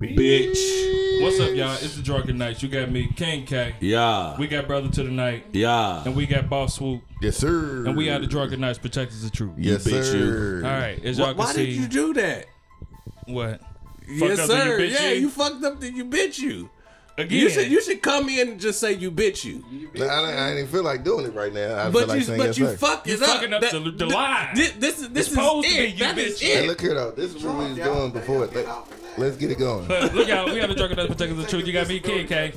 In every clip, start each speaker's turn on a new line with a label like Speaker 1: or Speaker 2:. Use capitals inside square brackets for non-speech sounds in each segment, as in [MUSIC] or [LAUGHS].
Speaker 1: Bitch.
Speaker 2: What's up, y'all? It's the Drunken Knights. You got me, King K.
Speaker 1: Yeah.
Speaker 2: We got Brother to the Night,
Speaker 1: Yeah.
Speaker 2: and we got Boss Swoop,
Speaker 3: Yes, sir.
Speaker 2: and we are the Drunken Knights, protectors of truth.
Speaker 3: Yes,
Speaker 1: You bitch,
Speaker 3: sir.
Speaker 2: All right, as y'all
Speaker 1: Why,
Speaker 2: can
Speaker 1: why
Speaker 2: see,
Speaker 1: did you do that?
Speaker 2: what
Speaker 1: yes,
Speaker 2: up, then you
Speaker 1: sir.
Speaker 2: bitch
Speaker 1: yeah,
Speaker 2: you.
Speaker 1: you fucked up. Then you bitch you.
Speaker 2: again?
Speaker 1: You should you should come in and just say you bitch you.
Speaker 3: Nah, I, ain't- I ain't even feel like doing it right now. I feel
Speaker 1: But
Speaker 3: like
Speaker 1: you
Speaker 3: saying
Speaker 1: but
Speaker 3: yes,
Speaker 1: you
Speaker 3: sir.
Speaker 1: fuck it
Speaker 2: You fucking up
Speaker 1: That-
Speaker 2: the- the
Speaker 1: th-
Speaker 2: line.
Speaker 1: Thi- This, is this
Speaker 2: It's
Speaker 1: is
Speaker 2: supposed to be
Speaker 1: it.
Speaker 2: you
Speaker 1: That is
Speaker 2: bitch you.
Speaker 3: Hey,
Speaker 1: it.
Speaker 3: look here though. This is what we was doing before it. Let, us get it going.
Speaker 2: But look, y'all, we are the Drunken Knights, protectors of the truth. You got me, King K.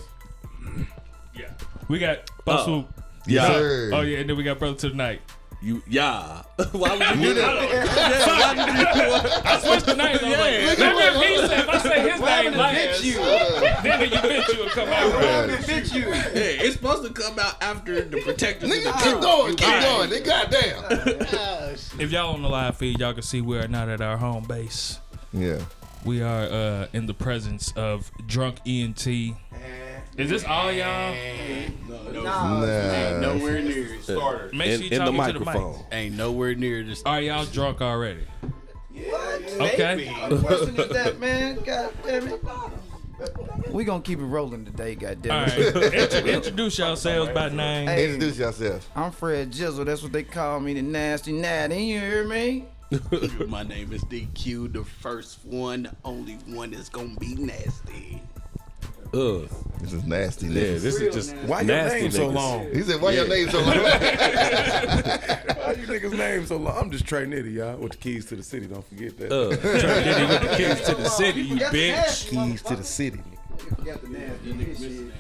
Speaker 2: Yeah, we got Boss
Speaker 1: Oh.
Speaker 2: Swoop.
Speaker 1: Yeah.
Speaker 2: Uh,
Speaker 3: Sir.
Speaker 2: Oh yeah, and then we got Brother to the Night.
Speaker 1: You yeah. [LAUGHS] why would you do
Speaker 3: Yeah.
Speaker 1: that? [LAUGHS] Yeah, why would you do that?
Speaker 2: I switched the name. Yeah,
Speaker 1: Yeah.
Speaker 2: like,
Speaker 1: Look
Speaker 2: remember if he said if I say his name last,
Speaker 4: you?
Speaker 2: then you bitch you would come out. Right.
Speaker 4: Bitch, you.
Speaker 1: Yeah, it's supposed to come out after the protectors. of the
Speaker 3: Nigga,
Speaker 1: truth.
Speaker 3: keep going, keep
Speaker 2: Alright.
Speaker 3: going. Nigga, goddamn.
Speaker 2: If y'all on the live feed, y'all can see we are not at our home base.
Speaker 3: Yeah.
Speaker 2: We are uh, in the presence of drunk E ENT. Is this all y'all?
Speaker 4: Nah,
Speaker 3: Nah.
Speaker 4: ain't nowhere near it.
Speaker 2: Make sure you talk
Speaker 1: in the
Speaker 2: into the mic.
Speaker 1: microphone.
Speaker 4: Ain't nowhere near this.
Speaker 2: Are y'all drunk already?
Speaker 4: What?
Speaker 2: Okay. [LAUGHS]
Speaker 5: question is that, man? God damn it. We gonna keep it rolling today, God
Speaker 2: All
Speaker 5: damn
Speaker 2: right.
Speaker 5: it.
Speaker 2: Int- Introduce yourselves by name.
Speaker 5: Hey.
Speaker 3: Introduce yourself.
Speaker 5: I'm Fred Jizzle. That's what they call me, the nasty natty. You hear me?
Speaker 4: My name is DQ, the first one, the only one that's gonna be nasty.
Speaker 6: Ugh.
Speaker 3: This is nasty, nigga.
Speaker 6: Yeah, this is just
Speaker 7: Why your
Speaker 6: nasty
Speaker 7: name so
Speaker 6: niggas.
Speaker 7: long?
Speaker 3: he said, "Why your name so [LAUGHS] long?"
Speaker 7: Why you niggas' name so long? I'm just Trey Nitty, y'all, with the keys to the city. Don't forget that.
Speaker 6: Ugh. Trey Diddy with the keys to the city, you bitch.
Speaker 7: Keys to the city. nigga.
Speaker 5: Got the nasty shit.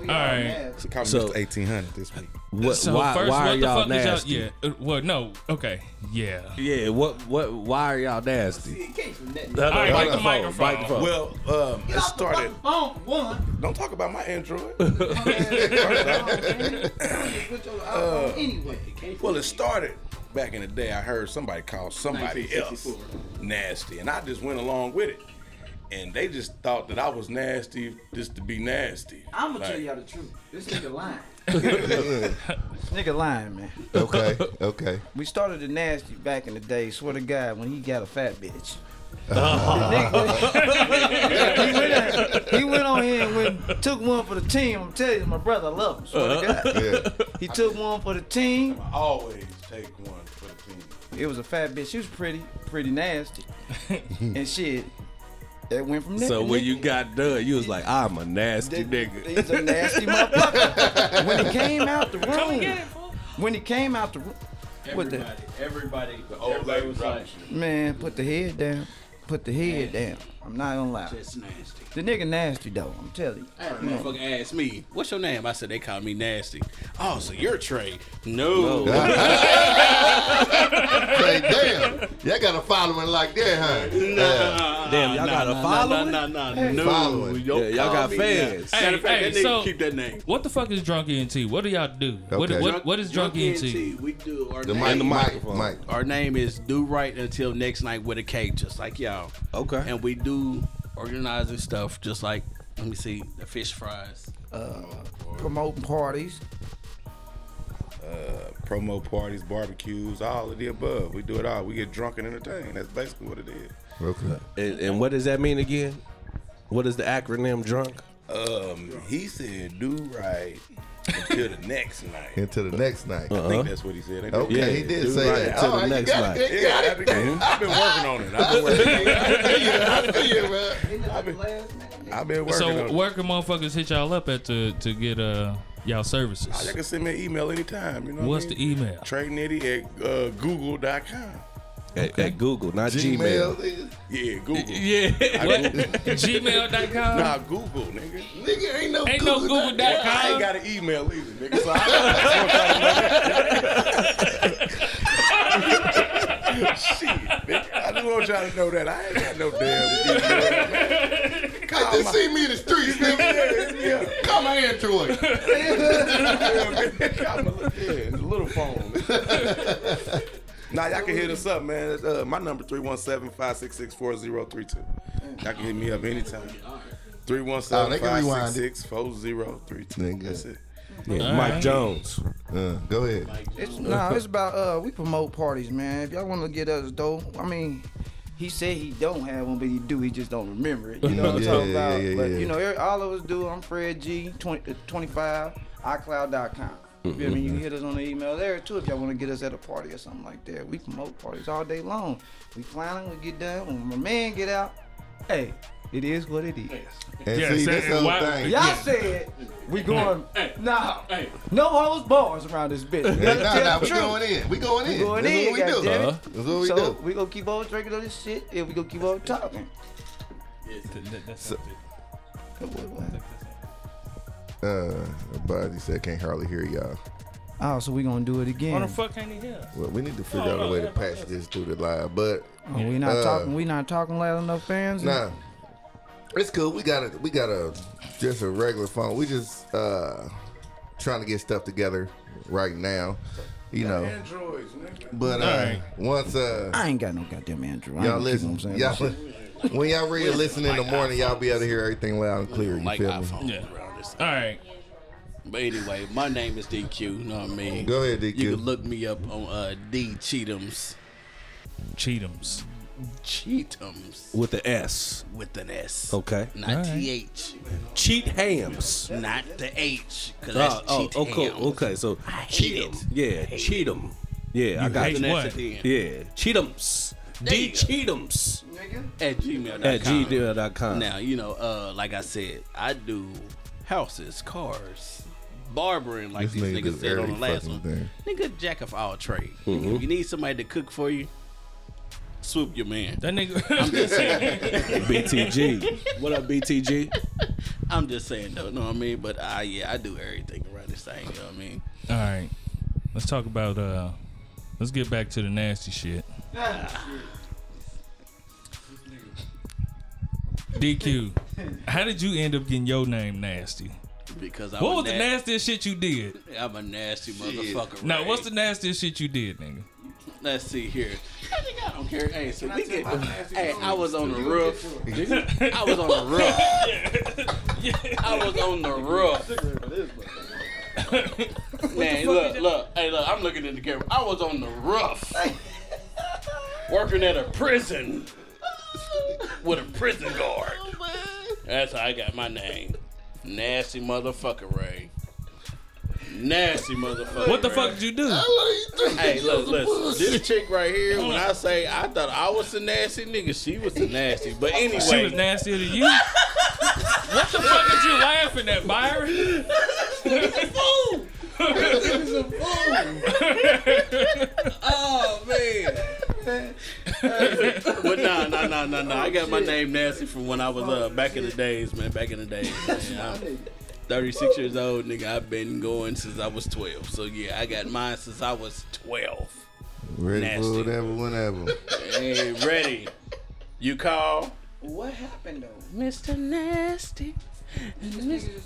Speaker 2: All right.
Speaker 7: Call me
Speaker 6: So-
Speaker 7: Mr. 1800 this week.
Speaker 6: What?
Speaker 2: So
Speaker 6: why?
Speaker 2: first,
Speaker 6: why
Speaker 2: what
Speaker 6: are
Speaker 2: the
Speaker 6: y'all
Speaker 2: fuck
Speaker 6: nasty?
Speaker 2: is y'all? Yeah. uh, Well, no. Okay. Yeah.
Speaker 6: yeah. What? What? Why are y'all nasty? All
Speaker 2: right, bite the microphone.
Speaker 7: Well, um, it started.
Speaker 5: one.
Speaker 7: Don't talk about my Android.
Speaker 5: [LAUGHS]
Speaker 7: First off,
Speaker 4: Oh,
Speaker 5: anyway.
Speaker 7: Well, it started back in the day. I heard somebody call somebody else nasty, and I just went along with it. And they just thought that I was nasty just to be nasty.
Speaker 5: I'm gonna
Speaker 7: Like,
Speaker 5: tell y'all the truth. This
Speaker 2: [LAUGHS]
Speaker 5: nigga lying. nigga lying, man.
Speaker 3: okay, okay.
Speaker 5: We started the nasty back in the day. Swear to God, when he got a fat
Speaker 2: [LAUGHS]
Speaker 5: bitch. he, went on, he went on here and went, took one for the team. I'm telling you, my brother, I love him.
Speaker 2: Uh-huh.
Speaker 5: Swear to God,
Speaker 3: Yeah.
Speaker 5: he took one for the team.
Speaker 7: I always take one for the team.
Speaker 5: It was a fat bitch. She was pretty,
Speaker 6: [LAUGHS]
Speaker 5: pretty nasty, and shit. That went from there.
Speaker 6: So when you
Speaker 5: Nigga,
Speaker 6: got done, you was like, I'm a nasty nigga.
Speaker 5: He's a nasty motherfucker. when he came out the room, when he came out the room, what the
Speaker 4: everybody, the old lady was like,
Speaker 5: man? Put the head down. Put the head down. I'm not gonna lie.
Speaker 4: "That's nasty."
Speaker 5: The nigga nasty though. I'm telling you.
Speaker 4: I had a motherfucker ask me, "What's your name?" I said, "They call me nasty." Oh, so you're Trey? [LAUGHS] No.
Speaker 3: Say, damn, y'all got a following like that, huh? Yeah.
Speaker 4: Nah,
Speaker 6: Damn, y'all got a
Speaker 4: nah,
Speaker 6: following?
Speaker 4: Nah, nah, nah, no.
Speaker 3: Following.
Speaker 4: Don't
Speaker 6: Yeah, y'all
Speaker 4: call
Speaker 6: got
Speaker 4: me
Speaker 6: fans.
Speaker 4: that. Matter of
Speaker 2: Hey,
Speaker 4: fact,
Speaker 2: hey,
Speaker 4: that nigga
Speaker 2: so-
Speaker 4: keep that name.
Speaker 2: What the fuck is drunk ENT? What do y'all do? What,
Speaker 3: Okay.
Speaker 2: what, what is drunk,
Speaker 4: E
Speaker 2: E ENT?
Speaker 4: We do our
Speaker 3: The
Speaker 4: name.
Speaker 3: mic, the mic, mic.
Speaker 4: Our name is Do Right Until Next Night with a K, just like y'all.
Speaker 6: Okay.
Speaker 4: And we do organizing stuff, just like let me see the fish fries.
Speaker 5: Promoting parties.
Speaker 7: Promo parties, barbecues, all of the above. We do it all. We get drunk and entertained. That's basically what it is.
Speaker 3: Okay.
Speaker 6: And, and what does that mean again? What is the acronym drunk?
Speaker 7: Um, he said, "Do right until the next night."
Speaker 3: Into the next night.
Speaker 7: I
Speaker 2: Uh-huh.
Speaker 7: think that's what he said.
Speaker 3: Okay,
Speaker 6: Yeah,
Speaker 3: he did
Speaker 6: dude,
Speaker 3: say
Speaker 6: right
Speaker 3: that.
Speaker 6: until the
Speaker 3: All right, you
Speaker 6: next
Speaker 3: got it,
Speaker 6: night.
Speaker 3: you
Speaker 7: Yeah,
Speaker 3: got
Speaker 7: I
Speaker 3: it.
Speaker 7: think- I've been working on it. I've been working.
Speaker 3: I see it, man.
Speaker 7: I've been working on
Speaker 2: So
Speaker 7: it.
Speaker 2: where can motherfuckers hit y'all up at to to get uh y'all
Speaker 7: Oh, Y'all
Speaker 2: services?
Speaker 7: can send me an email anytime. You know
Speaker 2: What's
Speaker 7: what
Speaker 2: the e- email?
Speaker 7: Trey Nitty at uh, google.com.
Speaker 6: At, at Google, not Gmail.
Speaker 3: [LAUGHS] Gmail. nigga.
Speaker 7: Yeah, Google.
Speaker 6: [LAUGHS] Yeah.
Speaker 2: What? Gmail.com.
Speaker 7: Nah, Google, nigga.
Speaker 3: Nigga, ain't no
Speaker 2: Ain't no
Speaker 3: Google.
Speaker 2: Google.com.
Speaker 7: I ain't got an email either, nigga. So I [LAUGHS] Shit, nigga. I just want y'all to know that I ain't got no damn email. man.
Speaker 3: Hey,
Speaker 7: Call
Speaker 3: just
Speaker 7: my
Speaker 3: see me in the streets, nigga.
Speaker 7: yeah,
Speaker 3: Call my Android.
Speaker 7: yeah, call my li- yeah, little phone. Nah, y'all can hit us up, man. It's, Uh, my number 317-566-4032. Y'all can hit me up anytime. 317-566-4032.
Speaker 3: Nigga.
Speaker 7: That's it.
Speaker 6: Yeah, Mike Jones.
Speaker 3: Uh, go ahead.
Speaker 5: It's no, it's about uh we promote parties, man. If y'all wanna get us though, I mean, He said he don't have one, but he do. He just don't remember it. You know what I'm
Speaker 3: [LAUGHS] Yeah,
Speaker 5: talking
Speaker 3: yeah,
Speaker 5: about?
Speaker 3: yeah,
Speaker 5: but
Speaker 3: yeah.
Speaker 5: you know, every- all of us do. I'm Fred G, 20, uh, 25, iCloud.com. You feel me?
Speaker 3: Mm-hmm.
Speaker 5: You can hit us on the email there too if y'all want to get us at a party or something like that. We promote parties all day long. We clowning, we get done. When my man get out, hey, it is what it is.
Speaker 3: And
Speaker 8: Yeah,
Speaker 3: see,
Speaker 8: say-
Speaker 3: that's the
Speaker 8: and why-
Speaker 3: other thing.
Speaker 5: Y'all said we going
Speaker 8: Hey,
Speaker 5: nah,
Speaker 8: hey.
Speaker 5: no hoes bars around this bitch.
Speaker 3: Nah,
Speaker 5: Let's tell
Speaker 3: nah,
Speaker 5: the
Speaker 3: we
Speaker 5: truth.
Speaker 3: going in. We going in.
Speaker 5: going
Speaker 3: That's
Speaker 5: in,
Speaker 3: what we do.
Speaker 5: goddammit.
Speaker 3: That's what we
Speaker 5: so
Speaker 3: do.
Speaker 5: we gonna keep on drinking all this shit and we gonna keep on talking.
Speaker 3: Uh, but he said can't hardly hear y'all.
Speaker 5: Oh, so we gonna do it
Speaker 8: Why the
Speaker 5: again?
Speaker 8: fuck ain't he here?
Speaker 3: Well, we need to figure out a way to patch this through the line, but
Speaker 5: Oh, we not
Speaker 3: Uh,
Speaker 5: talking. We not talking loud enough, fans.
Speaker 3: nah, it's cool. We got a we got a just a regular phone. We just uh trying to get stuff together right now, you know.
Speaker 7: Androids, nigga.
Speaker 3: But uh, once uh
Speaker 5: I ain't got no goddamn Andrew. I
Speaker 3: y'all
Speaker 5: ain't gonna keep on
Speaker 3: listen,
Speaker 5: saying
Speaker 3: y'all
Speaker 5: that shit.
Speaker 3: when y'all really listen in the morning, y'all be able to hear everything loud and clear. You
Speaker 4: Like
Speaker 3: feel me?
Speaker 4: iPhones
Speaker 8: Yeah.
Speaker 4: around this.
Speaker 8: All right.
Speaker 4: But anyway, my name is DQ. You know what I mean?
Speaker 3: Go ahead, DQ.
Speaker 4: You can look me up on uh, D Cheatums.
Speaker 8: Cheatums.
Speaker 4: Cheatums
Speaker 1: With the S.
Speaker 4: with an S.
Speaker 1: Okay.
Speaker 4: Not
Speaker 8: right.
Speaker 4: TH.
Speaker 1: Cheat hams.
Speaker 4: Not the H. Because that's
Speaker 1: Oh, oh,
Speaker 4: cheat
Speaker 1: oh, cool. Okay, so
Speaker 4: hate
Speaker 1: cheatem.
Speaker 4: it.
Speaker 1: Yeah, cheatem. Yeah, I got
Speaker 8: hate
Speaker 1: you.
Speaker 8: what?
Speaker 1: Yeah, cheatums. D cheatums
Speaker 4: At gmail.com.
Speaker 1: at
Speaker 4: [LAUGHS]
Speaker 1: gmail.com.
Speaker 4: Now, you know, uh, like I said, I do houses, cars, barbering, like
Speaker 3: This
Speaker 4: these
Speaker 3: nigga
Speaker 4: niggas
Speaker 3: do
Speaker 4: said on the
Speaker 3: every
Speaker 4: last one.
Speaker 3: fucking thing.
Speaker 4: Nigga, jack of all trades.
Speaker 1: Mm-hmm.
Speaker 4: If you need somebody to cook for you, swoop your man.
Speaker 2: [LAUGHS]
Speaker 8: That nigga.
Speaker 1: BTG. what up, BTG?
Speaker 4: I'm just saying, though, know what I mean? But I, yeah, I do everything around this thing, you know what I mean?
Speaker 8: All right. Let's talk about. uh Let's get back to the nasty shit. DQ, how did you end up getting your name nasty?
Speaker 4: Because I'm,
Speaker 8: What
Speaker 4: a,
Speaker 8: was the
Speaker 4: na-
Speaker 8: nastiest shit you did?
Speaker 4: I'm a nasty motherfucker.
Speaker 8: Now,
Speaker 4: Ray.
Speaker 8: what's the nastiest shit you did, nigga?
Speaker 4: Let's see here. I think I don't care. Hey, so we get. Hey, I was on the roof. I was on the roof.
Speaker 8: [LAUGHS]
Speaker 4: I was on the roof. Man, look, look. Hey, look. I'm looking at the camera. I was on
Speaker 8: [LAUGHS]
Speaker 4: the roof, working at a prison with a prison
Speaker 8: Oh,
Speaker 4: guard. That's how I got my name. Nasty motherfucker, Ray. Nasty motherfucker.
Speaker 8: What the
Speaker 4: Ray.
Speaker 8: fuck did you do?
Speaker 4: Hey, look, listen. This chick right here, when I say I thought I was a nasty nigga, she was a nasty. But anyway,
Speaker 8: She was nastier than you. what the fuck is you laughing at, Byron?
Speaker 4: Oh, [LAUGHS] but nah, nah, nah, nah, nah. I got my name nasty from when I was uh, back in the days, man. Back in the days. Man. I'm 36 years old, nigga. I've been going since I was 12. So yeah, I got mine since I was 12.
Speaker 3: Ready
Speaker 4: Nasty.
Speaker 3: for whatever, whenever.
Speaker 4: Hey, ready? You call?
Speaker 5: What happened though?
Speaker 4: Mr. Nasty.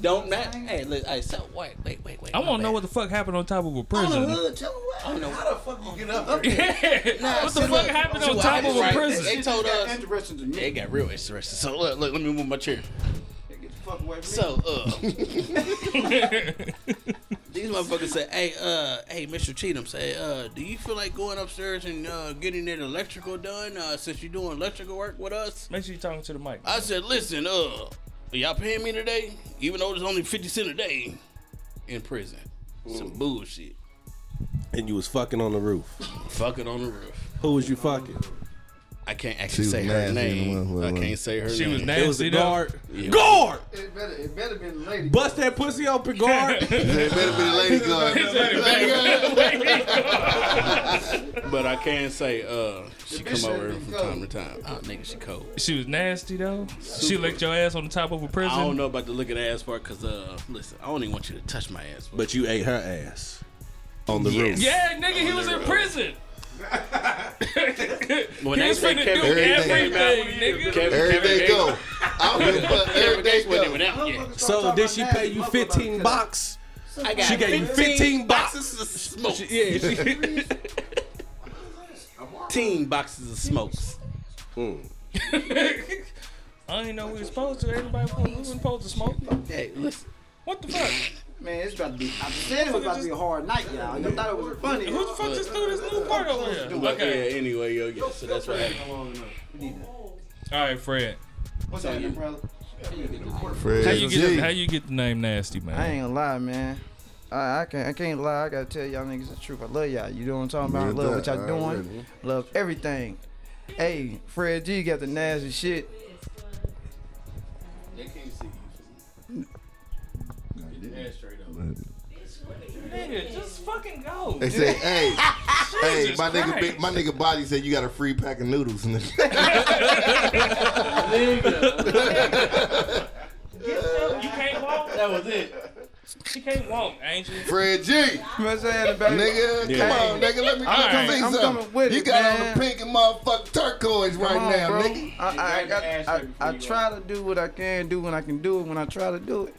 Speaker 4: Don't matter. Hey, look. Hey, so wait, wait, wait, wait.
Speaker 8: I want to know what the fuck happened on top of a prison.
Speaker 5: Tell him what.
Speaker 4: I don't
Speaker 8: [LAUGHS]
Speaker 4: know.
Speaker 8: what the
Speaker 4: see,
Speaker 8: fuck
Speaker 4: look,
Speaker 8: happened
Speaker 4: see
Speaker 8: on
Speaker 4: what
Speaker 8: top
Speaker 4: I
Speaker 8: of
Speaker 4: did
Speaker 8: a
Speaker 4: right.
Speaker 8: prison?
Speaker 4: They told us.
Speaker 5: Interesting to
Speaker 4: It
Speaker 5: me.
Speaker 4: got real interesting. So look, look. Let me move my chair.
Speaker 5: Get the fuck away from me.
Speaker 4: So, uh, [LAUGHS] these motherfuckers say, "Hey, uh, hey, Mr. Cheatham, say, uh, do you feel like going upstairs and uh, getting that electrical done uh, since you're doing electrical work with us?"
Speaker 8: Make sure you're talking to the mic.
Speaker 4: I said, "Listen, uh, are y'all paying me today? Even though it's only fifty cent a day in prison, some bullshit.
Speaker 1: And you was fucking on the roof.
Speaker 4: Fucking on the roof.
Speaker 1: Who was you fucking?
Speaker 4: I can't
Speaker 3: She
Speaker 4: actually
Speaker 3: was
Speaker 4: say
Speaker 3: nasty
Speaker 4: her
Speaker 3: in the
Speaker 4: name. I
Speaker 3: motherfucker.
Speaker 4: can't say her
Speaker 8: She
Speaker 4: name.
Speaker 8: was
Speaker 1: It was a
Speaker 8: nasty. though.
Speaker 1: guard.
Speaker 4: Yeah.
Speaker 1: Guard!
Speaker 5: It better, it better been the lady.
Speaker 1: Bust that pussy open,
Speaker 4: [LAUGHS]
Speaker 1: guard.
Speaker 3: They better be the lady guard.
Speaker 4: But I can say, uh, she
Speaker 5: bitch
Speaker 4: come
Speaker 5: said
Speaker 4: over here from
Speaker 5: be
Speaker 4: time to time. Oh, nigga, she cold.
Speaker 8: She was nasty though. She licked your ass on the top of a prison.
Speaker 4: I don't know about the looking ass part, cause uh, listen, I don't even want you to touch my ass.
Speaker 1: but you ate her ass on the roof.
Speaker 8: Yeah, nigga, he was in prison.
Speaker 4: when
Speaker 8: He
Speaker 4: they
Speaker 8: was
Speaker 4: say
Speaker 8: finna do
Speaker 4: Kevin,
Speaker 3: Everything.
Speaker 8: everything, nigga.
Speaker 3: Every day
Speaker 4: Gates-
Speaker 3: go. I'm gonna put every
Speaker 4: Kevin
Speaker 3: day
Speaker 4: Gates wasn't
Speaker 3: go.
Speaker 4: even out yet.
Speaker 1: So did she pay you 15 bucks?
Speaker 4: I got
Speaker 1: She gave you 15 boxes.
Speaker 4: boxes of smokes.
Speaker 1: Yeah, she,
Speaker 4: Fifteen boxes of smokes.
Speaker 8: I didn't know we was supposed to. Everybody, we wasn't supposed to smoke.
Speaker 4: Hey, listen.
Speaker 8: What the fuck?
Speaker 5: Man, it's about to be. I said it was about to be a hard night, y'all. I thought it was funny.
Speaker 2: Who the fuck just threw this new part over here?
Speaker 4: Okay. Yeah, anyway, yo, yeah. So that's what happened.
Speaker 5: We need to-
Speaker 8: All right, Fred.
Speaker 5: What's happening, brother?
Speaker 3: Fred
Speaker 8: How you
Speaker 3: G.
Speaker 8: get how you get the name Nasty Man?
Speaker 5: I ain't gonna lie, man. I, I can't I can't lie. I gotta tell y'all niggas the truth. I love y'all. You know what I'm talking about. I
Speaker 3: Real
Speaker 5: love what
Speaker 3: that,
Speaker 5: y'all
Speaker 3: all
Speaker 5: doing.
Speaker 3: right.
Speaker 5: Love everything. Hey, Fred G got the nasty shit.
Speaker 4: They can't see you. Get your ass straight up.
Speaker 2: Nigga, just fucking go.
Speaker 3: [LAUGHS] They say, hey, hey,
Speaker 2: Jesus
Speaker 3: my nigga,
Speaker 2: Christ.
Speaker 3: big, my nigga, body said you got a free pack of noodles. [LAUGHS] nigga.
Speaker 2: Get up. You can't walk.
Speaker 4: That was it.
Speaker 2: You can't walk, Angel.
Speaker 3: Fred G,
Speaker 5: What's happening, baby?
Speaker 3: nigga, come on, nigga, let me
Speaker 8: right,
Speaker 3: let me see
Speaker 5: I'm
Speaker 3: something.
Speaker 5: coming with
Speaker 3: you
Speaker 5: it,
Speaker 3: got
Speaker 5: man.
Speaker 3: on the pink and motherfucking turquoise right
Speaker 5: Come on,
Speaker 3: now,
Speaker 5: bro.
Speaker 3: nigga.
Speaker 5: I, I, got,
Speaker 4: ass
Speaker 5: I,
Speaker 4: right before
Speaker 5: I
Speaker 4: you
Speaker 5: try to do what I can do when I can do it when I try to do it.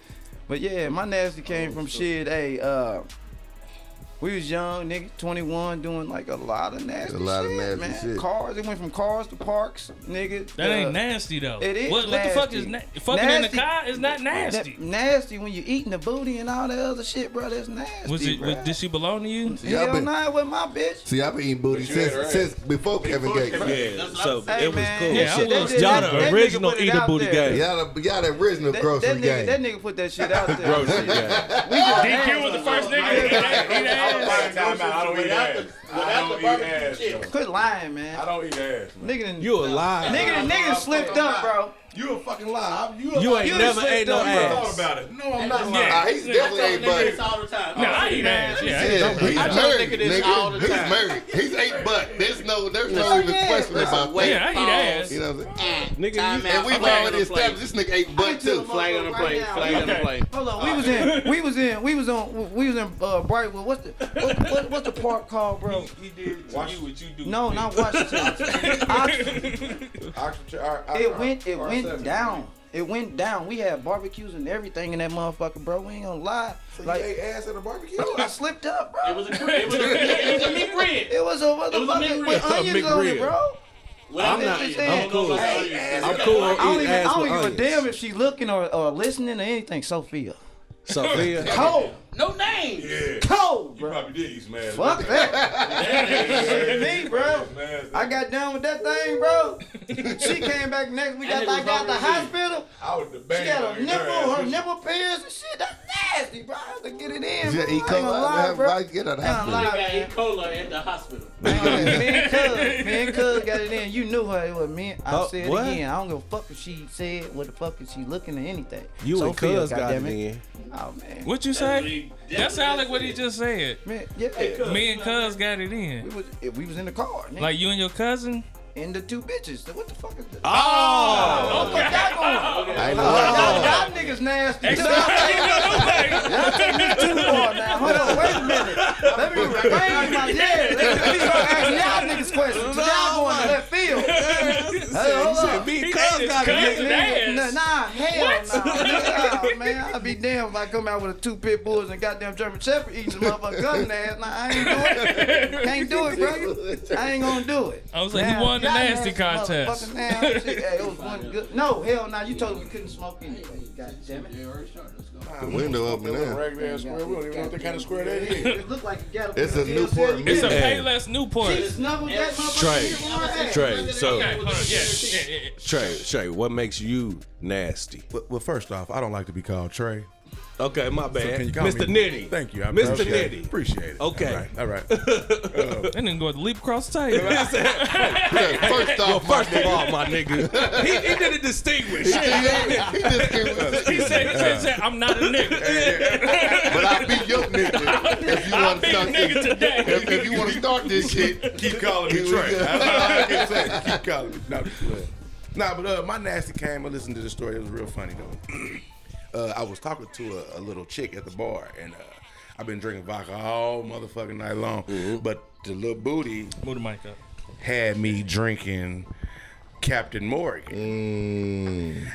Speaker 5: But yeah, my nasty came from shit. Hey, uh, we was young, nigga, 21, doing like a lot of nasty
Speaker 3: A lot of
Speaker 5: shit,
Speaker 3: nasty
Speaker 5: man.
Speaker 3: shit.
Speaker 5: Cars, it went from cars to parks, nigga.
Speaker 8: That ain't
Speaker 5: Uh,
Speaker 8: nasty though.
Speaker 5: it is
Speaker 8: What, what the fuck is na-
Speaker 5: nasty.
Speaker 8: fucking in
Speaker 5: Nasty.
Speaker 8: the car? Is not
Speaker 5: That-
Speaker 8: nasty.
Speaker 5: nasty when you eating the booty and all that other shit, bro. That's nasty.
Speaker 8: Was it?
Speaker 5: bro.
Speaker 8: Was, did she belong to you?
Speaker 3: Y'all
Speaker 5: Hell
Speaker 3: been-
Speaker 5: nah, it with my bitch.
Speaker 3: See, I've been eating booty since since before Kevin Gates.
Speaker 1: Yeah, so
Speaker 5: Hey,
Speaker 1: it was
Speaker 5: man.
Speaker 1: cool.
Speaker 5: that
Speaker 8: Yeah, I
Speaker 5: shit- that-
Speaker 8: was
Speaker 5: that-
Speaker 1: Y'all
Speaker 5: that-
Speaker 1: the
Speaker 5: that nigga
Speaker 1: original
Speaker 5: put it
Speaker 1: eat a
Speaker 5: out
Speaker 1: booty
Speaker 5: there.
Speaker 1: game.
Speaker 3: Y'all, the, y'all, the original
Speaker 5: That, that,
Speaker 3: grocery
Speaker 5: nigga,
Speaker 3: game.
Speaker 5: that nigga put that shit out there.
Speaker 1: Grocery game.
Speaker 8: DQ was the first nigga. that ate ass.
Speaker 9: I don't eat ass. I don't eat ass. though.
Speaker 5: Quit lying, man.
Speaker 9: I don't eat ass, man.
Speaker 5: Nigga done,
Speaker 1: You a lie.
Speaker 5: nigga, done, nigga done slipped up, bro.
Speaker 9: You a fucking lie. You, a
Speaker 1: You
Speaker 9: lie.
Speaker 1: ain't
Speaker 5: You
Speaker 1: never
Speaker 5: slipped
Speaker 1: ate no
Speaker 5: up. You
Speaker 9: thought
Speaker 1: ass.
Speaker 9: about it. No, I'm not lying.
Speaker 3: Ah,
Speaker 8: Yeah.
Speaker 3: he's definitely eight
Speaker 4: Nigga,
Speaker 3: bucks.
Speaker 4: this all the time.
Speaker 8: No, I eat ass. Yeah. I eat
Speaker 3: Yeah,
Speaker 8: ass.
Speaker 3: he's
Speaker 4: I tell
Speaker 3: married,
Speaker 4: nigga this all the
Speaker 3: nigga. He's
Speaker 4: time.
Speaker 3: married. He's eight bucks. There's no, there's no even
Speaker 5: yeah.
Speaker 3: question about that.
Speaker 8: Yeah, I eat
Speaker 3: You
Speaker 8: ass.
Speaker 3: know what I'm saying?
Speaker 1: Nigga,
Speaker 4: Time
Speaker 1: you,
Speaker 3: And
Speaker 4: out.
Speaker 3: we've
Speaker 4: Flag on
Speaker 3: already
Speaker 4: the plate.
Speaker 3: established this nigga eight bucks
Speaker 5: tell
Speaker 3: too.
Speaker 5: him
Speaker 4: Flag on the plate. Flag on the plate.
Speaker 5: Hold on, we was in, we was in, we was on, we was in uh, Brightwood. What's the, what, what, what's the park called, bro?
Speaker 8: He did to you what you do.
Speaker 5: No, not Washington. Oxford. It went, it went down. It went down. We had barbecues and everything in that motherfucker, bro. We ain't gonna lie. Like,
Speaker 9: ass at a barbecue.
Speaker 5: I slipped up, bro.
Speaker 4: It was a it was a it was a meat bread.
Speaker 5: It was a motherfucker
Speaker 4: McRib.
Speaker 5: with onions on
Speaker 1: McRib.
Speaker 5: it, bro.
Speaker 4: Well,
Speaker 5: I'm not-
Speaker 4: eating.
Speaker 5: I'm
Speaker 4: I don't know
Speaker 1: cool.
Speaker 4: about the audience.
Speaker 1: I'm cool
Speaker 5: I
Speaker 1: on
Speaker 5: don't
Speaker 1: eating
Speaker 5: even, I
Speaker 1: ass
Speaker 5: don't
Speaker 1: with
Speaker 5: even give a
Speaker 1: onions.
Speaker 5: damn if she looking or, or listening or anything. Sophia, [LAUGHS]
Speaker 1: Sophia.
Speaker 5: cold,
Speaker 4: No names.
Speaker 9: Yeah.
Speaker 5: cold,
Speaker 9: You
Speaker 5: bro.
Speaker 9: probably did eat some ass.
Speaker 5: Fuck that. [LAUGHS] me, bro.
Speaker 9: Man,
Speaker 5: I got done with that thing, bro. she came back next week
Speaker 4: That
Speaker 5: after I
Speaker 4: nigga
Speaker 5: got out the
Speaker 4: was hungry,
Speaker 5: hospital.
Speaker 9: I would debate.
Speaker 5: She had
Speaker 9: on
Speaker 5: a
Speaker 9: your
Speaker 5: nipple,
Speaker 9: ass.
Speaker 5: her nipple pierced and shit. That's nasty, bro. I had to get it in.
Speaker 3: Yeah,
Speaker 5: bro. I
Speaker 3: he
Speaker 5: ain't
Speaker 3: come
Speaker 5: gonna lie,
Speaker 3: out
Speaker 5: bro.
Speaker 3: like get out of the
Speaker 5: Ain't gonna
Speaker 3: hospital.
Speaker 5: lie.
Speaker 4: I got E. coli at the hospital.
Speaker 5: me and
Speaker 1: [LAUGHS]
Speaker 5: Cuz, me and Cuz got it in. You knew her. It was me. I
Speaker 1: Oh,
Speaker 5: said
Speaker 1: what?
Speaker 5: it again. I don't give a fuck if she said what the fuck is she looking at anything.
Speaker 1: You and
Speaker 5: Sophia,
Speaker 1: Cuz got it
Speaker 5: goddamn
Speaker 1: in.
Speaker 5: Oh man.
Speaker 8: What you say? That sound like what he just said.
Speaker 5: Man, yeah.
Speaker 8: Me and Cuz got it
Speaker 5: We
Speaker 8: in.
Speaker 5: was, if we was in the car, nigga,
Speaker 8: Like you and your cousin.
Speaker 5: and the two bitches. So what the fuck is this?
Speaker 1: Oh!
Speaker 5: Don't put that on.
Speaker 3: I ain't
Speaker 5: Y'all, y'all niggas nasty. Too far now. Hold on, wait a minute. Let me refrain my yeah. Let me ask y'all niggas questions. 'cause Y'all going to left field. Hey, hold on.
Speaker 1: Me and
Speaker 8: ate
Speaker 1: Cuz
Speaker 8: his
Speaker 1: got it in.
Speaker 8: cousin
Speaker 5: Nigga,
Speaker 8: ass.
Speaker 5: Nah, nah, hell no. Nah. Nah, man, I'd be damned if I come out with a two pit bulls and goddamn German Shepherd eating some motherfucking cousin ass. Nah, I ain't doing it. Can't do it, bro. I ain't gonna do it.
Speaker 8: I was like, he won the
Speaker 5: y'all
Speaker 8: nasty
Speaker 5: nasty
Speaker 8: contest.
Speaker 5: motherfucking ass. Shit, hey, it was
Speaker 8: [LAUGHS]
Speaker 5: one good. No, hell no. You told me we couldn't smoke anyway. God damn it.
Speaker 3: The window up
Speaker 9: That
Speaker 3: and
Speaker 9: little
Speaker 3: down.
Speaker 9: ragged ass square. We don't even know what that kind of square that
Speaker 7: [LAUGHS]
Speaker 9: is.
Speaker 5: It looked like you got
Speaker 3: It's a
Speaker 5: new
Speaker 3: Newport
Speaker 8: It's a
Speaker 1: Yeah.
Speaker 8: Payless Newport.
Speaker 5: She snuggled that motherfucker.
Speaker 1: Trey,
Speaker 5: in my ass.
Speaker 1: Trey, so
Speaker 8: Okay, hold on. Yeah, yeah, yeah, yeah.
Speaker 1: Trey, Trey, what makes you nasty?
Speaker 7: Well, well, first off, I don't like to be called Trey.
Speaker 1: Okay, my bad.
Speaker 7: Can you call
Speaker 1: Mr.
Speaker 7: me-
Speaker 1: Nitty.
Speaker 7: Thank you. I
Speaker 1: Mr.
Speaker 7: appreciate it.
Speaker 1: Nitty.
Speaker 7: Appreciate it.
Speaker 1: Okay.
Speaker 9: [LAUGHS]
Speaker 7: All right. All right.
Speaker 8: And then go to leap across the table.
Speaker 3: Yeah, First off, my
Speaker 1: First of all, my nigga, [LAUGHS] he, he did it distinguished.
Speaker 3: nigga, he just came
Speaker 8: He said, he said, he said,
Speaker 2: [LAUGHS]
Speaker 8: I'm not a nigga.
Speaker 3: But I beat your nigga if you
Speaker 8: I'm
Speaker 3: want to
Speaker 8: big
Speaker 3: start
Speaker 8: nigga
Speaker 3: this.
Speaker 8: today.
Speaker 3: If, if you want to start this shit,
Speaker 7: Keep calling me
Speaker 3: Here we
Speaker 7: Trey.
Speaker 3: go.
Speaker 7: That's all I can say. Keep calling me. No, I'm just playing. nah, but uh, my nasty came. I listened to the story. It was real funny though. [CLEARS THROAT] uh, I was talking to a, a little chick at the bar, and uh, I've been drinking vodka all motherfucking night long. But the little booty
Speaker 8: [LAUGHS] Move the mic up.
Speaker 7: had me drinking Captain Morgan,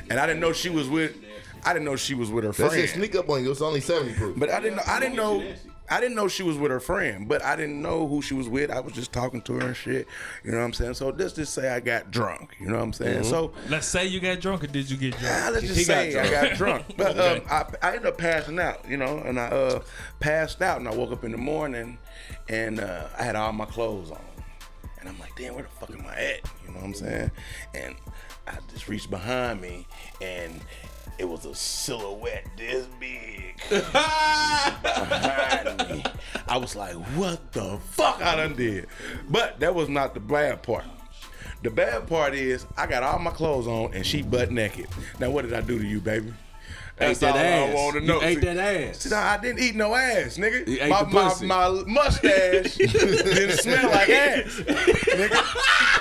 Speaker 7: and I didn't know she was with. I didn't know she was with her
Speaker 3: that shit
Speaker 7: friend.
Speaker 3: sneak up on you. It's only seventy proof.
Speaker 7: But I didn't know. I didn't know. I didn't know she was with her friend, but I didn't know who she was with. I was just talking to her and shit. You know what I'm saying? So let's just say I got drunk. You know what I'm saying? So
Speaker 8: Let's say you got drunk or did you get drunk?
Speaker 7: ah, let's just
Speaker 8: Mm-hmm. He got drunk.
Speaker 7: say I
Speaker 8: [LAUGHS]
Speaker 7: got drunk. But um, I, I ended up passing out, you know, and I uh, passed out and I woke up in the morning and uh, I had all my clothes on. And I'm like, damn, where the fuck am I at? You know what I'm saying? And I just reached behind me and it was a silhouette this big behind me. I was like, what the fuck I done did? But that was not the bad part. The bad part is I got all my clothes on and she butt naked. Now what did I do to you, baby? That's
Speaker 1: that
Speaker 7: all
Speaker 1: ass.
Speaker 7: I want to
Speaker 1: You
Speaker 7: know.
Speaker 1: ate
Speaker 7: See-
Speaker 1: that ass.
Speaker 7: See, nah, I didn't eat no ass, nigga.
Speaker 1: You ate
Speaker 7: my,
Speaker 1: the pussy.
Speaker 7: my my
Speaker 1: [LAUGHS]
Speaker 7: mustache didn't smell like ass.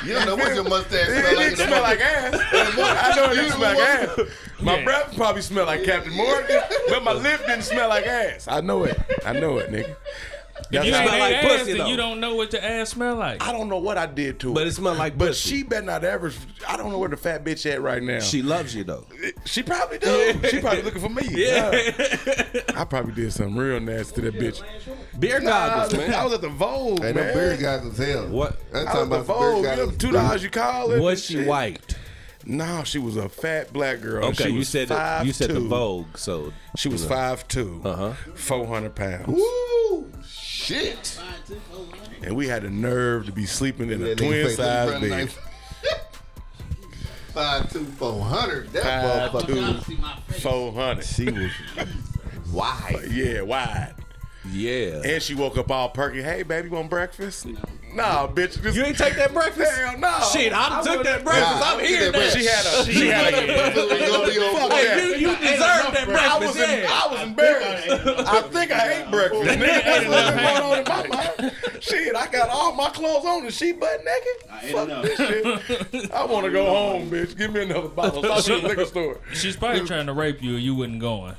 Speaker 3: You don't know what your mustache
Speaker 7: It
Speaker 3: smell
Speaker 7: didn't
Speaker 3: like.
Speaker 7: smell like ass. I know it didn't smell like ass. My
Speaker 8: Yeah.
Speaker 7: breath probably smelled like Captain Morgan, but my lip didn't smell like ass. I know it. I know it, nigga. That's
Speaker 8: You
Speaker 7: how-
Speaker 8: ain't
Speaker 1: smell like
Speaker 8: had
Speaker 1: pussy,
Speaker 8: ass, then
Speaker 1: though.
Speaker 8: you don't know what your ass smell like.
Speaker 7: I don't know what I did to her.
Speaker 1: But it smell like
Speaker 7: But
Speaker 1: pussy.
Speaker 7: she better not ever. I don't know where the fat bitch at right now.
Speaker 1: She loves you though.
Speaker 7: She probably do. She probably looking
Speaker 1: [LAUGHS]
Speaker 7: for me. Yeah. I probably did something real nasty to that bitch.
Speaker 1: Beer
Speaker 7: Nah,
Speaker 1: goggles, man.
Speaker 7: I was at the Vogue,
Speaker 3: Hey,
Speaker 7: man.
Speaker 3: them beer guys was hell.
Speaker 1: What-
Speaker 3: I'm
Speaker 7: I was
Speaker 3: talking
Speaker 7: at the
Speaker 3: about some
Speaker 7: Vogue.
Speaker 3: beer
Speaker 7: You know,
Speaker 3: guys.
Speaker 7: Two dollars you call it.
Speaker 1: Was she white?
Speaker 7: No, she was a fat black girl.
Speaker 1: Okay,
Speaker 7: she
Speaker 1: you
Speaker 7: was
Speaker 1: said it- you said the
Speaker 7: 5'2".
Speaker 1: Vogue, so
Speaker 7: She was five two, uh-huh. four hundred pounds,
Speaker 3: Woo! Shit.
Speaker 7: and we had the nerve to be sleeping in
Speaker 3: Yeah,
Speaker 7: a
Speaker 3: nigga
Speaker 7: twin
Speaker 3: think
Speaker 7: size
Speaker 3: running
Speaker 7: bed.
Speaker 3: like- [LAUGHS] Five two four hundred. That
Speaker 7: Five
Speaker 3: motherfucker.
Speaker 7: two, four hundred.
Speaker 3: She was wide.
Speaker 7: Yeah, wide.
Speaker 1: yeah.
Speaker 7: And she woke up all perky. Hey, baby, want breakfast? No, nah, bitch. This,
Speaker 1: You ain't take that breakfast?
Speaker 7: Hell no.
Speaker 1: Shit, I, took that breakfast.
Speaker 3: Nah,
Speaker 1: I'm
Speaker 3: I
Speaker 1: here
Speaker 3: took that
Speaker 1: now.
Speaker 3: breakfast.
Speaker 7: She had a. She had a.
Speaker 3: Breakfast was gonna be over.
Speaker 7: Fuck
Speaker 1: Hey, you, you deserve that
Speaker 7: I
Speaker 1: breakfast.
Speaker 7: was,
Speaker 1: Yeah.
Speaker 7: em- I was embarrassed. I think I ate breakfast. Nigga, that's what was going on in my mind. Shit, I got all my clothes on and she butt naked. I Fuck this shit. I want to go home, bitch. Give me another bottle. Stop at the liquor store.
Speaker 8: She's probably trying to rape you and you wasn't going.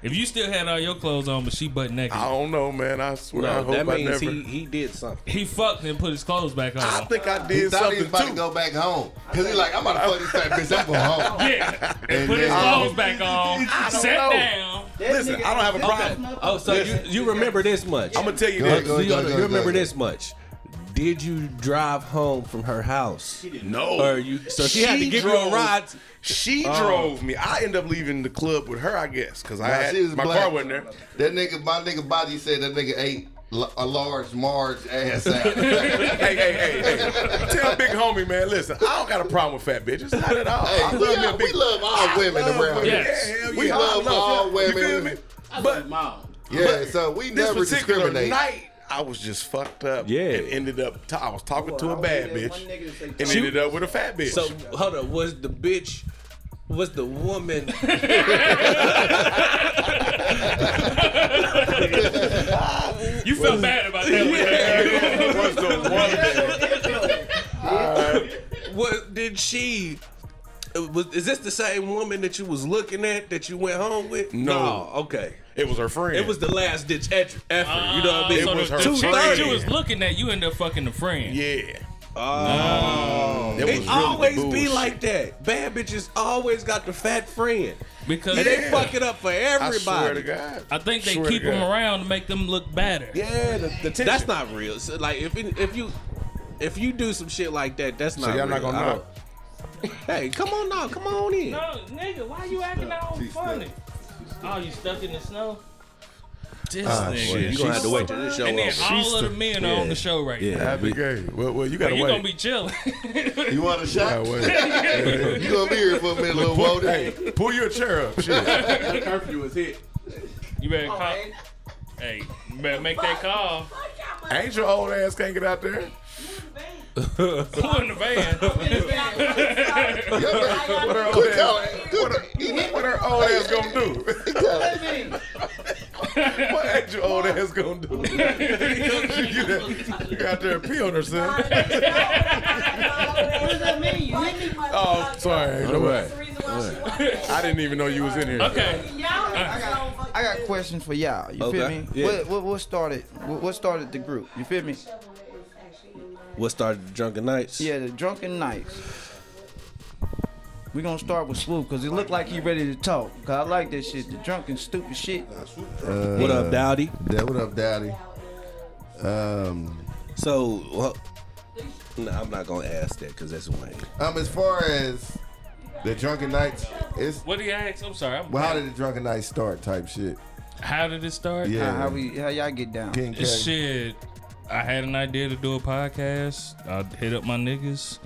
Speaker 8: If you still had all your clothes on but she butt naked,
Speaker 7: I don't know, man. I swear. I
Speaker 1: No,
Speaker 7: hope
Speaker 1: that
Speaker 7: I
Speaker 1: means
Speaker 7: never.
Speaker 1: he, he did something.
Speaker 8: he fucked and put his clothes back on.
Speaker 7: I think I
Speaker 3: He
Speaker 7: did
Speaker 3: thought he was
Speaker 7: something
Speaker 3: about to
Speaker 7: too.
Speaker 3: go back home. Cause he like, I'm about to fuck this fat bitch. I'm going home.
Speaker 7: [LAUGHS]
Speaker 8: yeah,
Speaker 3: And
Speaker 8: put his
Speaker 3: then- um,
Speaker 8: clothes back on,
Speaker 7: don't
Speaker 8: sat
Speaker 7: know.
Speaker 8: down.
Speaker 7: Listen, I don't have a problem.
Speaker 1: Oh, so you, you remember this much.
Speaker 7: I'm gonna tell you
Speaker 3: Go ahead,
Speaker 7: this.
Speaker 3: go ahead,
Speaker 1: you,
Speaker 3: go ahead, go ahead,
Speaker 1: you remember
Speaker 3: go
Speaker 1: this much. Did you drive home from her house?
Speaker 7: No.
Speaker 1: Or you so she, had to
Speaker 7: She
Speaker 1: give you a
Speaker 7: drove-
Speaker 1: ride. Uh-huh.
Speaker 7: She drove me. I ended up leaving the club with her, I guess, because I
Speaker 3: Nah,
Speaker 7: had
Speaker 3: she was
Speaker 7: my
Speaker 3: black.
Speaker 7: car wasn't there.
Speaker 3: That nigga, my nigga body said that nigga ate l- a large Marge ass
Speaker 7: [LAUGHS]
Speaker 3: out.
Speaker 7: hey, hey, hey, hey. Tell big homie, man, listen, I don't got a problem with fat bitches. Not at all. I
Speaker 3: Hey, we,
Speaker 7: love me a
Speaker 3: love,
Speaker 7: big
Speaker 3: we love all women
Speaker 7: love
Speaker 3: around
Speaker 7: women.
Speaker 3: here.
Speaker 8: Yes.
Speaker 7: Yeah, hell
Speaker 3: We
Speaker 7: yeah. I
Speaker 3: love all
Speaker 7: you. You feel
Speaker 3: women.
Speaker 7: me? But
Speaker 3: Yeah, so we
Speaker 7: this
Speaker 3: never
Speaker 7: particular
Speaker 3: discriminate.
Speaker 7: night, I was just fucked up.
Speaker 1: Yeah.
Speaker 7: And ended up, t- I was talking to a bad bitch. And ended up with a fat bitch. [LAUGHS]
Speaker 1: So hold on, was the bitch was the woman
Speaker 8: You felt bad about that. one.
Speaker 7: was the woman.
Speaker 1: what did she was is this the same woman that you was looking at that you went home with?
Speaker 7: No.
Speaker 1: okay.
Speaker 7: It was her friend.
Speaker 1: It was the last ditch et- effort. you know what I mean?
Speaker 7: it
Speaker 8: so
Speaker 7: was
Speaker 8: the
Speaker 7: her
Speaker 8: two
Speaker 7: friend.
Speaker 8: things you was looking at, you end up fucking the friend.
Speaker 7: Yeah.
Speaker 1: Oh.
Speaker 7: That was
Speaker 1: It
Speaker 7: really
Speaker 1: always
Speaker 7: the
Speaker 1: be
Speaker 7: bullshit.
Speaker 1: like that. Bad bitches always got the fat friend.
Speaker 8: Because
Speaker 1: And they
Speaker 7: Yeah.
Speaker 1: fuck it up for
Speaker 7: I
Speaker 1: everybody.
Speaker 7: swear to God.
Speaker 8: I think they
Speaker 7: Swear to
Speaker 8: keep them
Speaker 7: God.
Speaker 8: around to make them look better.
Speaker 7: Yeah, the, the tension.
Speaker 1: That's not real. So, like if it, if you if you do some shit like that, that's not.
Speaker 7: y'all
Speaker 1: real.
Speaker 7: not gonna
Speaker 1: I
Speaker 7: know.
Speaker 1: don't- Hey, come on now, come on in.
Speaker 10: No, nigga, why you acting all funny? Oh, you stuck in the snow?
Speaker 8: This
Speaker 7: Ah,
Speaker 1: Shit,
Speaker 8: nigga.
Speaker 1: you gonna have to wait till this show
Speaker 8: And then
Speaker 1: over.
Speaker 8: all of the men are on the show right now.
Speaker 1: Oh, Yeah,
Speaker 7: Happy gay. Well, well, you gotta
Speaker 8: You
Speaker 7: wait.
Speaker 8: gonna be chilling.
Speaker 3: You want a
Speaker 7: Yeah,
Speaker 3: shot?
Speaker 7: wait.
Speaker 3: [LAUGHS] you gonna be here for a minute, little
Speaker 7: Pull,
Speaker 3: Woden.
Speaker 7: hey, pull your chair up. Shit.
Speaker 8: [LAUGHS]
Speaker 1: curfew is hit.
Speaker 8: you better call. Hey, you better make that call. [LAUGHS]
Speaker 7: Ain't your old ass can't get out there?
Speaker 8: Pull in the van.
Speaker 7: What her old
Speaker 3: Quit
Speaker 7: ass,
Speaker 3: calling. Quit
Speaker 7: what her old ass gonna do? what ain't your old ass gonna
Speaker 2: [LAUGHS]
Speaker 7: do? you, get- you got out there and pee on herself. Oh, sorry. No way. I didn't even know you was in here.
Speaker 8: Okay.
Speaker 5: I got a question for y'all. You feel
Speaker 1: Okay,
Speaker 5: me?
Speaker 1: yeah.
Speaker 5: What, what what started what, what started the group? You feel me?
Speaker 1: What started the drunken nights?
Speaker 5: Yeah, the drunken nights. We gonna start with Swoop because he looked like he ready to talk. Cause I like that shit, the drunken stupid shit.
Speaker 6: What up, Dowdy?
Speaker 3: That what up, Daddy? Um,
Speaker 6: So, well, no, I'm not gonna ask that because that's Wayne.
Speaker 3: um, as far as the drunken nights, it's
Speaker 2: What do you ask? I'm sorry. I'm,
Speaker 3: well, how did the drunken nights start? Type shit.
Speaker 2: how did it start?
Speaker 5: How,
Speaker 3: Yeah,
Speaker 5: how we how y'all get down?
Speaker 3: King K.
Speaker 2: Shit, I had an idea to do a podcast. I hit up my niggas,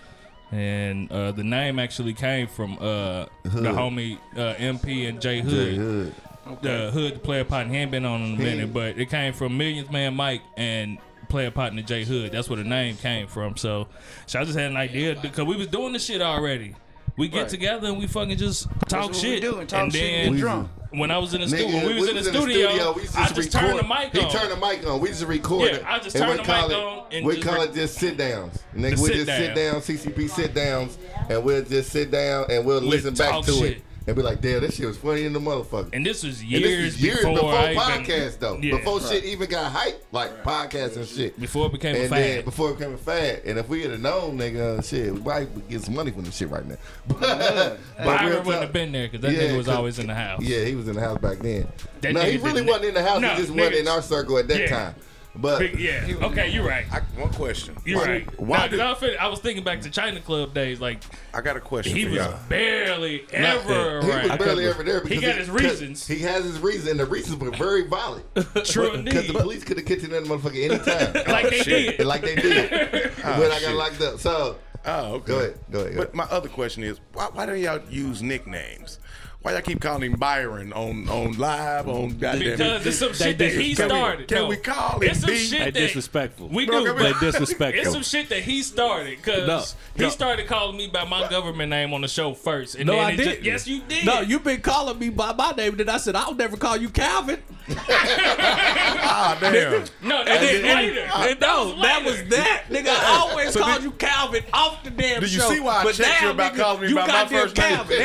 Speaker 2: and uh, the name actually came from uh, the homie uh, MP and Jay Hood.
Speaker 3: Jay Hood.
Speaker 2: The Hood player partner had been on in a minute, but it came from Millions Man Mike and player partner Jay Hood. That's where the name came from. So, so I just had an idea because we was doing this shit already. We get
Speaker 5: Right.
Speaker 2: together and we fucking just talk
Speaker 5: what we
Speaker 2: shit.
Speaker 5: do, and talk shit
Speaker 2: then
Speaker 5: and get drunk.
Speaker 2: when I was in the
Speaker 3: Nigga,
Speaker 2: studio, when we was, in, the studio,
Speaker 3: we
Speaker 2: I just turned the
Speaker 3: record-
Speaker 2: mic on.
Speaker 3: He turned the mic on. We just recorded.
Speaker 2: Yeah, I just
Speaker 3: And
Speaker 2: turned
Speaker 3: we
Speaker 2: the mic
Speaker 3: call it-
Speaker 2: on and
Speaker 3: we
Speaker 2: just
Speaker 3: call
Speaker 2: re-
Speaker 3: it just sit downs. Nigga, we
Speaker 2: sit
Speaker 3: just sit
Speaker 2: down.
Speaker 3: down, CCP sit downs, and we'll just sit down and we'll listen back
Speaker 2: talk
Speaker 3: to
Speaker 2: shit.
Speaker 3: it and be like, damn, that shit was funny in the motherfucker.
Speaker 2: And this was
Speaker 3: And
Speaker 2: years,
Speaker 3: this was years before,
Speaker 2: I even-
Speaker 3: podcasts, though.
Speaker 2: Yeah.
Speaker 3: before shit even got hype, like podcasts and shit.
Speaker 2: Before it became a
Speaker 3: and
Speaker 2: fad.
Speaker 3: then before it became a fad. And if we had known, nigga, shit, we might get some money from this shit right now. [LAUGHS] but
Speaker 2: Byron
Speaker 3: real
Speaker 2: wouldn't
Speaker 3: talk-
Speaker 2: have been there because that
Speaker 3: Yeah,
Speaker 2: nigga was
Speaker 3: 'cause-
Speaker 2: always in the house.
Speaker 3: Yeah, he was in the house back then.
Speaker 2: That
Speaker 3: no, he
Speaker 2: nigga
Speaker 3: really
Speaker 2: didn't-
Speaker 3: wasn't in the house.
Speaker 2: No,
Speaker 3: he just wasn't
Speaker 2: niggas-
Speaker 3: in our circle at that
Speaker 2: Yeah.
Speaker 3: time. But
Speaker 2: Big- [LAUGHS] yeah. Okay, you're right.
Speaker 7: I, one question.
Speaker 2: You're
Speaker 7: Why-
Speaker 2: right.
Speaker 7: Why
Speaker 2: Nah, 'cause
Speaker 7: did,
Speaker 2: I, fin- I was thinking back to China Club days. Like
Speaker 7: I got a question
Speaker 2: he
Speaker 7: for
Speaker 2: was
Speaker 7: y'all.
Speaker 2: barely ever
Speaker 3: he was
Speaker 2: right.
Speaker 3: barely ever there. Because
Speaker 2: got his
Speaker 3: 'cause
Speaker 2: reasons.
Speaker 3: He has his reasons, and the reasons were very valid.
Speaker 2: True [LAUGHS]
Speaker 3: Because
Speaker 2: indeed.
Speaker 3: the police could have kicked him that
Speaker 2: [LAUGHS]
Speaker 3: motherfucker anytime.
Speaker 2: Like Oh, they
Speaker 7: shit.
Speaker 2: did.
Speaker 3: like they
Speaker 2: [LAUGHS]
Speaker 3: did. when I got
Speaker 7: shit.
Speaker 3: locked up. So,
Speaker 7: Oh, okay.
Speaker 3: Go ahead, go ahead, go
Speaker 7: But
Speaker 3: ahead.
Speaker 7: my other question is, why, why don't y'all use nicknames? Why y'all keep calling him Byron on on live on goddamn?
Speaker 2: Because it's some shit that he
Speaker 7: Can we-
Speaker 2: started.
Speaker 7: can
Speaker 2: No.
Speaker 7: we call it
Speaker 2: It's some
Speaker 7: B?
Speaker 2: shit
Speaker 7: They
Speaker 2: that
Speaker 6: disrespectful.
Speaker 2: We
Speaker 7: Bro,
Speaker 2: do,
Speaker 7: come here.
Speaker 2: but
Speaker 7: They
Speaker 6: disrespectful.
Speaker 2: It's some shit that he started because
Speaker 6: No,
Speaker 2: he
Speaker 6: no.
Speaker 2: started calling me by my government name on the show first. And
Speaker 6: No,
Speaker 2: then
Speaker 6: I
Speaker 2: it ju-
Speaker 6: didn't.
Speaker 2: yes, you did.
Speaker 6: No, you've been calling me by my name, and then I said I'll never call you Calvin.
Speaker 7: Ah,
Speaker 2: [LAUGHS]
Speaker 7: damn.
Speaker 2: No, that was later.
Speaker 6: And no, that was that, nigga.
Speaker 7: uh,
Speaker 6: I always called you Calvin off the damn
Speaker 7: Do you
Speaker 6: show.
Speaker 7: see why I
Speaker 6: But
Speaker 7: checked you
Speaker 6: now,
Speaker 7: about
Speaker 6: nigga,
Speaker 7: calling me
Speaker 6: you
Speaker 7: by my
Speaker 6: goddamn
Speaker 7: first name?
Speaker 6: Calvin.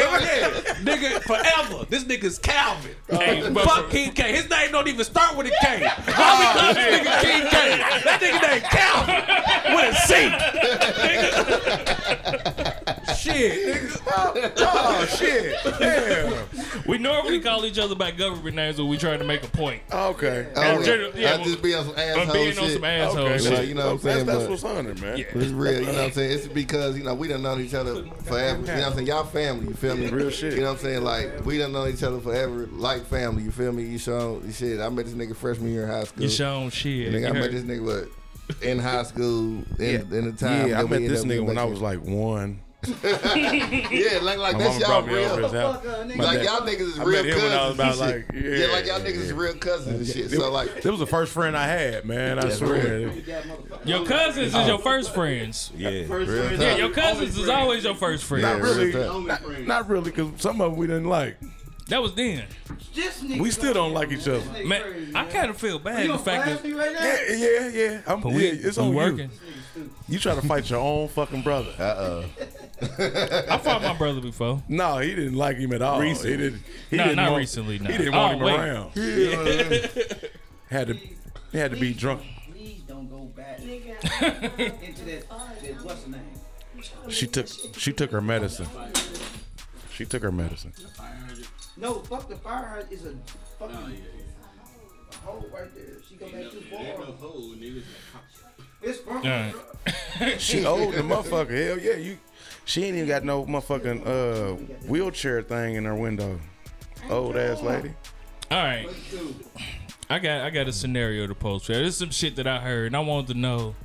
Speaker 6: [LAUGHS] Nigga, nigga, forever. This nigga's Calvin.
Speaker 2: [LAUGHS] Hey, but
Speaker 6: Fuck King K. His name don't even start with a K. Why we call this nigga King K? That nigga named Calvin with a C. Nigga. Shit, nigga.
Speaker 7: oh shit. Damn.
Speaker 2: We normally call each other by government names when we trying to make a point.
Speaker 7: Okay.
Speaker 3: I
Speaker 2: In general, yeah,
Speaker 3: oh, I just be on some
Speaker 2: I'm
Speaker 3: asshole
Speaker 2: being
Speaker 3: shit.
Speaker 2: on some asshole
Speaker 7: Okay.
Speaker 2: shit.
Speaker 3: Well, you know what I'm saying,
Speaker 7: That's, that's
Speaker 3: but-
Speaker 7: what's on it, man.
Speaker 3: It's real, you know what I'm saying? It's because, you know, we done known each other forever. You know what I'm saying? Y'all family, you feel me?
Speaker 7: Real shit.
Speaker 3: You know what I'm saying? Like, we done known each other forever, like family, you feel me? You show shit. I met this nigga freshman year in high school.
Speaker 2: You shown shit.
Speaker 3: Nigga, I
Speaker 2: You
Speaker 3: met
Speaker 2: heard?
Speaker 3: this nigga what, in high school, in, in the time.
Speaker 7: Yeah,
Speaker 3: that
Speaker 7: I
Speaker 3: we
Speaker 7: met
Speaker 3: ended
Speaker 7: this
Speaker 3: up
Speaker 7: nigga
Speaker 3: getting
Speaker 7: when I
Speaker 3: back
Speaker 7: was like one.
Speaker 3: in. Yeah, like, like
Speaker 7: My
Speaker 3: that's
Speaker 7: mama
Speaker 3: y'all
Speaker 7: brought me over
Speaker 3: real.
Speaker 7: his house.
Speaker 5: Fuck, uh,
Speaker 7: My
Speaker 3: Like
Speaker 7: dad-
Speaker 3: y'all niggas is
Speaker 7: I
Speaker 3: real
Speaker 7: met him
Speaker 3: cousins.
Speaker 7: when I was about,
Speaker 3: and shit.
Speaker 7: like, yeah,
Speaker 3: yeah, like y'all niggas
Speaker 7: yeah.
Speaker 3: is real cousins and shit. So like,
Speaker 7: That was the first friend I had, man. I swear.
Speaker 2: Your cousins is your first friends.
Speaker 7: Yeah.
Speaker 3: real talk.
Speaker 2: Yeah, your cousins is always your first friend.
Speaker 7: Not really.
Speaker 3: real talk.
Speaker 7: Not, not really, because some of them we didn't like.
Speaker 2: That was then.
Speaker 5: This nigga
Speaker 7: We still don't like each other.
Speaker 2: Man, I kind of feel bad
Speaker 5: You
Speaker 2: the
Speaker 5: gonna
Speaker 2: fact
Speaker 5: blast
Speaker 2: that
Speaker 5: me right now?
Speaker 7: Yeah, yeah, yeah. I'm,
Speaker 2: but
Speaker 7: yeah,
Speaker 2: we,
Speaker 7: it's
Speaker 2: we
Speaker 7: on
Speaker 2: working. Uh,
Speaker 7: you. You try to fight your own fucking brother.
Speaker 2: I fought my brother before.
Speaker 7: no, he didn't like him at all. He didn't. He
Speaker 2: No,
Speaker 7: didn't
Speaker 2: not
Speaker 7: want,
Speaker 2: recently, no.
Speaker 7: He didn't
Speaker 2: Oh,
Speaker 7: want him
Speaker 2: wait.
Speaker 7: around. had to. He had to be drunk.
Speaker 5: Please don't go back into that, that what's the name?
Speaker 7: She took. She took her medicine. She took her medicine.
Speaker 5: No, fuck the fire hydrant is a fucking hole right there. She go back too far. It's from
Speaker 2: Alright.
Speaker 7: She old the motherfucker. Hell yeah, you. She ain't even got no motherfucking uh, wheelchair thing in her window. Old ass lady.
Speaker 2: All right. I got I got a scenario to pose for. you. There's some shit that I heard, and I wanted to know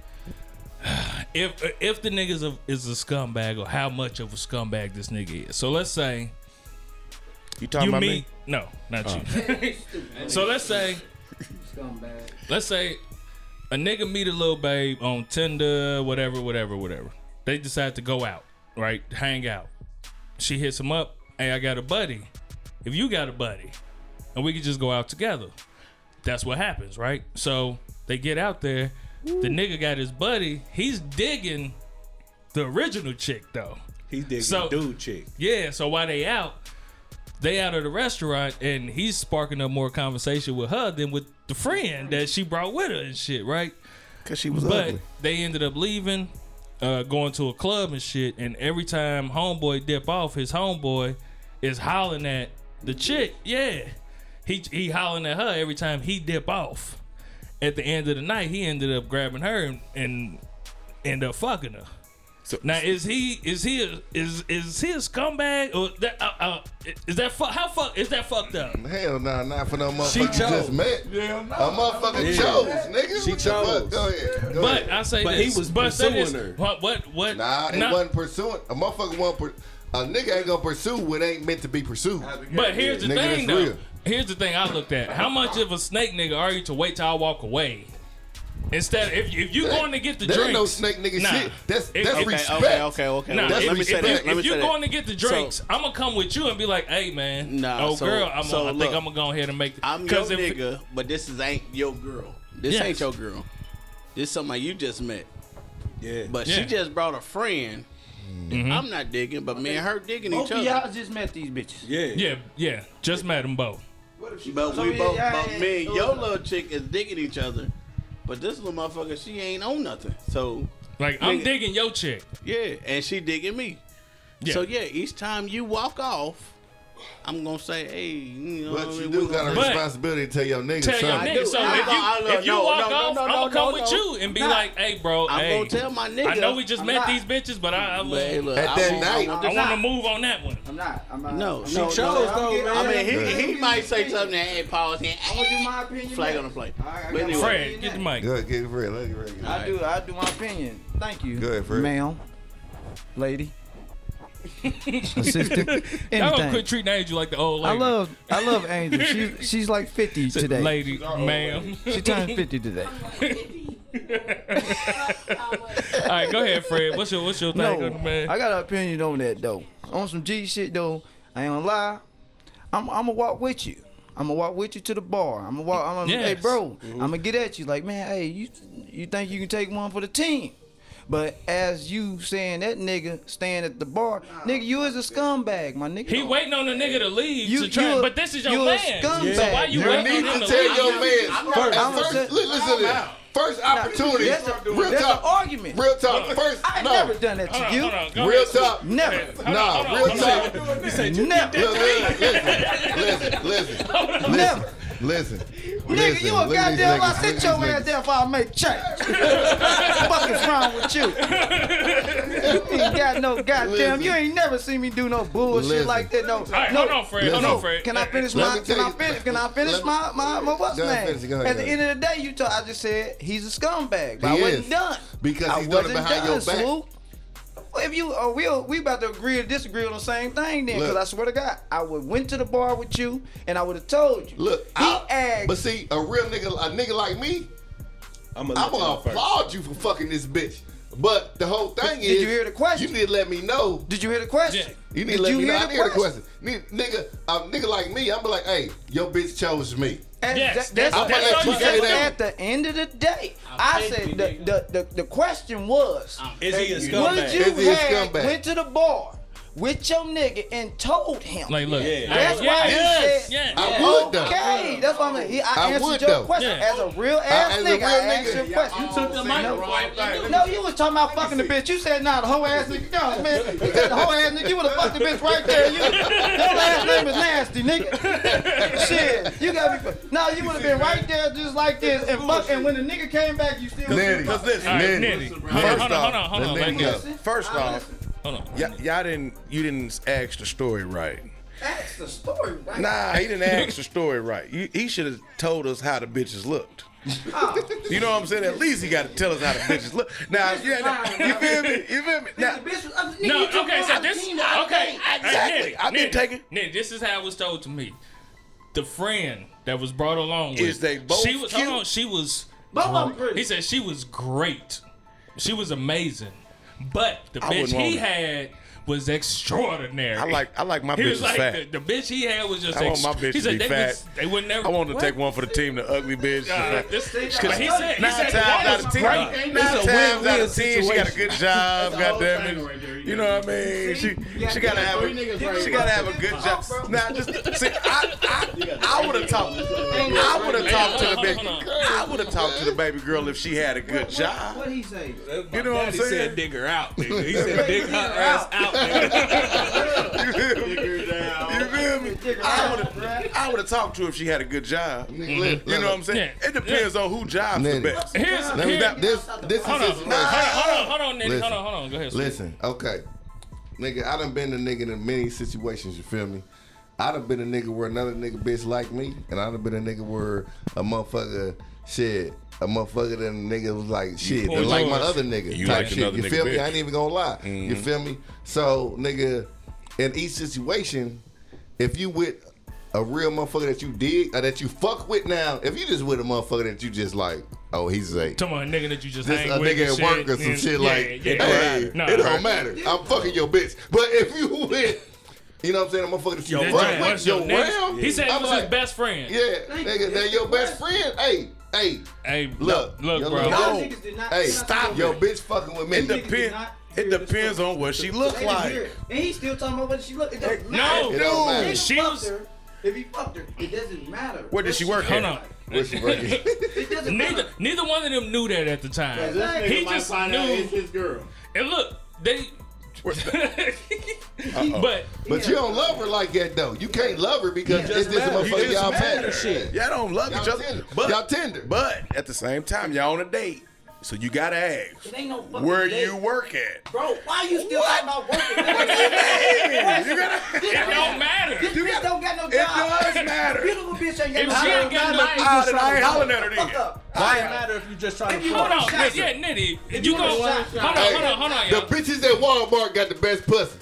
Speaker 2: [SIGHS] if if the niggas a- is a scumbag or how much of a scumbag this nigga is. So let's say
Speaker 7: You talking
Speaker 2: you
Speaker 7: about
Speaker 2: meet
Speaker 7: me? Oh.
Speaker 2: no, not you. so let's say
Speaker 5: scumbag.
Speaker 2: let's say a nigga meet a little babe on Tinder, whatever, whatever, whatever. They decide to go out, right? Hang out. She hits him up. Hey, I got a buddy. If you got a buddy, and we could just go out together. That's what happens, right? So they get out there. The nigga got his buddy. He's digging the original chick though.
Speaker 6: He did
Speaker 2: So-
Speaker 6: dude chick.
Speaker 2: Yeah, so while they out, they out of the restaurant and he's sparking up more conversation with her than with the friend that she brought with her and shit, right?
Speaker 7: Cause she was
Speaker 2: But
Speaker 7: ugly.
Speaker 2: they ended up leaving. uh, going to a club and shit, and every time homeboy dip off, his homeboy is hollering at the chick. Yeah, he he hollering at her every time he dip off. At the end of the night, he ended up grabbing her and, and end up fucking her.
Speaker 7: So-
Speaker 2: now is he is he a, is is he a scumbag or that uh, uh, is that fuck how fuck is that fucked up?
Speaker 3: Hell nah, not for no motherfucker
Speaker 7: She
Speaker 3: you
Speaker 7: chose.
Speaker 3: just met.
Speaker 7: Hell no.
Speaker 3: A motherfucker
Speaker 7: Yeah.
Speaker 3: chose, nigga.
Speaker 7: She
Speaker 3: what the fuck?
Speaker 7: chose.
Speaker 3: Go ahead. Go
Speaker 2: But
Speaker 3: ahead.
Speaker 2: I say
Speaker 7: But he
Speaker 2: this,
Speaker 7: was
Speaker 2: say
Speaker 7: pursuing
Speaker 2: this,
Speaker 7: her.
Speaker 2: What what what?
Speaker 3: Nah, it
Speaker 2: not-
Speaker 3: wasn't pursuing. A motherfucker won't. Per- a nigga ain't gonna pursue what ain't meant to be pursued.
Speaker 2: But here's the
Speaker 3: Nigga,
Speaker 2: thing,
Speaker 3: that's
Speaker 2: though.
Speaker 3: real.
Speaker 2: Here's the thing I looked at. How much of a snake nigga are you to wait till I walk away? Instead, if, if you
Speaker 3: That-
Speaker 2: going to get the
Speaker 3: that
Speaker 2: drinks,
Speaker 3: ain't no snake nigga
Speaker 2: nah.
Speaker 3: shit. That's
Speaker 2: If-
Speaker 3: that's
Speaker 2: okay,
Speaker 3: respect.
Speaker 4: Okay, okay, okay.
Speaker 2: Nah,
Speaker 3: Let
Speaker 2: if,
Speaker 3: me
Speaker 2: if,
Speaker 3: say that.
Speaker 2: if,
Speaker 3: Let
Speaker 2: if you're going to get the drinks,
Speaker 4: So-
Speaker 2: I'm gonna come with you and be like, "Hey, man,
Speaker 4: Nah,
Speaker 2: oh
Speaker 4: so-
Speaker 2: girl, I'm
Speaker 4: so
Speaker 2: gonna, I
Speaker 4: look,
Speaker 2: think I'm gonna go ahead and make." The,
Speaker 4: I'm your
Speaker 2: 'cause if-
Speaker 4: nigga, but this is ain't your girl. This
Speaker 2: Yes.
Speaker 4: ain't your girl. This somebody you just met.
Speaker 7: Yeah.
Speaker 4: But
Speaker 2: Yeah.
Speaker 4: she just brought a friend. I'm not digging, but me and her digging
Speaker 5: Both
Speaker 4: each
Speaker 5: of
Speaker 4: other.
Speaker 5: y'all just met these bitches.
Speaker 7: Yeah.
Speaker 2: Yeah, yeah, just met them both.
Speaker 4: But
Speaker 5: So
Speaker 4: we
Speaker 5: yeah,
Speaker 4: both,
Speaker 5: yeah,
Speaker 4: both
Speaker 5: yeah,
Speaker 4: me and
Speaker 5: so-
Speaker 4: your little chick is digging each other. But this little motherfucker, she ain't on nothing. So
Speaker 2: Like I'm
Speaker 4: Nigga.
Speaker 2: digging your chick.
Speaker 4: yeah, and she digging me.
Speaker 2: Yeah.
Speaker 4: So yeah, each time you walk off, I'm gonna say, hey, you know,
Speaker 3: But you
Speaker 4: we
Speaker 3: do
Speaker 4: gonna-
Speaker 3: got a
Speaker 2: But-
Speaker 3: responsibility to tell your nigga.
Speaker 2: Tell your
Speaker 3: son.
Speaker 2: nigga. So
Speaker 4: I
Speaker 2: if
Speaker 4: know, I know.
Speaker 2: you if you
Speaker 4: No,
Speaker 2: walk
Speaker 4: no,
Speaker 2: off,
Speaker 4: no,
Speaker 2: I'm
Speaker 4: no,
Speaker 2: gonna come
Speaker 4: no,
Speaker 2: with
Speaker 4: no.
Speaker 2: you and be
Speaker 5: Nah.
Speaker 2: like, "Hey, bro,
Speaker 4: I'm
Speaker 2: hey,
Speaker 4: gonna tell my nigga.
Speaker 2: I know we just
Speaker 5: I'm
Speaker 2: met
Speaker 5: not.
Speaker 2: these bitches, but I I,
Speaker 4: But, hey,
Speaker 2: I,
Speaker 4: look,
Speaker 3: At
Speaker 4: I
Speaker 3: that
Speaker 4: want-
Speaker 3: night-
Speaker 4: I want
Speaker 2: I
Speaker 4: this-
Speaker 2: want to move on that one."
Speaker 5: I'm not. I'm not.
Speaker 4: No,
Speaker 5: I'm
Speaker 4: she
Speaker 5: not-
Speaker 4: chose
Speaker 5: I'm
Speaker 4: though,
Speaker 5: getting-
Speaker 4: I mean,
Speaker 3: Yeah.
Speaker 4: he, he might say something that hey, pause and
Speaker 5: I'm gonna do my opinion.
Speaker 4: Flag
Speaker 5: next.
Speaker 4: on the plate.
Speaker 5: All right, I
Speaker 4: But
Speaker 5: got my
Speaker 4: anyway.
Speaker 2: Fred,
Speaker 5: opinion
Speaker 2: get the
Speaker 5: next.
Speaker 2: mic.
Speaker 3: Go ahead, get it real. Let it real.
Speaker 5: I do. I do my opinion. Thank you.
Speaker 3: Go ahead, Fred.
Speaker 4: [LAUGHS]
Speaker 5: ma'am, lady,
Speaker 2: Y'all
Speaker 5: assistant, [LAUGHS]
Speaker 2: gonna quit
Speaker 5: anything.
Speaker 2: treating Angel like the old
Speaker 5: I
Speaker 2: lady.
Speaker 5: love. I love Angel. She's she's like fifty
Speaker 2: Said,
Speaker 5: today.
Speaker 2: lady, ma'am.
Speaker 5: She turned fifty today.
Speaker 2: All right, go ahead, Fred. What's your what's your thing
Speaker 5: No,
Speaker 2: on the man?
Speaker 5: I got an opinion on that though. On some G shit though, I ain't gonna lie. I'm I'm gonna walk with you. I'm gonna walk with you to the bar. I'm gonna walk. I'm gonna, hey
Speaker 2: Yes. Mm-hmm.
Speaker 5: bro, I'm gonna get at you like man. Hey, you you think you can take one for the team? But as you saying that nigga staying at the bar, nigga, you is a scumbag, my nigga.
Speaker 2: he waiting on the nigga to leave
Speaker 5: You-
Speaker 2: to try,
Speaker 5: you a-
Speaker 2: but this is your
Speaker 5: you a
Speaker 2: man.
Speaker 5: scumbag.
Speaker 2: So why you
Speaker 5: You
Speaker 3: You
Speaker 2: waiting on
Speaker 3: need
Speaker 2: him
Speaker 3: to
Speaker 2: to
Speaker 3: tell
Speaker 2: leave?
Speaker 3: your man first.
Speaker 5: I'm
Speaker 3: first
Speaker 5: not-
Speaker 3: li- listen to this. First opportunity.
Speaker 5: That's, a,
Speaker 3: real
Speaker 5: that's an
Speaker 3: talk.
Speaker 5: argument.
Speaker 3: Real talk. First.
Speaker 5: I ain't
Speaker 3: no.
Speaker 5: never done that to
Speaker 2: Hold on,
Speaker 5: you.
Speaker 2: hold on, go
Speaker 3: Real
Speaker 2: ahead.
Speaker 3: talk.
Speaker 5: Never.
Speaker 2: Hold on, hold
Speaker 3: Nah,
Speaker 2: on,
Speaker 3: real
Speaker 2: hold on.
Speaker 3: talk.
Speaker 5: Never.
Speaker 3: Look, Listen, listen, listen, listen,
Speaker 5: Never.
Speaker 3: listen.
Speaker 5: Nigga, you a
Speaker 3: Look at these
Speaker 5: goddamn
Speaker 3: niggas.
Speaker 5: lie.
Speaker 3: Look at
Speaker 5: Sit your
Speaker 3: these
Speaker 5: ass
Speaker 3: niggas.
Speaker 5: there if I make change. Fuck is wrong with you? You ain't got no goddamn.
Speaker 3: Listen.
Speaker 5: You ain't never seen me do no bullshit
Speaker 3: Listen.
Speaker 5: like that. No,
Speaker 2: right,
Speaker 5: no.
Speaker 2: hold on, Fred, hold
Speaker 5: no.
Speaker 2: on, Fred.
Speaker 5: Can I finish
Speaker 3: Let
Speaker 5: my?
Speaker 3: me tell
Speaker 5: Can I
Speaker 3: you-
Speaker 5: finish? Can I finish
Speaker 3: let-
Speaker 5: my my my what's
Speaker 3: Go ahead,
Speaker 5: name?
Speaker 3: finish it, go ahead,
Speaker 5: At the
Speaker 3: go
Speaker 5: end of the day, you talk. I just said he's a scumbag. But
Speaker 3: He
Speaker 5: I wasn't
Speaker 3: is.
Speaker 5: done.
Speaker 3: Because
Speaker 5: I
Speaker 3: he's done it
Speaker 5: wasn't
Speaker 3: behind your back.
Speaker 5: Swoop. Well, If you oh, we we about to agree or disagree on the same thing then, because
Speaker 3: Look.
Speaker 5: I swear to God, I would went to the bar with you and I would have told you.
Speaker 3: Look,
Speaker 5: he
Speaker 3: I,
Speaker 5: asked.
Speaker 3: but see, a real nigga, a nigga like me,
Speaker 7: I'm gonna
Speaker 3: I'm gonna applaud you for fucking this bitch. But the whole thing
Speaker 5: Did
Speaker 3: is,
Speaker 5: you hear the question?
Speaker 3: You need to let me know.
Speaker 5: Did you hear the question?
Speaker 2: Yeah.
Speaker 3: You need
Speaker 5: Did
Speaker 3: to let
Speaker 5: you
Speaker 3: me know.
Speaker 5: hear
Speaker 3: I
Speaker 5: the
Speaker 3: didn't hear the
Speaker 5: question?
Speaker 3: question. Nigga, nigga, a nigga like me, I'm be like, hey, your bitch chose me.
Speaker 5: And
Speaker 2: Yes,
Speaker 5: that-
Speaker 2: that's-
Speaker 5: that's, that's,
Speaker 2: that's
Speaker 3: all you
Speaker 5: that's
Speaker 3: say there.
Speaker 5: at the end of the day.
Speaker 4: I
Speaker 5: I,
Speaker 4: paid
Speaker 5: said
Speaker 4: you,
Speaker 5: the,
Speaker 4: nigga.
Speaker 5: the, the, the question was,
Speaker 7: Is he a
Speaker 5: would
Speaker 7: scumbag?
Speaker 5: you
Speaker 3: Is he a
Speaker 5: have
Speaker 3: scumbag?
Speaker 5: went to the bar with your nigga and told him?
Speaker 2: Like, look,
Speaker 7: Yeah.
Speaker 5: that's
Speaker 2: I-
Speaker 5: why
Speaker 2: yeah,
Speaker 5: he
Speaker 2: yes,
Speaker 5: said,
Speaker 2: yeah.
Speaker 3: I would though.
Speaker 5: okay, that's why I'm like, he, I,
Speaker 3: I
Speaker 5: answered
Speaker 3: would,
Speaker 5: your
Speaker 3: though.
Speaker 5: question
Speaker 2: Yeah.
Speaker 5: as a real ass
Speaker 3: as a
Speaker 5: nigga.
Speaker 3: real
Speaker 5: I asked
Speaker 3: nigga.
Speaker 5: your question.
Speaker 4: the microphone.
Speaker 5: No, you was talking about fucking the bitch. You said, nah, the whole ass nigga. No, man. You said the whole ass nigga. You would have fucked the bitch right there. You, your last name is nasty, nigga. Shit. You got to be. fu- No, you would have been right there just like this. And fuck. And when the nigga came back, you still.
Speaker 3: Nitty.
Speaker 7: Cause listen,
Speaker 2: All right,
Speaker 3: Nitty.
Speaker 2: Nitty. Hold on, hold on, hold on, hold on,
Speaker 3: Let
Speaker 2: let
Speaker 3: nigga
Speaker 2: go.
Speaker 3: know.
Speaker 7: First off,
Speaker 2: Hold on.
Speaker 7: y- y'all didn't you didn't ask the story right.
Speaker 5: That's the story, right?
Speaker 7: Nah, he
Speaker 2: [LAUGHS]
Speaker 7: didn't ask the story right. You, he should have told us how the bitches looked.
Speaker 2: Oh.
Speaker 7: you know what I'm saying? At least he got to tell us how the bitches look. Now, you, you feel me? You feel me? Now,
Speaker 5: bitch was, uh, nigga,
Speaker 2: No,
Speaker 5: you took
Speaker 2: okay,
Speaker 5: my
Speaker 2: so this
Speaker 5: team out of the
Speaker 2: okay.
Speaker 5: game.
Speaker 7: Exactly. I've been taking-
Speaker 2: Nigga, this is how it was told to me. The friend that was brought along with
Speaker 7: Is they both
Speaker 2: she was
Speaker 7: cute?
Speaker 2: hold on, she was
Speaker 5: Both of 'em
Speaker 2: great.
Speaker 5: pretty.
Speaker 2: He said she was great. She was amazing. But the bitch
Speaker 7: wouldn't want
Speaker 2: he
Speaker 7: it.
Speaker 2: had was extraordinary.
Speaker 7: I like I like my
Speaker 2: he was
Speaker 7: bitches
Speaker 2: like
Speaker 7: fat.
Speaker 2: The, the bitch he had was just
Speaker 7: I want my
Speaker 2: ext-
Speaker 7: bitch
Speaker 2: he
Speaker 7: to
Speaker 2: said
Speaker 7: be
Speaker 2: they
Speaker 7: fat.
Speaker 2: Was, they would never
Speaker 7: I wanted to take one for the team, the ugly bitch.
Speaker 2: uh, this, but he
Speaker 7: Cause
Speaker 2: said, he
Speaker 7: nine
Speaker 2: said
Speaker 7: times
Speaker 2: that
Speaker 7: out of
Speaker 2: was
Speaker 7: ten,
Speaker 2: great.
Speaker 7: nine
Speaker 4: It's a
Speaker 7: times
Speaker 4: win-win
Speaker 7: out of ten, she got a
Speaker 4: situation.
Speaker 7: good job.
Speaker 4: That's the whole
Speaker 7: goddamn
Speaker 4: thing
Speaker 7: it,
Speaker 4: right there, you
Speaker 7: you know what I mean? She
Speaker 5: you
Speaker 7: she
Speaker 5: gotta
Speaker 7: gotta have
Speaker 4: three
Speaker 7: a
Speaker 4: niggas right
Speaker 7: she
Speaker 4: there.
Speaker 7: gotta have a good
Speaker 5: Come on,
Speaker 7: [LAUGHS] job.
Speaker 5: bro.
Speaker 7: Now just see, I I,
Speaker 4: gotta
Speaker 7: I I would have talked. I would have talked to the baby. I would have talked to the baby girl if she had a good job.
Speaker 5: What he say?
Speaker 7: You know what I'm
Speaker 1: He said
Speaker 7: saying?
Speaker 1: dig her
Speaker 7: [LAUGHS]
Speaker 1: out, nigga. He said dig her ass out, nigga.
Speaker 7: [LAUGHS] You feel me? You feel me? I would have. I would have talked to her if she had a good job. You
Speaker 3: You
Speaker 7: know what I'm saying?
Speaker 2: Yeah.
Speaker 7: It depends on who job's the
Speaker 3: Nigga.
Speaker 7: best.
Speaker 2: Here's,
Speaker 3: Let me,
Speaker 2: here-
Speaker 3: that, this, this
Speaker 2: hold, on,
Speaker 3: is his
Speaker 2: hold on,
Speaker 3: question.
Speaker 2: hold on, hold on, Nitty,
Speaker 3: Listen.
Speaker 2: hold on, hold on. Go ahead. Sweet.
Speaker 3: Listen, okay. Nigga, I done been a nigga in many situations, you feel me? I done been a nigga where another nigga bitch like me, and I done been a nigga where a motherfucker shit. A motherfucker that a nigga was like shit,
Speaker 2: pulled
Speaker 3: they like my
Speaker 2: yours.
Speaker 3: other nigga
Speaker 7: You
Speaker 3: type
Speaker 7: like
Speaker 3: shit.
Speaker 7: another
Speaker 3: You
Speaker 7: nigga
Speaker 3: feel me? I
Speaker 7: bitch. Mm-hmm.
Speaker 3: ain't even gonna lie. You feel me? So nigga, in each situation, if you with a real motherfucker that you dig or that you fuck with now, if you just with a motherfucker that you just like, oh he's a
Speaker 2: Talking about a nigga that you just
Speaker 3: just
Speaker 2: hang
Speaker 3: a
Speaker 2: with
Speaker 3: nigga
Speaker 2: and
Speaker 3: at work or
Speaker 2: shit,
Speaker 3: some
Speaker 2: and-
Speaker 3: shit
Speaker 2: yeah,
Speaker 3: like,
Speaker 2: yeah,
Speaker 3: hey,
Speaker 2: Nah,
Speaker 3: it
Speaker 2: right.
Speaker 3: don't matter. I'm fucking your bitch. But if you [LAUGHS] with, you know what I'm saying, a motherfucker that you
Speaker 2: That joint
Speaker 3: run with,
Speaker 2: was
Speaker 3: your
Speaker 2: your nigga.
Speaker 3: round,
Speaker 2: He said he
Speaker 3: I'm
Speaker 2: was his
Speaker 3: like,
Speaker 2: best friend.
Speaker 3: Yeah, nigga, that your best friend. Hey, hey,
Speaker 2: Hey, look,
Speaker 3: look,
Speaker 2: look,
Speaker 3: your
Speaker 2: bro.
Speaker 3: little-
Speaker 5: Y'all niggas did not-
Speaker 3: hey,
Speaker 5: y'all
Speaker 3: stop
Speaker 5: niggas
Speaker 3: your
Speaker 5: did
Speaker 3: bitch fucking with me.
Speaker 7: It depends.
Speaker 5: not hear
Speaker 7: It
Speaker 5: the
Speaker 7: depends on what she
Speaker 5: not-
Speaker 7: look
Speaker 5: they didn't
Speaker 7: like.
Speaker 5: hear it. And he still talking about whether she look. It doesn't
Speaker 2: No,
Speaker 5: matter.
Speaker 3: it
Speaker 2: dude,
Speaker 3: don't
Speaker 5: If
Speaker 3: matter.
Speaker 5: he
Speaker 2: she
Speaker 5: fucked
Speaker 2: was-
Speaker 5: her, if he fucked her, it doesn't matter.
Speaker 7: Where did she work
Speaker 2: Hold
Speaker 7: at?
Speaker 2: on.
Speaker 3: What's your record?
Speaker 5: [LAUGHS] It doesn't
Speaker 2: Neither,
Speaker 5: matter.
Speaker 2: neither one of them knew that at the time.
Speaker 5: This nigga
Speaker 2: He just knew.
Speaker 4: his girl.
Speaker 2: And look, they. [LAUGHS] but
Speaker 3: But you don't love her like that though. You can't love her because it's just a
Speaker 7: mad. You
Speaker 3: motherfucker
Speaker 7: just
Speaker 3: y'all
Speaker 7: mad.
Speaker 3: mad. Shit.
Speaker 7: Y'all don't love
Speaker 3: Y'all
Speaker 7: each other.
Speaker 3: tender.
Speaker 7: But
Speaker 3: Y'all tender.
Speaker 7: But at the same time, y'all on a date. So you gotta ask
Speaker 5: It ain't no fucking
Speaker 7: where
Speaker 5: date.
Speaker 7: you work at.
Speaker 5: Bro, why you still talking about working?
Speaker 7: You gotta
Speaker 2: it don't matter.
Speaker 5: This bitch don't got no
Speaker 7: It
Speaker 5: job.
Speaker 7: does matter.
Speaker 5: Beautiful bitch ain't
Speaker 2: If
Speaker 5: got
Speaker 2: she
Speaker 5: no
Speaker 2: ain't
Speaker 5: job.
Speaker 2: got no.
Speaker 7: Ah, then I ain't hollering at her
Speaker 5: Fuck
Speaker 7: then.
Speaker 5: up.
Speaker 6: Doesn't matter if you just trying to
Speaker 2: Hold
Speaker 6: fuck.
Speaker 2: on,
Speaker 5: Shot.
Speaker 2: yeah, Nitty. You
Speaker 5: you
Speaker 2: gonna
Speaker 5: want a
Speaker 2: hold
Speaker 5: shot,
Speaker 2: on,
Speaker 5: shot.
Speaker 2: hold on, hold on,
Speaker 3: The
Speaker 2: y'all.
Speaker 3: bitches at Walmart got the best pussy.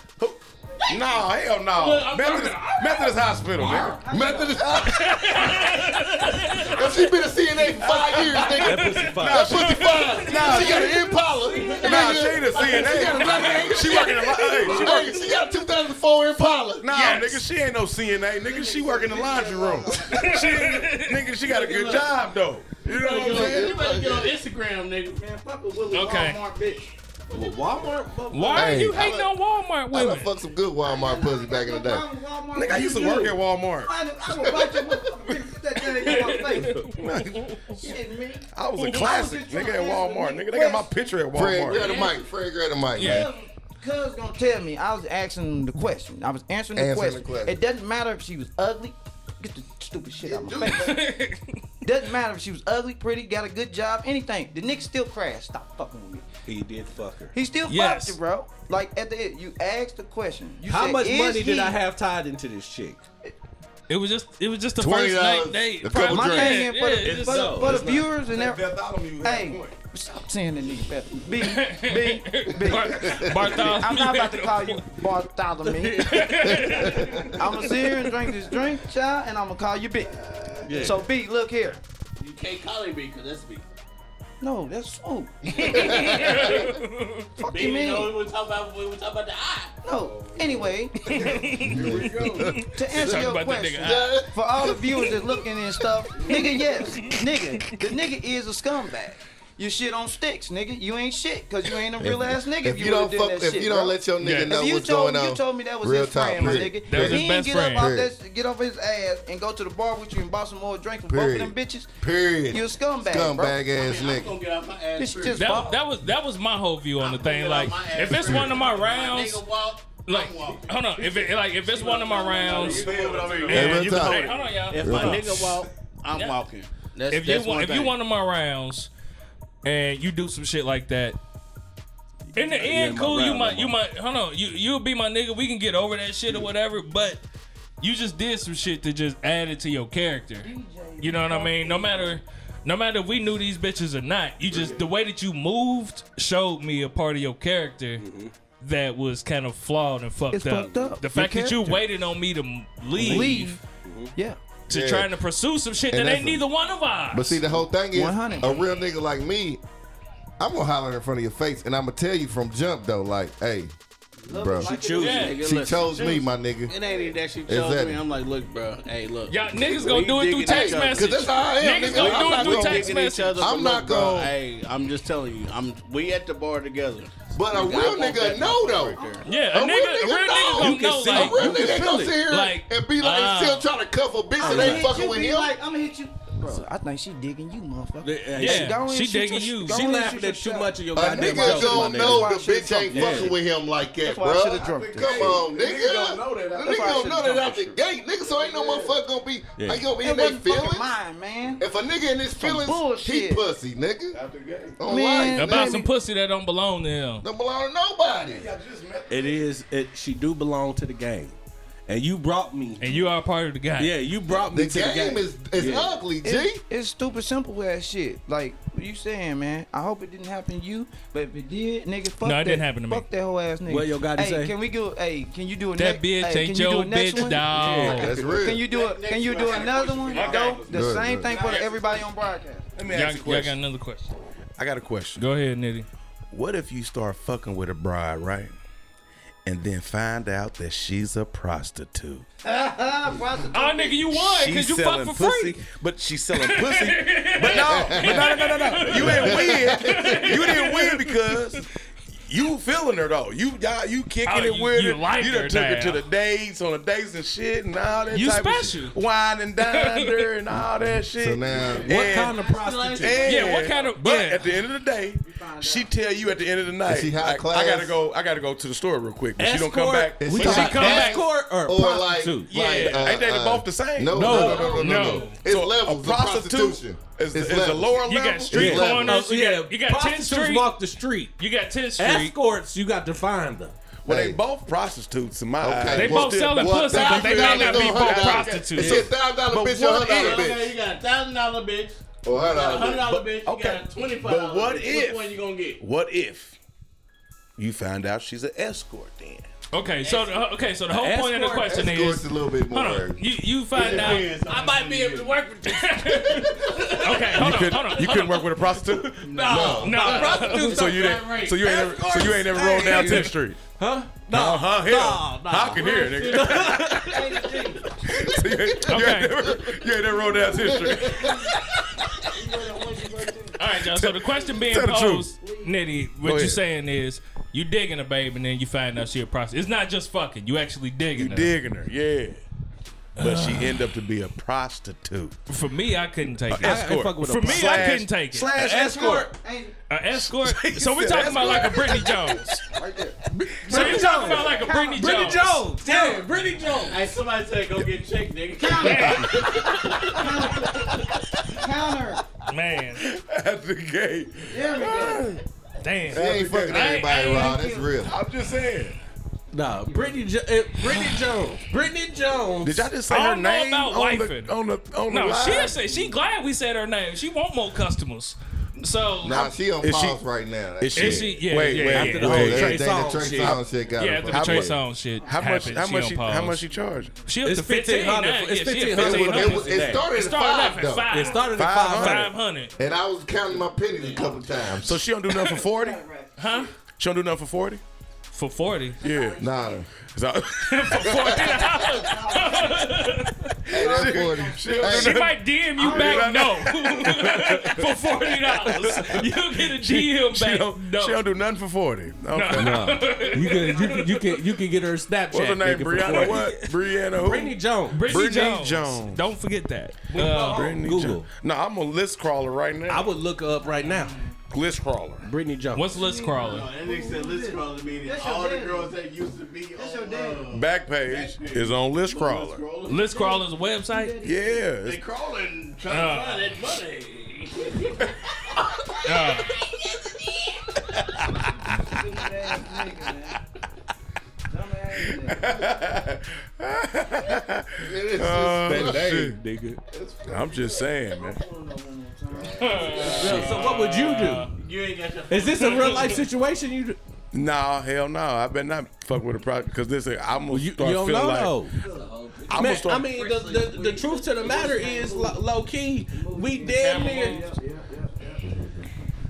Speaker 7: No, hell
Speaker 2: Look,
Speaker 7: no.
Speaker 2: I'm
Speaker 7: Methodist,
Speaker 2: talking-
Speaker 7: Methodist Hospital, nigga.
Speaker 3: Methodist. [LAUGHS] if she been a CNA for five years, nigga. That pussy fine. Nah, she got an Impala.
Speaker 7: Nah,
Speaker 3: Nigga.
Speaker 7: she ain't a
Speaker 3: She got a
Speaker 7: CNA.
Speaker 3: black-
Speaker 7: She working the hey, she
Speaker 3: Hey, she got a 2004 Impala.
Speaker 7: Nah, nigga, she ain't no CNA. Nigga, she work in the laundry room. she, nigga, she got a good job though. You know what I'm saying?
Speaker 4: You better get on Instagram, nigga.
Speaker 5: Man, fuck a Willie
Speaker 2: Okay.
Speaker 5: Walmart bitch.
Speaker 2: Why are
Speaker 3: Hey,
Speaker 2: you hating on Walmart
Speaker 3: I done
Speaker 2: women?
Speaker 3: fuck some good Walmart pussy back in the day.
Speaker 7: Nigga, I used to work at Walmart.
Speaker 5: I would bite your motherfucking bitch, put that thing in my face. Shit, man.
Speaker 7: I was a
Speaker 5: Ooh.
Speaker 7: classic,
Speaker 5: I was just
Speaker 7: nigga,
Speaker 5: trying
Speaker 7: at
Speaker 5: to ask
Speaker 7: Walmart.
Speaker 5: the
Speaker 7: Nigga, they got my
Speaker 5: question.
Speaker 7: picture at
Speaker 3: Fred, grab
Speaker 7: Walmart.
Speaker 3: the mic. Fred, grab the mic.
Speaker 2: Yeah.
Speaker 3: man.
Speaker 5: Cuz gonna tell me. I was asking the question. I was answering the,
Speaker 3: Answering
Speaker 5: question.
Speaker 3: the question.
Speaker 5: It doesn't matter if she was ugly. Get the stupid shit out of my face. [LAUGHS] doesn't matter if she was ugly, pretty, got a good job, anything. The nigga still crashed. Stop fucking with me.
Speaker 6: He did fuck her.
Speaker 5: He still
Speaker 2: Yes.
Speaker 5: fucked you, bro. Like at the end, you asked the question. You
Speaker 6: How
Speaker 5: said,
Speaker 6: much
Speaker 5: "Is
Speaker 6: money did
Speaker 5: he-"
Speaker 6: I have tied into this chick?
Speaker 2: It was just, it was just the
Speaker 3: $20,
Speaker 2: first night date.
Speaker 3: a couple
Speaker 5: My
Speaker 3: drinks.
Speaker 5: thing is for
Speaker 2: Yeah,
Speaker 5: the,
Speaker 2: it's
Speaker 5: for the,
Speaker 2: so-
Speaker 5: for the
Speaker 6: it's not-
Speaker 5: viewers and everything.
Speaker 7: Bartholomew had a
Speaker 5: Hey,
Speaker 7: point.
Speaker 5: stop saying that nigga [LAUGHS] Beth. B, B, B.
Speaker 2: Bar- Bartholomew.
Speaker 5: I'm not about to call you Bartholomew.
Speaker 2: [LAUGHS]
Speaker 5: I'm gonna sit here and drink this drink, child, and I'm gonna call you B. So B, look here.
Speaker 4: You can't call him because that's me.
Speaker 5: No, that's so. Fuck
Speaker 4: They
Speaker 5: you,
Speaker 4: didn't know
Speaker 5: man.
Speaker 4: we were talking about we were talking about the eye.
Speaker 2: Oh.
Speaker 5: No. Oh, Anyway,
Speaker 2: [LAUGHS]
Speaker 5: [LAUGHS] to answer
Speaker 2: Talking
Speaker 5: your
Speaker 2: about that
Speaker 5: question,
Speaker 2: nigga eye.
Speaker 5: for all the viewers that looking
Speaker 2: [LAUGHS]
Speaker 5: and stuff, nigga, yes, nigga, the nigga is a scumbag. Your shit on sticks, nigga. You ain't shit, cause you ain't a real ass nigga.
Speaker 3: If you, don't
Speaker 5: would've did
Speaker 3: fuck,
Speaker 5: that
Speaker 3: if
Speaker 5: shit,
Speaker 3: you don't
Speaker 5: bro.
Speaker 3: let your nigga
Speaker 2: Yeah.
Speaker 3: know
Speaker 5: If you
Speaker 3: what's
Speaker 5: told
Speaker 3: going
Speaker 5: me,
Speaker 3: on,
Speaker 5: you told me that was
Speaker 3: real
Speaker 5: his
Speaker 3: talk,
Speaker 5: friend, my
Speaker 3: period.
Speaker 5: nigga.
Speaker 2: That was
Speaker 5: if
Speaker 2: his
Speaker 5: he
Speaker 2: best
Speaker 5: didn't get
Speaker 2: friend.
Speaker 5: up off
Speaker 3: Period.
Speaker 5: that, get off his ass and go to the bar with you and buy some more drink from both of them bitches,
Speaker 3: Period.
Speaker 5: you a scumbag,
Speaker 3: Scumbag
Speaker 5: bro.
Speaker 3: ass
Speaker 4: I'm
Speaker 3: nigga.
Speaker 4: gonna get out my ass.
Speaker 5: This
Speaker 4: first.
Speaker 5: just
Speaker 2: That, that was that was my whole view on the thing.
Speaker 4: Get out
Speaker 2: Like,
Speaker 4: my ass
Speaker 2: if it's
Speaker 4: first.
Speaker 2: one of my
Speaker 4: If
Speaker 2: rounds,
Speaker 4: nigga walk,
Speaker 2: like,
Speaker 4: I'm walking.
Speaker 2: hold on. If it, like if it's one of my rounds,
Speaker 7: You feel what I mean?
Speaker 3: Hey,
Speaker 2: and
Speaker 3: real
Speaker 2: you,
Speaker 3: talk.
Speaker 2: hey, hold on, y'all.
Speaker 4: If my nigga walk, I'm
Speaker 2: Yeah.
Speaker 4: walking. That's,
Speaker 2: if you
Speaker 4: that's
Speaker 2: want,
Speaker 4: one
Speaker 2: if you
Speaker 4: thing.
Speaker 2: one of my rounds, and you do some shit like that, in the end,
Speaker 6: my
Speaker 2: cool. You
Speaker 6: round,
Speaker 2: might, you
Speaker 6: my-
Speaker 2: might, hold on. You you'll be my nigga. We can get over that shit or whatever. But you just did some shit that just added to your character. You know what I mean? No matter. No matter if we knew these bitches or not, you just the way that you moved showed me a part of your character
Speaker 3: Mm-hmm.
Speaker 2: that was kind of flawed and fucked,
Speaker 5: It's
Speaker 2: up.
Speaker 5: fucked up.
Speaker 2: The
Speaker 5: Your
Speaker 2: fact that you
Speaker 5: character.
Speaker 2: waited on me to m- leave,
Speaker 5: leave. Yeah.
Speaker 2: to
Speaker 3: Yeah.
Speaker 2: trying to pursue some shit
Speaker 3: And
Speaker 2: that ain't
Speaker 3: that's a-
Speaker 2: neither one of us.
Speaker 3: But see, the whole thing is,
Speaker 5: 100.
Speaker 3: a real nigga like me, I'm gonna holler in front of your face, and I'm gonna tell you from jump though, like, hey, bro, she,
Speaker 4: choose,
Speaker 2: Yeah.
Speaker 4: nigga, listen.
Speaker 3: chose me, my nigga.
Speaker 4: It ain't even that she chose
Speaker 3: Exactly.
Speaker 4: me. I'm like, look, bro. Hey, look.
Speaker 2: Y'all niggas
Speaker 4: We
Speaker 2: gonna do it through
Speaker 4: digging
Speaker 2: text
Speaker 4: each other.
Speaker 2: message.
Speaker 3: Cause that's how I am,
Speaker 2: Niggas
Speaker 3: nigga.
Speaker 2: gonna do
Speaker 3: I'm
Speaker 2: it
Speaker 3: not
Speaker 2: through
Speaker 3: gonna-
Speaker 2: text
Speaker 4: Digging each
Speaker 2: message.
Speaker 4: other, but
Speaker 3: I'm not
Speaker 4: look, bro,
Speaker 3: gonna-
Speaker 4: Hey, I'm just telling you. I'm. We at the bar together.
Speaker 3: But a real nigga know though.
Speaker 2: Yeah, a, nigga, a real
Speaker 3: A real nigga
Speaker 2: nigga
Speaker 3: know.
Speaker 2: gonna
Speaker 3: You
Speaker 2: know,
Speaker 3: A
Speaker 2: like,
Speaker 3: real nigga ain't gonna sit here
Speaker 2: Like,
Speaker 3: and be like
Speaker 2: ah.
Speaker 3: still trying to cuff a bitch that ain't fucking with him.
Speaker 5: I'm gonna hit you. Bro, I think she digging you, motherfucker.
Speaker 2: yeah,
Speaker 5: Don't
Speaker 2: she
Speaker 5: shoot your-
Speaker 2: digging you.
Speaker 5: don't
Speaker 1: She
Speaker 5: shoot
Speaker 1: laughing
Speaker 5: your
Speaker 1: at too
Speaker 5: shot.
Speaker 1: much of your
Speaker 3: A
Speaker 1: goddamn
Speaker 3: nigga
Speaker 1: jokes, my
Speaker 3: don't
Speaker 1: nigga.
Speaker 3: know the
Speaker 5: That's why
Speaker 3: bitch
Speaker 5: I
Speaker 3: ain't
Speaker 5: should've
Speaker 3: fucking with him like that,
Speaker 5: That's why I
Speaker 3: bro.
Speaker 5: should've drunk
Speaker 3: Come
Speaker 5: this.
Speaker 3: on, nigga.
Speaker 7: Niggas don't know that.
Speaker 3: Nigga
Speaker 7: That's why I
Speaker 3: don't know
Speaker 7: should've
Speaker 3: that out
Speaker 7: drunk
Speaker 3: the
Speaker 7: this
Speaker 3: gate. Nigga, so ain't no motherfucker gonna be.
Speaker 1: Yeah.
Speaker 3: Ain't gonna be
Speaker 5: It
Speaker 3: in their
Speaker 5: wasn't fucking
Speaker 3: feelings.
Speaker 5: mine, man.
Speaker 3: If a nigga in his feelings, he
Speaker 5: bullshit.
Speaker 3: pussy, nigga.
Speaker 7: After game.
Speaker 3: On
Speaker 5: Man.
Speaker 3: life,
Speaker 2: about
Speaker 3: nigga.
Speaker 2: some pussy that don't belong to him.
Speaker 3: Don't belong to nobody.
Speaker 1: It is. It. She do belong to the game, and you brought me.
Speaker 2: And you are part of the guy.
Speaker 1: Yeah, you brought me
Speaker 3: The
Speaker 1: to the
Speaker 3: game
Speaker 1: game.
Speaker 3: is is
Speaker 1: Yeah.
Speaker 3: ugly, G.
Speaker 5: It's, it's stupid simple ass shit. Like what you saying, man? I hope it didn't happen to you, but if it did, nigga, fuck
Speaker 2: No, it
Speaker 5: that.
Speaker 2: didn't happen to me.
Speaker 5: Fuck that whole ass nigga.
Speaker 1: What your goddess
Speaker 5: hey,
Speaker 1: say?
Speaker 5: Can we go? Hey, can you do a
Speaker 2: That
Speaker 5: next-
Speaker 2: bitch
Speaker 5: hey,
Speaker 2: ain't
Speaker 5: can you do
Speaker 2: your
Speaker 5: a next
Speaker 2: bitch,
Speaker 5: one?
Speaker 2: dog.
Speaker 3: That's real.
Speaker 5: Can you do a? Can you do another one? though? The
Speaker 3: Good,
Speaker 5: same
Speaker 3: good.
Speaker 5: thing for everybody on broadcast.
Speaker 7: Let me
Speaker 2: Y'all,
Speaker 7: ask you
Speaker 2: y'all got
Speaker 7: a question.
Speaker 2: another question.
Speaker 7: I got a question.
Speaker 2: Go ahead, Nitty.
Speaker 7: What if you start fucking with a bride, right? And then find out that she's a prostitute.
Speaker 2: Oh, nigga, you won because you fuck for
Speaker 7: pussy,
Speaker 2: free. [LAUGHS]
Speaker 7: but she's selling [LAUGHS] pussy. But no, but no, no, no, no, no.
Speaker 3: [LAUGHS]
Speaker 7: You didn't win. You didn't win because you feeling her though. You y'all, you kicking
Speaker 2: Oh,
Speaker 7: it
Speaker 2: you-
Speaker 7: with
Speaker 2: you
Speaker 7: her.
Speaker 2: like
Speaker 7: you done
Speaker 2: her
Speaker 7: took her to
Speaker 2: now.
Speaker 7: the dates on the dates and shit and all that.
Speaker 2: You
Speaker 7: type
Speaker 2: special.
Speaker 7: Of shit. Wine
Speaker 2: [LAUGHS]
Speaker 7: and dined her and all that shit.
Speaker 3: So now,
Speaker 7: And-
Speaker 1: of prostitute?
Speaker 7: and-
Speaker 2: Yeah, what kind of-
Speaker 7: But
Speaker 2: yeah.
Speaker 7: at the end of the day, she tell you at the end of the night.
Speaker 3: Is she high
Speaker 7: like, I
Speaker 3: class?
Speaker 7: gotta go. I gotta go to the store real quick. But she don't come
Speaker 1: Escort?
Speaker 7: back.
Speaker 3: Is
Speaker 7: But
Speaker 3: she
Speaker 7: she
Speaker 3: high
Speaker 7: come back.
Speaker 1: Escort or,
Speaker 3: Or like,
Speaker 1: prostitute?
Speaker 7: Yeah,
Speaker 3: like, uh,
Speaker 7: ain't they
Speaker 3: uh,
Speaker 7: both the same?
Speaker 3: No, no, no, no, no, no.
Speaker 2: no.
Speaker 3: It's
Speaker 7: So
Speaker 3: levels.
Speaker 7: A
Speaker 3: of
Speaker 7: prostitute
Speaker 3: prostitution.
Speaker 7: is,
Speaker 3: It's
Speaker 7: is the
Speaker 3: levels.
Speaker 7: lower
Speaker 2: You
Speaker 7: level.
Speaker 2: got street
Speaker 3: Level.
Speaker 2: corners. You
Speaker 1: Oh, yeah,
Speaker 2: got, you got 10th
Speaker 1: prostitutes
Speaker 2: Street.
Speaker 1: walk the street.
Speaker 2: You got 10th Street.
Speaker 1: Escorts, you got to find them.
Speaker 7: Well,
Speaker 3: Hey.
Speaker 7: they both prostitutes in my
Speaker 3: Okay.
Speaker 7: eyes.
Speaker 2: They
Speaker 7: But
Speaker 2: both
Speaker 7: still-
Speaker 2: selling
Speaker 3: What
Speaker 2: pussy, but
Speaker 3: thousand
Speaker 2: they may
Speaker 3: dollars
Speaker 2: not be
Speaker 3: on
Speaker 2: both
Speaker 3: her dollar.
Speaker 2: prostitutes.
Speaker 3: It's a thousand dollar bitch or hundred dollar
Speaker 7: what if-
Speaker 3: bitch
Speaker 4: Okay, you got a thousand dollar bitch,
Speaker 3: or hundred
Speaker 4: a hundred
Speaker 3: dollar bitch.
Speaker 4: dollar bitch, you
Speaker 7: okay.
Speaker 4: got a twenty five.
Speaker 7: But what if-
Speaker 4: Which one you gonna get?
Speaker 7: What if you find out she's an escort then?
Speaker 2: Okay, so the, uh, okay, so the whole point of the
Speaker 1: Escort-
Speaker 2: question
Speaker 3: That's
Speaker 2: is,
Speaker 3: a little bit more.
Speaker 2: hold on, you you find out.
Speaker 4: I might be able to work with this.
Speaker 2: Okay, hold on,
Speaker 7: Could-
Speaker 2: hold on.
Speaker 7: you couldn't work with a prostitute,
Speaker 4: No,
Speaker 2: No.
Speaker 4: prostitutes
Speaker 7: so
Speaker 4: don't
Speaker 7: you
Speaker 4: drive
Speaker 7: didn't.
Speaker 4: right.
Speaker 7: So you ain't ever. So you ain't ever rolled down 10th Street, huh? No, huh? Hell, I can hear it. Nigga. [LAUGHS] so you, ain't, you,
Speaker 2: Okay.
Speaker 7: ain't never, you ain't never rolled down 10th Street.
Speaker 2: All right, y'all. So the question being
Speaker 7: Tell the
Speaker 2: posed, Nitty, what
Speaker 7: Go
Speaker 2: you're
Speaker 7: ahead.
Speaker 2: saying is you digging a babe and then you find out she a prostitute. It's not just fucking. You actually digging
Speaker 7: You
Speaker 2: her.
Speaker 7: digging her, yeah. But she end up to be a prostitute.
Speaker 2: For me, Uh. I couldn't take it.
Speaker 7: Uh, escort.
Speaker 1: fuck with a
Speaker 2: For me, I
Speaker 7: Slash-
Speaker 2: couldn't take it.
Speaker 1: Slash escort.
Speaker 2: An
Speaker 7: [LAUGHS]
Speaker 2: escort. So we're
Speaker 7: said
Speaker 2: talking about like a Britney
Speaker 7: [LAUGHS]
Speaker 2: Jones. So you're talking about like a Britney Jones.
Speaker 1: Brittany Jones. Damn,
Speaker 4: Brittany Jones. Hey, somebody said go get checked, nigga.
Speaker 5: Counter.
Speaker 2: Man,
Speaker 7: [LAUGHS] At the gate.
Speaker 5: There we go.
Speaker 2: damn.
Speaker 3: She ain't fucking everybody, Ron. That's real.
Speaker 7: I'm just saying.
Speaker 1: No, Brittany, jo- eh, Brittany Jones. Brittany Jones.
Speaker 7: Did y'all just say
Speaker 2: I
Speaker 7: her
Speaker 2: don't know
Speaker 7: name
Speaker 2: about
Speaker 7: on,
Speaker 2: wifing.
Speaker 7: the, on the on the
Speaker 2: No,
Speaker 7: live?
Speaker 2: she is- she glad we said her name. She want more customers. So
Speaker 3: Nah, she on
Speaker 7: Is she-
Speaker 3: pause right now. Oh,
Speaker 2: Is she? Yeah,
Speaker 7: wait,
Speaker 2: yeah,
Speaker 7: wait,
Speaker 2: yeah.
Speaker 7: after
Speaker 1: the
Speaker 7: wait.
Speaker 1: whole
Speaker 3: Wait,
Speaker 1: Trey
Speaker 3: everything that
Speaker 1: Song
Speaker 3: Trey
Speaker 1: shit.
Speaker 3: Song shit got
Speaker 2: yeah,
Speaker 3: her
Speaker 2: after the
Speaker 3: fucking-
Speaker 2: Trey Song shit
Speaker 7: How much?
Speaker 2: happened,
Speaker 7: How
Speaker 2: she
Speaker 7: much?
Speaker 2: on
Speaker 7: She,
Speaker 2: pause.
Speaker 7: how much she charging?
Speaker 2: She up
Speaker 1: It's
Speaker 2: to 1500.
Speaker 1: 1500.
Speaker 2: Yeah,
Speaker 1: It's
Speaker 2: she up
Speaker 1: 1500.
Speaker 3: It, was-
Speaker 2: 1500.
Speaker 3: it started
Speaker 2: It
Speaker 3: at
Speaker 2: started off
Speaker 3: five
Speaker 2: at
Speaker 3: though,
Speaker 2: five.
Speaker 1: It started at
Speaker 7: 500.
Speaker 1: 500.
Speaker 2: 500.
Speaker 3: and I was counting my pennies a couple times.
Speaker 7: So she don't do nothing for forty?
Speaker 2: Huh?
Speaker 7: She don't do nothing for forty?
Speaker 2: For
Speaker 7: [LAUGHS]
Speaker 2: 40.
Speaker 7: Yeah.
Speaker 3: Nah, nah.
Speaker 7: [LAUGHS] So,
Speaker 3: hey, that's forty.
Speaker 7: she
Speaker 3: Hey.
Speaker 7: don't do
Speaker 2: She
Speaker 7: nothing.
Speaker 2: might DM
Speaker 7: [LAUGHS]
Speaker 2: you back no [LAUGHS] for forty dollars. You'll get a DM
Speaker 7: She
Speaker 2: back
Speaker 7: don't,
Speaker 2: no.
Speaker 7: she don't do nothing for forty. Okay.
Speaker 1: You can you can you can you can get her Snapchat.
Speaker 7: What's her name?
Speaker 1: nigga, for
Speaker 7: Brianna?
Speaker 1: 40.
Speaker 7: What? Brianna? Who?
Speaker 1: Brittany Jones.
Speaker 2: Brittany,
Speaker 7: Britney
Speaker 2: Jones.
Speaker 7: Jones.
Speaker 2: Don't forget that. Uh,
Speaker 7: Brittany
Speaker 1: Google.
Speaker 7: Jones. No, I'm a list crawler right now.
Speaker 1: I would look her up right now.
Speaker 7: list crawler.
Speaker 1: Brittany Jones.
Speaker 2: what's list crawler?
Speaker 4: That nigga said, let's call the meeting.
Speaker 5: That's your
Speaker 4: All the
Speaker 5: dad.
Speaker 4: girls that used to be That's
Speaker 5: your
Speaker 4: on
Speaker 5: dad.
Speaker 4: uh,
Speaker 7: Backpage is on list crawler.
Speaker 4: Scroller.
Speaker 2: List crawler's a website.
Speaker 7: Yeah.
Speaker 4: They
Speaker 7: it's-
Speaker 4: crawling, trying
Speaker 2: Uh.
Speaker 4: to find that money.
Speaker 2: Uh,
Speaker 3: It is just-
Speaker 7: Oh, shit.
Speaker 1: nigga.
Speaker 7: I'm just saying, man.
Speaker 1: so what would you do?
Speaker 4: You ain't got your.
Speaker 1: Is this a
Speaker 2: [LAUGHS]
Speaker 1: real life situation? You
Speaker 7: Nah, hell no. I better not fuck with a product because this. I'm gonna
Speaker 1: you, you
Speaker 7: start
Speaker 1: don't
Speaker 7: feeling
Speaker 1: know
Speaker 7: like
Speaker 1: though.
Speaker 7: I'm
Speaker 1: Man,
Speaker 7: gonna start.
Speaker 1: I mean, the, the, the truth to the matter is, lo- low key, we damn near.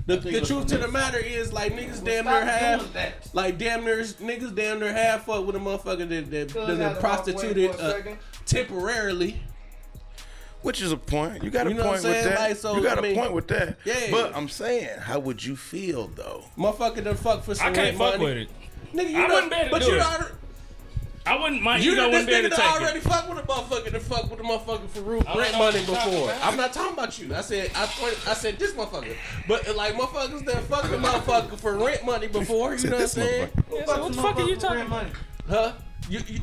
Speaker 1: The, the truth to the matter is, like niggas damn near half, like damn near niggas damn near half up with a motherfucker that uh, that, that,
Speaker 5: Cuz I had to walk away
Speaker 1: prostituted
Speaker 5: for a
Speaker 1: uh,
Speaker 5: second.
Speaker 1: temporarily.
Speaker 7: Which is a point. You got a
Speaker 1: You know what
Speaker 7: point
Speaker 1: I'm
Speaker 7: with
Speaker 1: saying?
Speaker 7: that.
Speaker 1: Like, so,
Speaker 7: you got
Speaker 1: I
Speaker 7: a
Speaker 1: mean,
Speaker 7: point with that.
Speaker 1: yeah.
Speaker 7: But I'm saying, how would you feel though?
Speaker 1: Motherfucker done fuck for some
Speaker 2: I can't
Speaker 1: rent
Speaker 2: fuck
Speaker 1: money.
Speaker 2: with it.
Speaker 1: Nigga, you
Speaker 2: I
Speaker 1: done-
Speaker 2: wouldn't be able to
Speaker 1: But
Speaker 2: do
Speaker 1: you
Speaker 2: it.
Speaker 1: done-
Speaker 2: I wouldn't. My
Speaker 1: You
Speaker 2: ego
Speaker 1: know this
Speaker 2: wouldn't be able
Speaker 1: nigga
Speaker 2: to
Speaker 1: done
Speaker 2: take
Speaker 1: already
Speaker 2: it.
Speaker 1: fuck with a motherfucker to fuck with a motherfucker for root,
Speaker 2: I don't
Speaker 1: rent
Speaker 2: know
Speaker 1: money
Speaker 2: what you're talking
Speaker 1: before.
Speaker 2: about.
Speaker 1: I'm not talking about you. I said I point, I said this motherfucker, but like motherfuckers that fuck a motherfucker for rent money before. You know what I'm saying?
Speaker 2: Yeah, so what the fuck are you talking about?
Speaker 1: Huh? You, you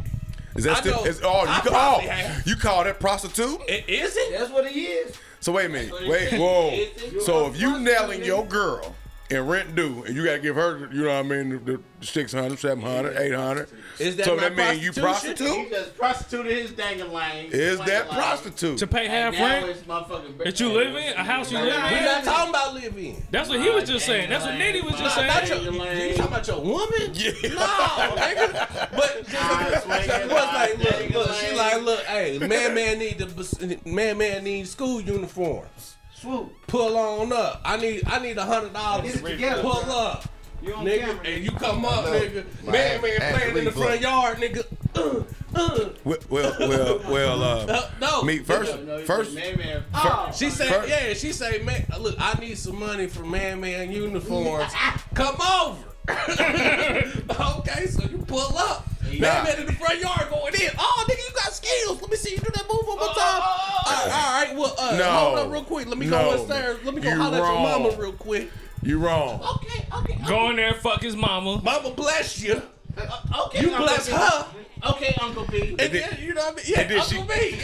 Speaker 7: Is
Speaker 1: I
Speaker 7: that still?
Speaker 1: know.
Speaker 7: Is, oh,
Speaker 1: I
Speaker 7: you call
Speaker 1: probably have.
Speaker 7: you call that prostitute?
Speaker 1: i- is it?
Speaker 5: That's what he is.
Speaker 7: So wait a minute. Wait, whoa. So if you nailing your girl and rent due, and you gotta give her, you know what I mean, the, the 600, 700, 800.
Speaker 1: Is that
Speaker 7: so
Speaker 1: not
Speaker 7: that mean you
Speaker 1: prostitution?
Speaker 7: prostitute?
Speaker 11: just prostituted his dangling lane.
Speaker 7: Is
Speaker 11: Like,
Speaker 7: that
Speaker 11: like,
Speaker 7: prostitute?
Speaker 2: To pay half
Speaker 11: and now
Speaker 2: rent
Speaker 11: it's motherfucking-
Speaker 2: that you live in, a house you live
Speaker 1: We're
Speaker 2: in.
Speaker 1: not talking about living.
Speaker 2: That's what he was just saying. That's what Nitty was just
Speaker 1: Nah, not your,
Speaker 2: saying.
Speaker 1: you, you talking about your woman? Yeah. No, nigga.
Speaker 2: [LAUGHS]
Speaker 1: But just, [LAUGHS]
Speaker 11: Eyes swinging,
Speaker 1: was like,
Speaker 11: eyes
Speaker 1: look,
Speaker 11: swinging,
Speaker 1: look. She
Speaker 11: like-
Speaker 1: like, look, hey, man, man need the man, man need school uniforms.
Speaker 5: Swoop.
Speaker 1: Pull on up. I need, I need a hundred dollars.
Speaker 5: Get it together,
Speaker 1: Pull
Speaker 5: bro.
Speaker 1: up.
Speaker 5: You on
Speaker 1: Nigga,
Speaker 5: camera.
Speaker 1: and you come up,
Speaker 3: No.
Speaker 1: nigga.
Speaker 3: My
Speaker 1: Man, man,
Speaker 3: ass- ass
Speaker 1: playing in the
Speaker 3: leaves
Speaker 1: front
Speaker 3: up.
Speaker 1: yard, nigga. Uh, uh.
Speaker 7: Well, well, well, well uh,
Speaker 1: [LAUGHS] No,
Speaker 7: me first,
Speaker 11: No, no,
Speaker 7: first,
Speaker 11: man, man.
Speaker 4: Oh.
Speaker 1: She said,
Speaker 7: First-
Speaker 1: yeah, she say, man, look, I need some money for man man
Speaker 5: [LAUGHS]
Speaker 1: uniforms. Come over. [LAUGHS] okay, so you pull up. Man man in the front yard going in. Oh, nigga, you got skills. Let me see you do that move one more time.
Speaker 5: Oh,
Speaker 1: all, right, all right, well, uh,
Speaker 7: No.
Speaker 1: hold up real quick. Let me
Speaker 7: No.
Speaker 1: go upstairs. Let me go
Speaker 7: You
Speaker 1: holler at your
Speaker 7: wrong.
Speaker 1: mama real quick.
Speaker 7: you wrong.
Speaker 11: Okay, okay.
Speaker 2: Go in there, fuck his mama.
Speaker 1: Mama bless you.
Speaker 11: uh, okay,
Speaker 1: You
Speaker 11: Uncle
Speaker 1: bless
Speaker 11: B.
Speaker 1: her.
Speaker 11: Okay, Uncle B.
Speaker 1: And then, you know what I mean? Yeah,
Speaker 7: then
Speaker 1: Uncle
Speaker 7: she-
Speaker 1: B.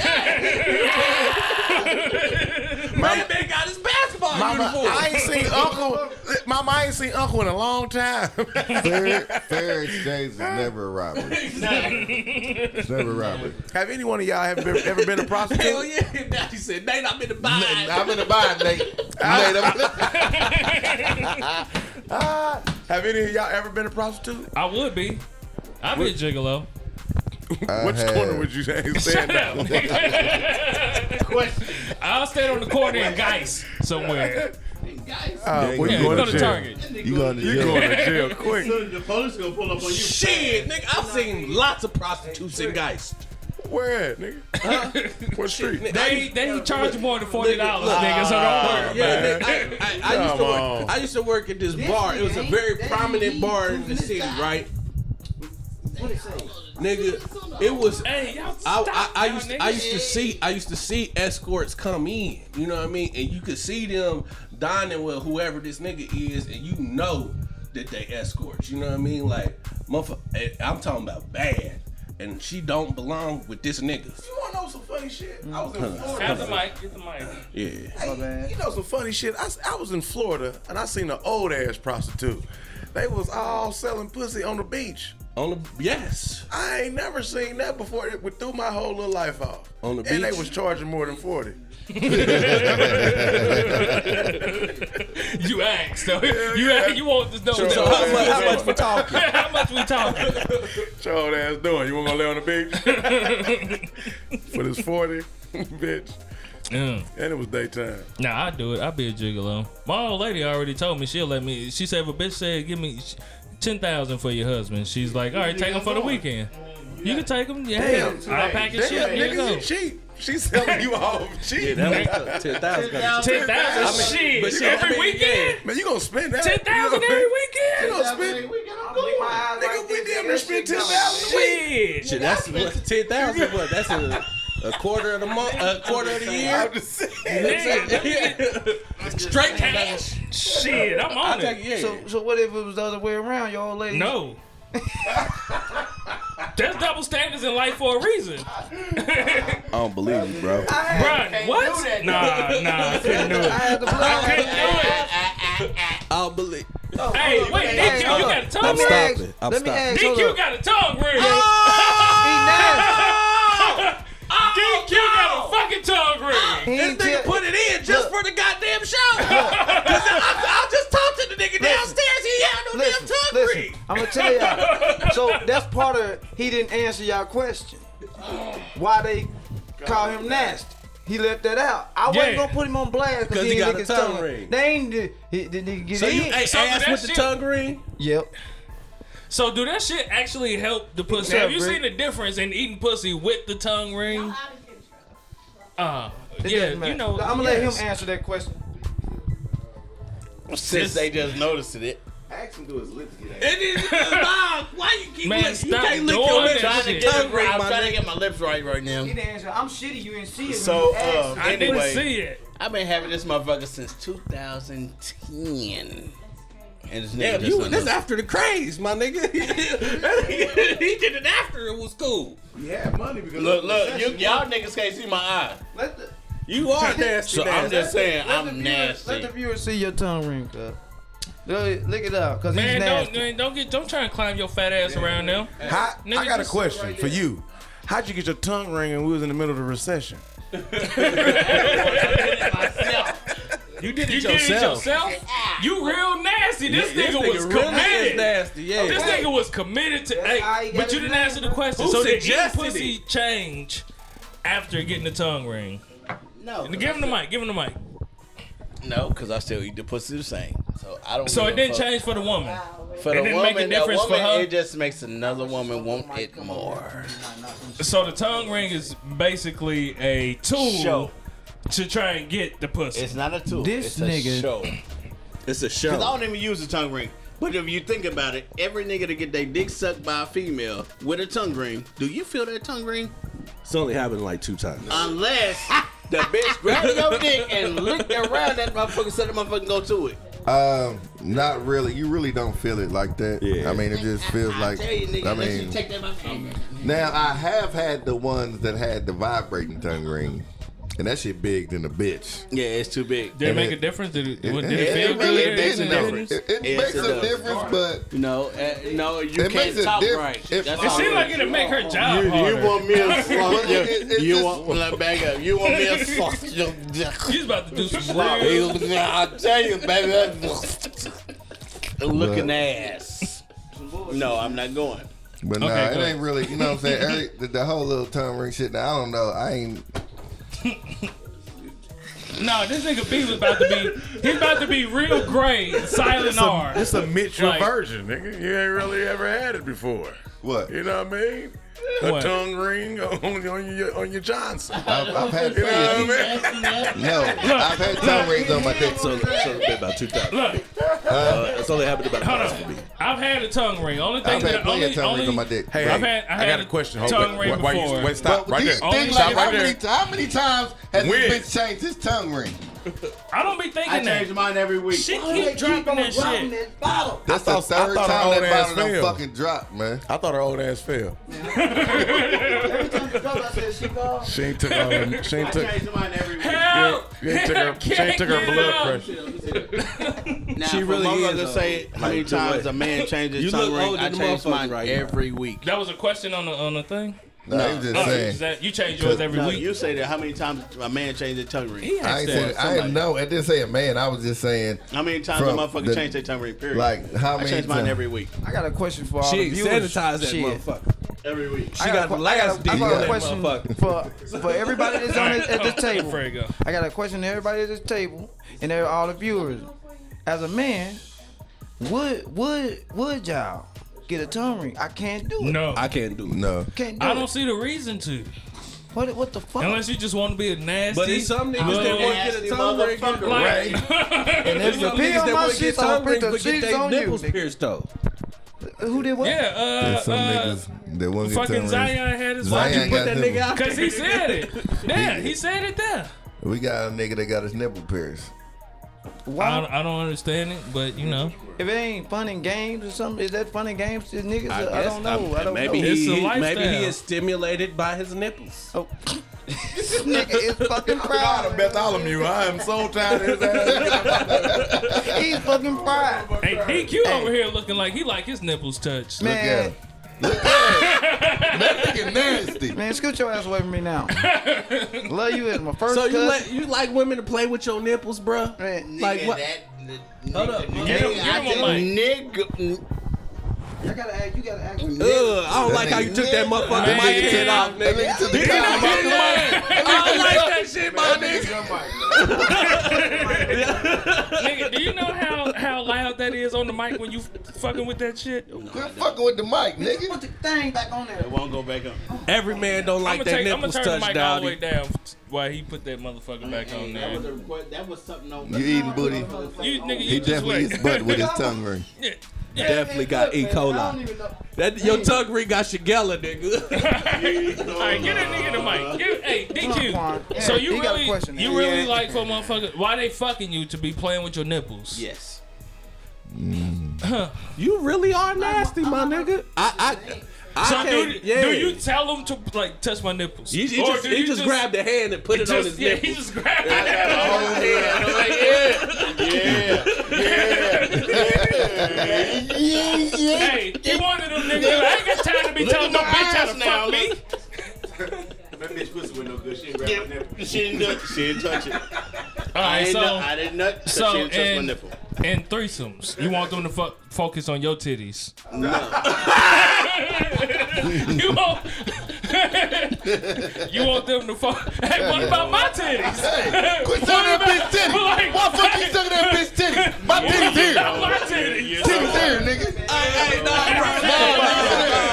Speaker 1: [LAUGHS] Yeah. man, man got his basketball uniform.
Speaker 7: I
Speaker 1: [LAUGHS]
Speaker 7: ain't seen Uncle. Mama, I ain't seen Uncle in a long time.
Speaker 3: [LAUGHS]
Speaker 7: [LAUGHS]
Speaker 3: fair, fair exchange [LAUGHS] is never a robbery. it's never a robbery.
Speaker 7: have any one of y'all have been, ever been a prostitute?
Speaker 1: Hell Oh, yeah. Now she said, Nate, I'm in the bind.
Speaker 3: I'm in the bind, Nate. Nate, I'm in [LAUGHS] the-
Speaker 7: Ah, have any of y'all ever been a prostitute?
Speaker 2: I would be. I'd be a
Speaker 1: [LAUGHS]
Speaker 2: gigolo. [LAUGHS]
Speaker 3: I
Speaker 7: Which
Speaker 3: have.
Speaker 7: corner would you say? Stand out.
Speaker 11: Question.
Speaker 2: I'll stand on the corner in Geist somewhere.
Speaker 11: Guys,
Speaker 7: Uh, well,
Speaker 2: Yeah,
Speaker 7: you going
Speaker 2: go
Speaker 7: to
Speaker 2: to
Speaker 7: jail.
Speaker 2: Target.
Speaker 3: You going to
Speaker 7: You
Speaker 3: jail?
Speaker 7: going to jail quick?
Speaker 11: soon as the police gonna pull up on you.
Speaker 1: Shit, nigga, I've seen lots of prostitutes in Geist.
Speaker 7: [LAUGHS] Where at, nigga? What street?
Speaker 2: They they charge you more than forty dollars, nigga. So
Speaker 1: Yeah,
Speaker 2: don't worry.
Speaker 1: nigga, I, I, I used to
Speaker 7: Come
Speaker 1: work.
Speaker 7: on.
Speaker 1: I used to work at this bar. It was a very prominent bar in the city, right? Nigga, it was.
Speaker 2: Hey, y'all stop.
Speaker 1: I, I, I used
Speaker 2: y'all
Speaker 1: I
Speaker 2: niggas.
Speaker 1: used to see I used to see escorts come in, you know what I mean, and you could see them dining with whoever this nigga is, and you know that they escorts, you know what I mean, like motherfucker, I'm talking about bad, and she don't belong with this nigga.
Speaker 7: You want to know some funny shit? I was in Florida.
Speaker 2: Have the mic. Get the mic.
Speaker 1: Yeah,
Speaker 5: My
Speaker 7: Hey,
Speaker 5: bad.
Speaker 7: you know some funny shit. I, s- I was in Florida and I seen an old ass prostitute. They was all selling pussy on the beach.
Speaker 1: on the yes,
Speaker 7: I ain't never seen that before. It would threw my whole little life off.
Speaker 1: On the
Speaker 7: And they
Speaker 1: beach?
Speaker 7: was charging more than forty.
Speaker 2: [LAUGHS] You asked though. You asked, you want to know
Speaker 7: Sure.
Speaker 1: So
Speaker 2: that-
Speaker 1: how much, how much we
Speaker 2: [LAUGHS]
Speaker 1: talking?
Speaker 2: how much we talking.
Speaker 7: What your old ass doing? You want to lay on the
Speaker 2: [LAUGHS]
Speaker 7: beach for this forty, bitch?
Speaker 2: Mm.
Speaker 7: And it was daytime.
Speaker 2: Nah, I do it. I be a gigolo. My old lady already told me she'll let me. She said if a bitch said give me ten thousand for your husband, she's like, all right, take him for the weekend. You can take him. Yeah,
Speaker 7: Damn,
Speaker 2: I'll pack his shit.
Speaker 7: Damn,
Speaker 2: Here you
Speaker 7: niggas,
Speaker 2: go.
Speaker 7: you cheap. She's
Speaker 2: [LAUGHS]
Speaker 7: selling you all cheap.
Speaker 1: Ten
Speaker 2: Ten
Speaker 1: thousand.
Speaker 2: thousand.
Speaker 1: but
Speaker 2: Shit.
Speaker 1: shit, I
Speaker 2: Every
Speaker 1: mean,
Speaker 2: weekend.
Speaker 7: Man, you gonna spend that?
Speaker 2: Ten thousand
Speaker 7: You gonna- [LAUGHS]
Speaker 2: every
Speaker 7: You
Speaker 2: weekend.
Speaker 7: gonna spend?
Speaker 5: My eyes
Speaker 7: Nigga,
Speaker 5: like
Speaker 7: we
Speaker 5: this,
Speaker 7: damn
Speaker 5: nigga,
Speaker 7: near
Speaker 5: that shit
Speaker 7: spent ten thousand a week.
Speaker 2: Shit.
Speaker 1: Shit, that's what ten thousand. What? That's a, a quarter of the month, a quarter of the year.
Speaker 7: I'm just saying.
Speaker 1: [LAUGHS] Straight cash.
Speaker 2: Shit. I'm
Speaker 1: I
Speaker 2: on it.
Speaker 1: take yeah.
Speaker 5: So, so what if it was the other way around, your old lady?
Speaker 2: No. [LAUGHS] That's double standards in life for a reason.
Speaker 3: I don't believe you, bro.
Speaker 2: Bruh, what? Nah, nah, I couldn't do it.
Speaker 5: I had to blow
Speaker 2: I couldn't do
Speaker 1: I'll believe.
Speaker 2: it. Hey, wait,
Speaker 5: [LAUGHS] Hey,
Speaker 2: DQ, you
Speaker 5: hold
Speaker 2: got a
Speaker 5: up. Let
Speaker 2: tongue
Speaker 5: me
Speaker 2: ring?
Speaker 5: ask.
Speaker 1: I'm
Speaker 5: Let me
Speaker 1: stopping.
Speaker 5: ask. hold
Speaker 2: DQ
Speaker 5: up. Oh,
Speaker 2: got a tongue ring.
Speaker 5: oh,
Speaker 2: DQ got a fucking tongue ring.
Speaker 5: He nasty. He
Speaker 1: This
Speaker 5: ain't
Speaker 1: nigga
Speaker 5: tell-
Speaker 1: put it in just for the goddamn show. [LAUGHS] Cause I, I just talked to the nigga downstairs. He had no
Speaker 5: Listen,
Speaker 1: damn tongue
Speaker 5: listen.
Speaker 1: ring.
Speaker 5: I'm gonna tell y'all. So
Speaker 1: [LAUGHS]
Speaker 5: that's part of. He didn't answer y'all question. Why they call him nasty? He left that out. I wasn't
Speaker 2: Yeah.
Speaker 5: gonna put him on blast because he,
Speaker 1: he
Speaker 5: didn't
Speaker 1: got
Speaker 5: lick
Speaker 1: a
Speaker 5: his
Speaker 1: tongue
Speaker 5: tongue.
Speaker 1: ring.
Speaker 5: They ain't. did- He didn't get
Speaker 1: So
Speaker 5: it.
Speaker 1: you
Speaker 5: in.
Speaker 1: ain't
Speaker 2: So
Speaker 1: ass
Speaker 2: that
Speaker 1: with the
Speaker 2: shit-
Speaker 1: tongue ring?
Speaker 5: Yep.
Speaker 2: So do that shit actually help the pussy?
Speaker 5: Yeah,
Speaker 2: Have you
Speaker 5: bro.
Speaker 2: seen the difference in eating pussy with the tongue ring? Uh, yeah, you know.
Speaker 5: I'm gonna
Speaker 2: yes.
Speaker 5: let him answer that question.
Speaker 4: Since they just noticed it.
Speaker 12: Ask him to his lips get
Speaker 11: It is
Speaker 4: [LAUGHS]
Speaker 11: dog. Why you keep
Speaker 2: Man,
Speaker 11: lick-
Speaker 2: stop
Speaker 11: You can't lick
Speaker 2: doing
Speaker 11: your
Speaker 2: that
Speaker 11: lips.
Speaker 2: shit.
Speaker 11: Trying to get
Speaker 4: I'm
Speaker 11: it right, my
Speaker 4: trying to
Speaker 11: nigga.
Speaker 4: get my lips right right now.
Speaker 5: He didn't answer. I'm shitty. You didn't see it. when
Speaker 4: So,
Speaker 5: you asked.
Speaker 4: uh,
Speaker 2: I didn't
Speaker 4: anyway,
Speaker 2: see it.
Speaker 4: I've been having this motherfucker since 2010. And this nigga
Speaker 1: Damn,
Speaker 4: just
Speaker 1: you
Speaker 4: done
Speaker 1: that's
Speaker 4: noticed.
Speaker 1: after the craze, my [LAUGHS] nigga. he did it after it was cool.
Speaker 12: You have money because
Speaker 4: Look, look, you, y'all niggas can't see my eye.
Speaker 5: let the,
Speaker 1: You are nasty.
Speaker 4: So I'm
Speaker 1: nasty.
Speaker 4: just saying,
Speaker 5: let the
Speaker 4: I'm
Speaker 5: viewers, let
Speaker 4: nasty.
Speaker 5: the viewers see your tongue ring, cuz. Look, look it up, cause he's
Speaker 2: Man, don't,
Speaker 5: nasty.
Speaker 2: man, don't get, don't try and climb your fat ass around them.
Speaker 7: How, I
Speaker 2: Nigga,
Speaker 7: got a
Speaker 2: just
Speaker 7: question for you. How'd you get your tongue ringing? when We was in the middle of the recession.
Speaker 2: You did it
Speaker 6: yourself.
Speaker 2: You real nasty. This nigga was
Speaker 1: really is
Speaker 2: committed.
Speaker 1: nasty. Yeah.
Speaker 2: This nigga was committed to.
Speaker 5: That's how
Speaker 2: Hey,
Speaker 5: you gotta
Speaker 2: but you
Speaker 5: do
Speaker 2: didn't
Speaker 5: that,
Speaker 2: answer the
Speaker 5: bro.
Speaker 2: question.
Speaker 1: Who
Speaker 2: so did your
Speaker 1: suggested
Speaker 2: pussy change after getting the tongue ring?
Speaker 4: No,
Speaker 2: Give him the mic. Give him the mic.
Speaker 4: no, because I still eat the pussy the same. So I don't.
Speaker 2: So
Speaker 4: give
Speaker 2: it
Speaker 4: a
Speaker 2: didn't
Speaker 4: fuck.
Speaker 2: change for the woman.
Speaker 4: for
Speaker 2: it
Speaker 4: the
Speaker 2: didn't
Speaker 4: woman.
Speaker 2: make a
Speaker 4: that
Speaker 2: difference for
Speaker 4: woman,
Speaker 2: her?
Speaker 4: It just makes another woman want it more.
Speaker 2: So the tongue ring is basically a tool
Speaker 4: Show.
Speaker 2: to try and get the pussy.
Speaker 4: It's not a tool.
Speaker 5: This
Speaker 4: it's a
Speaker 5: nigga-
Speaker 4: Show.
Speaker 1: It's a
Speaker 4: Cause I
Speaker 1: show.
Speaker 4: don't even use a tongue ring. But if you think about it, every nigga to get their dick sucked by a female with a tongue ring, do you feel that tongue ring?
Speaker 1: It's only happened like two times.
Speaker 4: Unless the bitch grab your dick and lick around that motherfucker so that motherfucker go to it.
Speaker 3: Um, not really. You really don't feel it like that.
Speaker 1: Yeah.
Speaker 3: I mean, it just feels like.
Speaker 4: I tell you, nigga,
Speaker 3: I
Speaker 4: unless you
Speaker 3: mean,
Speaker 4: take that motherfucker.
Speaker 3: now I have had the ones that had the vibrating tongue ring, and that shit big than a bitch.
Speaker 4: Yeah, it's too big.
Speaker 2: Did it
Speaker 3: And
Speaker 2: make
Speaker 3: it-
Speaker 2: a difference? Did it, what-
Speaker 3: It-
Speaker 2: did it
Speaker 3: it-
Speaker 2: feel
Speaker 3: it
Speaker 2: good?
Speaker 3: really
Speaker 2: Is
Speaker 3: makes
Speaker 2: it
Speaker 3: a
Speaker 2: difference?
Speaker 3: difference. It, it
Speaker 4: Yes,
Speaker 3: makes
Speaker 4: it
Speaker 3: a
Speaker 4: does.
Speaker 3: difference, but
Speaker 4: No, uh, no, you
Speaker 3: It
Speaker 4: can't
Speaker 3: makes a
Speaker 4: talk
Speaker 3: diff-
Speaker 4: right.
Speaker 3: it-
Speaker 4: That's
Speaker 3: it
Speaker 4: all
Speaker 2: It seemed
Speaker 4: is.
Speaker 2: like it'll make her job
Speaker 4: You,
Speaker 2: harder.
Speaker 4: you want me to
Speaker 3: Well,
Speaker 4: fuck
Speaker 3: it- it-
Speaker 4: your,
Speaker 3: it's
Speaker 4: you
Speaker 3: just-
Speaker 4: want let back up. You want me
Speaker 2: [LAUGHS]
Speaker 4: to fuck your dick.
Speaker 2: She's about to do some real.
Speaker 4: I tell you, baby, that's looking
Speaker 3: But-
Speaker 4: ass. No, I'm not going.
Speaker 3: but nah,
Speaker 2: Okay,
Speaker 3: it
Speaker 2: go
Speaker 3: ain't really. You know what I'm saying? Every, the, the whole little tongue ring shit. Now I don't know. I ain't.
Speaker 2: No, this nigga B was about to be. He's about to be real gray, and silent R.
Speaker 7: It's a mixture
Speaker 2: Like-
Speaker 7: version, nigga. You ain't really ever had it before.
Speaker 3: What?
Speaker 7: You know what I mean? A
Speaker 2: What?
Speaker 7: tongue ring on, on your on your Johnson.
Speaker 3: I've, I've had.
Speaker 7: You know what I
Speaker 2: [LAUGHS]
Speaker 7: mean?
Speaker 3: No, I've had tongue rings on my dick.
Speaker 1: So, so about two times.
Speaker 2: Look,
Speaker 1: That's only happened about
Speaker 2: hold on. I've had a tongue ring. Only thing
Speaker 3: I've
Speaker 2: that
Speaker 3: had plenty
Speaker 2: only,
Speaker 3: of tongue
Speaker 2: only
Speaker 3: rings on my dick.
Speaker 7: Hey,
Speaker 2: I've
Speaker 7: hey,
Speaker 2: had- I
Speaker 7: I,
Speaker 2: had
Speaker 7: got a question. Hold
Speaker 2: tongue
Speaker 7: on.
Speaker 2: ring
Speaker 7: Why- why you-
Speaker 2: before.
Speaker 7: wait, stop
Speaker 3: But
Speaker 7: right
Speaker 3: do
Speaker 7: there.
Speaker 3: you think
Speaker 2: Stop
Speaker 3: like
Speaker 2: right
Speaker 3: how
Speaker 2: there.
Speaker 3: many how many times has
Speaker 7: When?
Speaker 3: this bitch changed his tongue ring?
Speaker 2: I don't be
Speaker 4: I
Speaker 2: thinking
Speaker 4: change
Speaker 2: that.
Speaker 4: mine every week.
Speaker 2: She
Speaker 5: Why they
Speaker 2: keep dropping
Speaker 5: on
Speaker 2: that shit.
Speaker 5: dropping that bottle?
Speaker 3: That's
Speaker 7: I thought-
Speaker 3: the
Speaker 7: I
Speaker 3: third
Speaker 7: thought
Speaker 3: time
Speaker 7: old
Speaker 3: that
Speaker 7: ass
Speaker 3: bottle done
Speaker 7: failed.
Speaker 3: fucking dropped, man.
Speaker 7: I thought her old ass fell.
Speaker 5: [LAUGHS] Every time she goes, I said she goes.
Speaker 7: She ain't took. Um, she ain't
Speaker 4: I
Speaker 7: took.
Speaker 4: change mine every week.
Speaker 2: Help!
Speaker 7: She ain't took her. She ain't took her blood pressure.
Speaker 4: Now,
Speaker 1: She
Speaker 4: for
Speaker 1: really
Speaker 4: my
Speaker 1: is,
Speaker 4: mother
Speaker 1: though.
Speaker 4: say how many
Speaker 1: Like, the
Speaker 4: times
Speaker 1: way-
Speaker 4: a man changes
Speaker 1: You
Speaker 4: his tongue
Speaker 1: look
Speaker 4: ring,
Speaker 1: older
Speaker 4: I
Speaker 1: than
Speaker 4: change
Speaker 1: motherfucker
Speaker 4: mine
Speaker 1: right now.
Speaker 4: every week.
Speaker 2: That was a question on the on the thing.
Speaker 3: No, I'm just
Speaker 2: Oh,
Speaker 3: saying.
Speaker 2: is that- you change yours every
Speaker 4: No,
Speaker 2: week.
Speaker 4: you say that how many times a man changed his tongue ring?
Speaker 2: He
Speaker 3: I
Speaker 2: asked
Speaker 3: ain't
Speaker 2: that.
Speaker 3: saying, I ain't know. I didn't say a man. I was just saying,
Speaker 4: How many times a
Speaker 3: From
Speaker 4: motherfucker
Speaker 3: the-
Speaker 4: changed their tongue ring? Period.
Speaker 3: like, how
Speaker 4: I
Speaker 3: many
Speaker 4: change mine
Speaker 3: times?
Speaker 4: every week.
Speaker 5: I got a question for all
Speaker 1: She
Speaker 5: the viewers.
Speaker 1: sanitized that
Speaker 5: Shit.
Speaker 1: motherfucker.
Speaker 4: Every week.
Speaker 1: She
Speaker 5: I
Speaker 1: got
Speaker 5: got,
Speaker 1: the
Speaker 5: a, I
Speaker 1: last
Speaker 5: got, a, I
Speaker 1: dick
Speaker 5: got a
Speaker 1: that
Speaker 5: question
Speaker 1: motherfucker.
Speaker 5: for, for everybody that's on this,
Speaker 1: [LAUGHS]
Speaker 5: at
Speaker 2: [LAUGHS]
Speaker 5: this table.
Speaker 2: There you go.
Speaker 5: I got a question to everybody at this table and they're all the viewers. As a man, would would would y'all get a tongue ring? I can't do it.
Speaker 2: No,
Speaker 1: I can't do it.
Speaker 3: No.
Speaker 5: can't do
Speaker 2: I
Speaker 5: it.
Speaker 2: don't see the reason to.
Speaker 5: What what the fuck?
Speaker 2: Unless you just want to be a nasty.
Speaker 1: But it's some niggas that
Speaker 2: little-
Speaker 1: want to get a tongue ring.
Speaker 2: like,
Speaker 1: And there's some
Speaker 5: Pee
Speaker 1: niggas that
Speaker 5: on my
Speaker 1: want to get
Speaker 5: sheets, I'll
Speaker 1: tongue
Speaker 5: put
Speaker 1: rings
Speaker 5: the
Speaker 1: but get
Speaker 5: sheets
Speaker 1: their
Speaker 5: on you,
Speaker 1: nipples
Speaker 5: nigga.
Speaker 1: pierced though.
Speaker 5: Who did what?
Speaker 2: yeah, uh,
Speaker 3: There's some
Speaker 2: uh,
Speaker 3: niggas that won't get tongue
Speaker 2: fucking
Speaker 3: rings.
Speaker 2: Zion had his
Speaker 3: Zion
Speaker 2: fucking.
Speaker 3: got
Speaker 1: That
Speaker 3: nipple.
Speaker 1: nigga out
Speaker 2: Cause he said [LAUGHS] it. Yeah, he said it there.
Speaker 3: We got a nigga that got his nipple pierced.
Speaker 2: I
Speaker 5: Why?
Speaker 2: don't, I don't understand it, but you know,
Speaker 5: If it ain't fun and games or something, is that fun and games to niggas? I,
Speaker 1: guess,
Speaker 5: don't know. I, don't
Speaker 1: maybe
Speaker 5: know.
Speaker 2: It's
Speaker 1: He,
Speaker 2: a
Speaker 1: he- maybe
Speaker 2: lifestyle.
Speaker 1: he is stimulated by his nipples.
Speaker 5: Oh. [LAUGHS] this nigga is fucking
Speaker 7: God,
Speaker 5: proud.
Speaker 7: Bartholomew, I am so tired of his ass.
Speaker 5: He's fucking proud.
Speaker 2: hey DQ over here looking like he like his nipples touched.
Speaker 3: Look at
Speaker 5: Man,
Speaker 3: him. Look at him. That nigga nasty.
Speaker 5: man, scoot your ass away from
Speaker 1: [LAUGHS]
Speaker 5: me now. Love you as my first
Speaker 1: So you
Speaker 5: cousin.
Speaker 1: let you like women to play with your nipples, bruh?
Speaker 5: Man,
Speaker 1: Like what? Hold up.
Speaker 2: Get him, get him a mic.
Speaker 4: Nigga,
Speaker 5: I gotta ask, you gotta ask me.
Speaker 1: Ugh, I don't
Speaker 3: That
Speaker 1: like how you
Speaker 3: nigga-
Speaker 1: took that motherfucking
Speaker 2: Man.
Speaker 1: mic shit off,
Speaker 3: That
Speaker 1: nigga.
Speaker 3: nigga took the
Speaker 2: I
Speaker 3: cock.
Speaker 2: don't like that shit, my
Speaker 11: [LAUGHS]
Speaker 2: nigga.
Speaker 3: That nigga-
Speaker 2: Nigga, do you know how how loud that is on the mic when you fucking with that shit?
Speaker 3: Quit fucking with the mic, nigga.
Speaker 5: Put the thing back on there.
Speaker 4: It won't go back up.
Speaker 1: Every man don't like
Speaker 2: I'ma
Speaker 1: that
Speaker 2: take- I'ma
Speaker 1: nipples
Speaker 2: turn
Speaker 1: touch
Speaker 2: the mic all
Speaker 1: down.
Speaker 2: the way down while he put that motherfucker back
Speaker 11: Hey,
Speaker 2: on
Speaker 11: that
Speaker 2: there.
Speaker 11: was a request- that was something on
Speaker 3: You eating booty?
Speaker 2: You nigga, you
Speaker 3: He
Speaker 2: just
Speaker 3: definitely
Speaker 2: wait.
Speaker 3: is butt with his tongue ring.
Speaker 1: Definitely got E. coli. That your tongue ring got Shigella, nigga.
Speaker 2: All right, get that nigga
Speaker 5: Uh,
Speaker 2: the mic. Give, hey,
Speaker 5: Quan.
Speaker 2: DQ.
Speaker 5: Yeah,
Speaker 2: so you
Speaker 5: he got a
Speaker 2: really,
Speaker 5: question.
Speaker 2: you really
Speaker 5: Yeah.
Speaker 2: like for a motherfucker? Why they fucking you to be playing with your nipples?
Speaker 11: Yes.
Speaker 1: you really are nasty, my nigga. I I, I
Speaker 2: So do,
Speaker 1: can't, yeah.
Speaker 2: do you tell them to like touch my nipples?
Speaker 1: You, you
Speaker 2: Or
Speaker 1: just,
Speaker 2: do
Speaker 1: he
Speaker 2: you
Speaker 1: just grabbed the hand and put it on
Speaker 2: just-
Speaker 1: his
Speaker 2: yeah,
Speaker 1: neck.
Speaker 2: he just grabbed
Speaker 1: [LAUGHS]
Speaker 2: it.
Speaker 3: [LAUGHS]
Speaker 2: Hey, he wanted them niggas. I ain't got time to be telling no bitch how to fuck me.
Speaker 11: [LAUGHS]
Speaker 6: That bitch pussy was no good. She ain't grabbing that.
Speaker 4: She didn't, do- she didn't touch it.
Speaker 2: All
Speaker 4: I,
Speaker 2: right,
Speaker 4: ain't nu-
Speaker 2: so
Speaker 4: I didn't nut. So
Speaker 2: so
Speaker 4: she didn't touch
Speaker 2: and-
Speaker 4: my nipple.
Speaker 2: and threesomes, you want them to fuck, focus on your titties. [LAUGHS] you want [LAUGHS] you want them to fuck. Hey, what about my titties?
Speaker 3: Hey, quit
Speaker 2: [LAUGHS] What
Speaker 3: sucking that
Speaker 2: about-
Speaker 3: bitch titty.
Speaker 2: Like,
Speaker 3: Why the fuck you sucking that bitch titty? My
Speaker 2: [LAUGHS]
Speaker 3: titty's
Speaker 2: what
Speaker 3: here.
Speaker 2: about my titties?
Speaker 3: Titty's here, nigga.
Speaker 1: Hey, nah,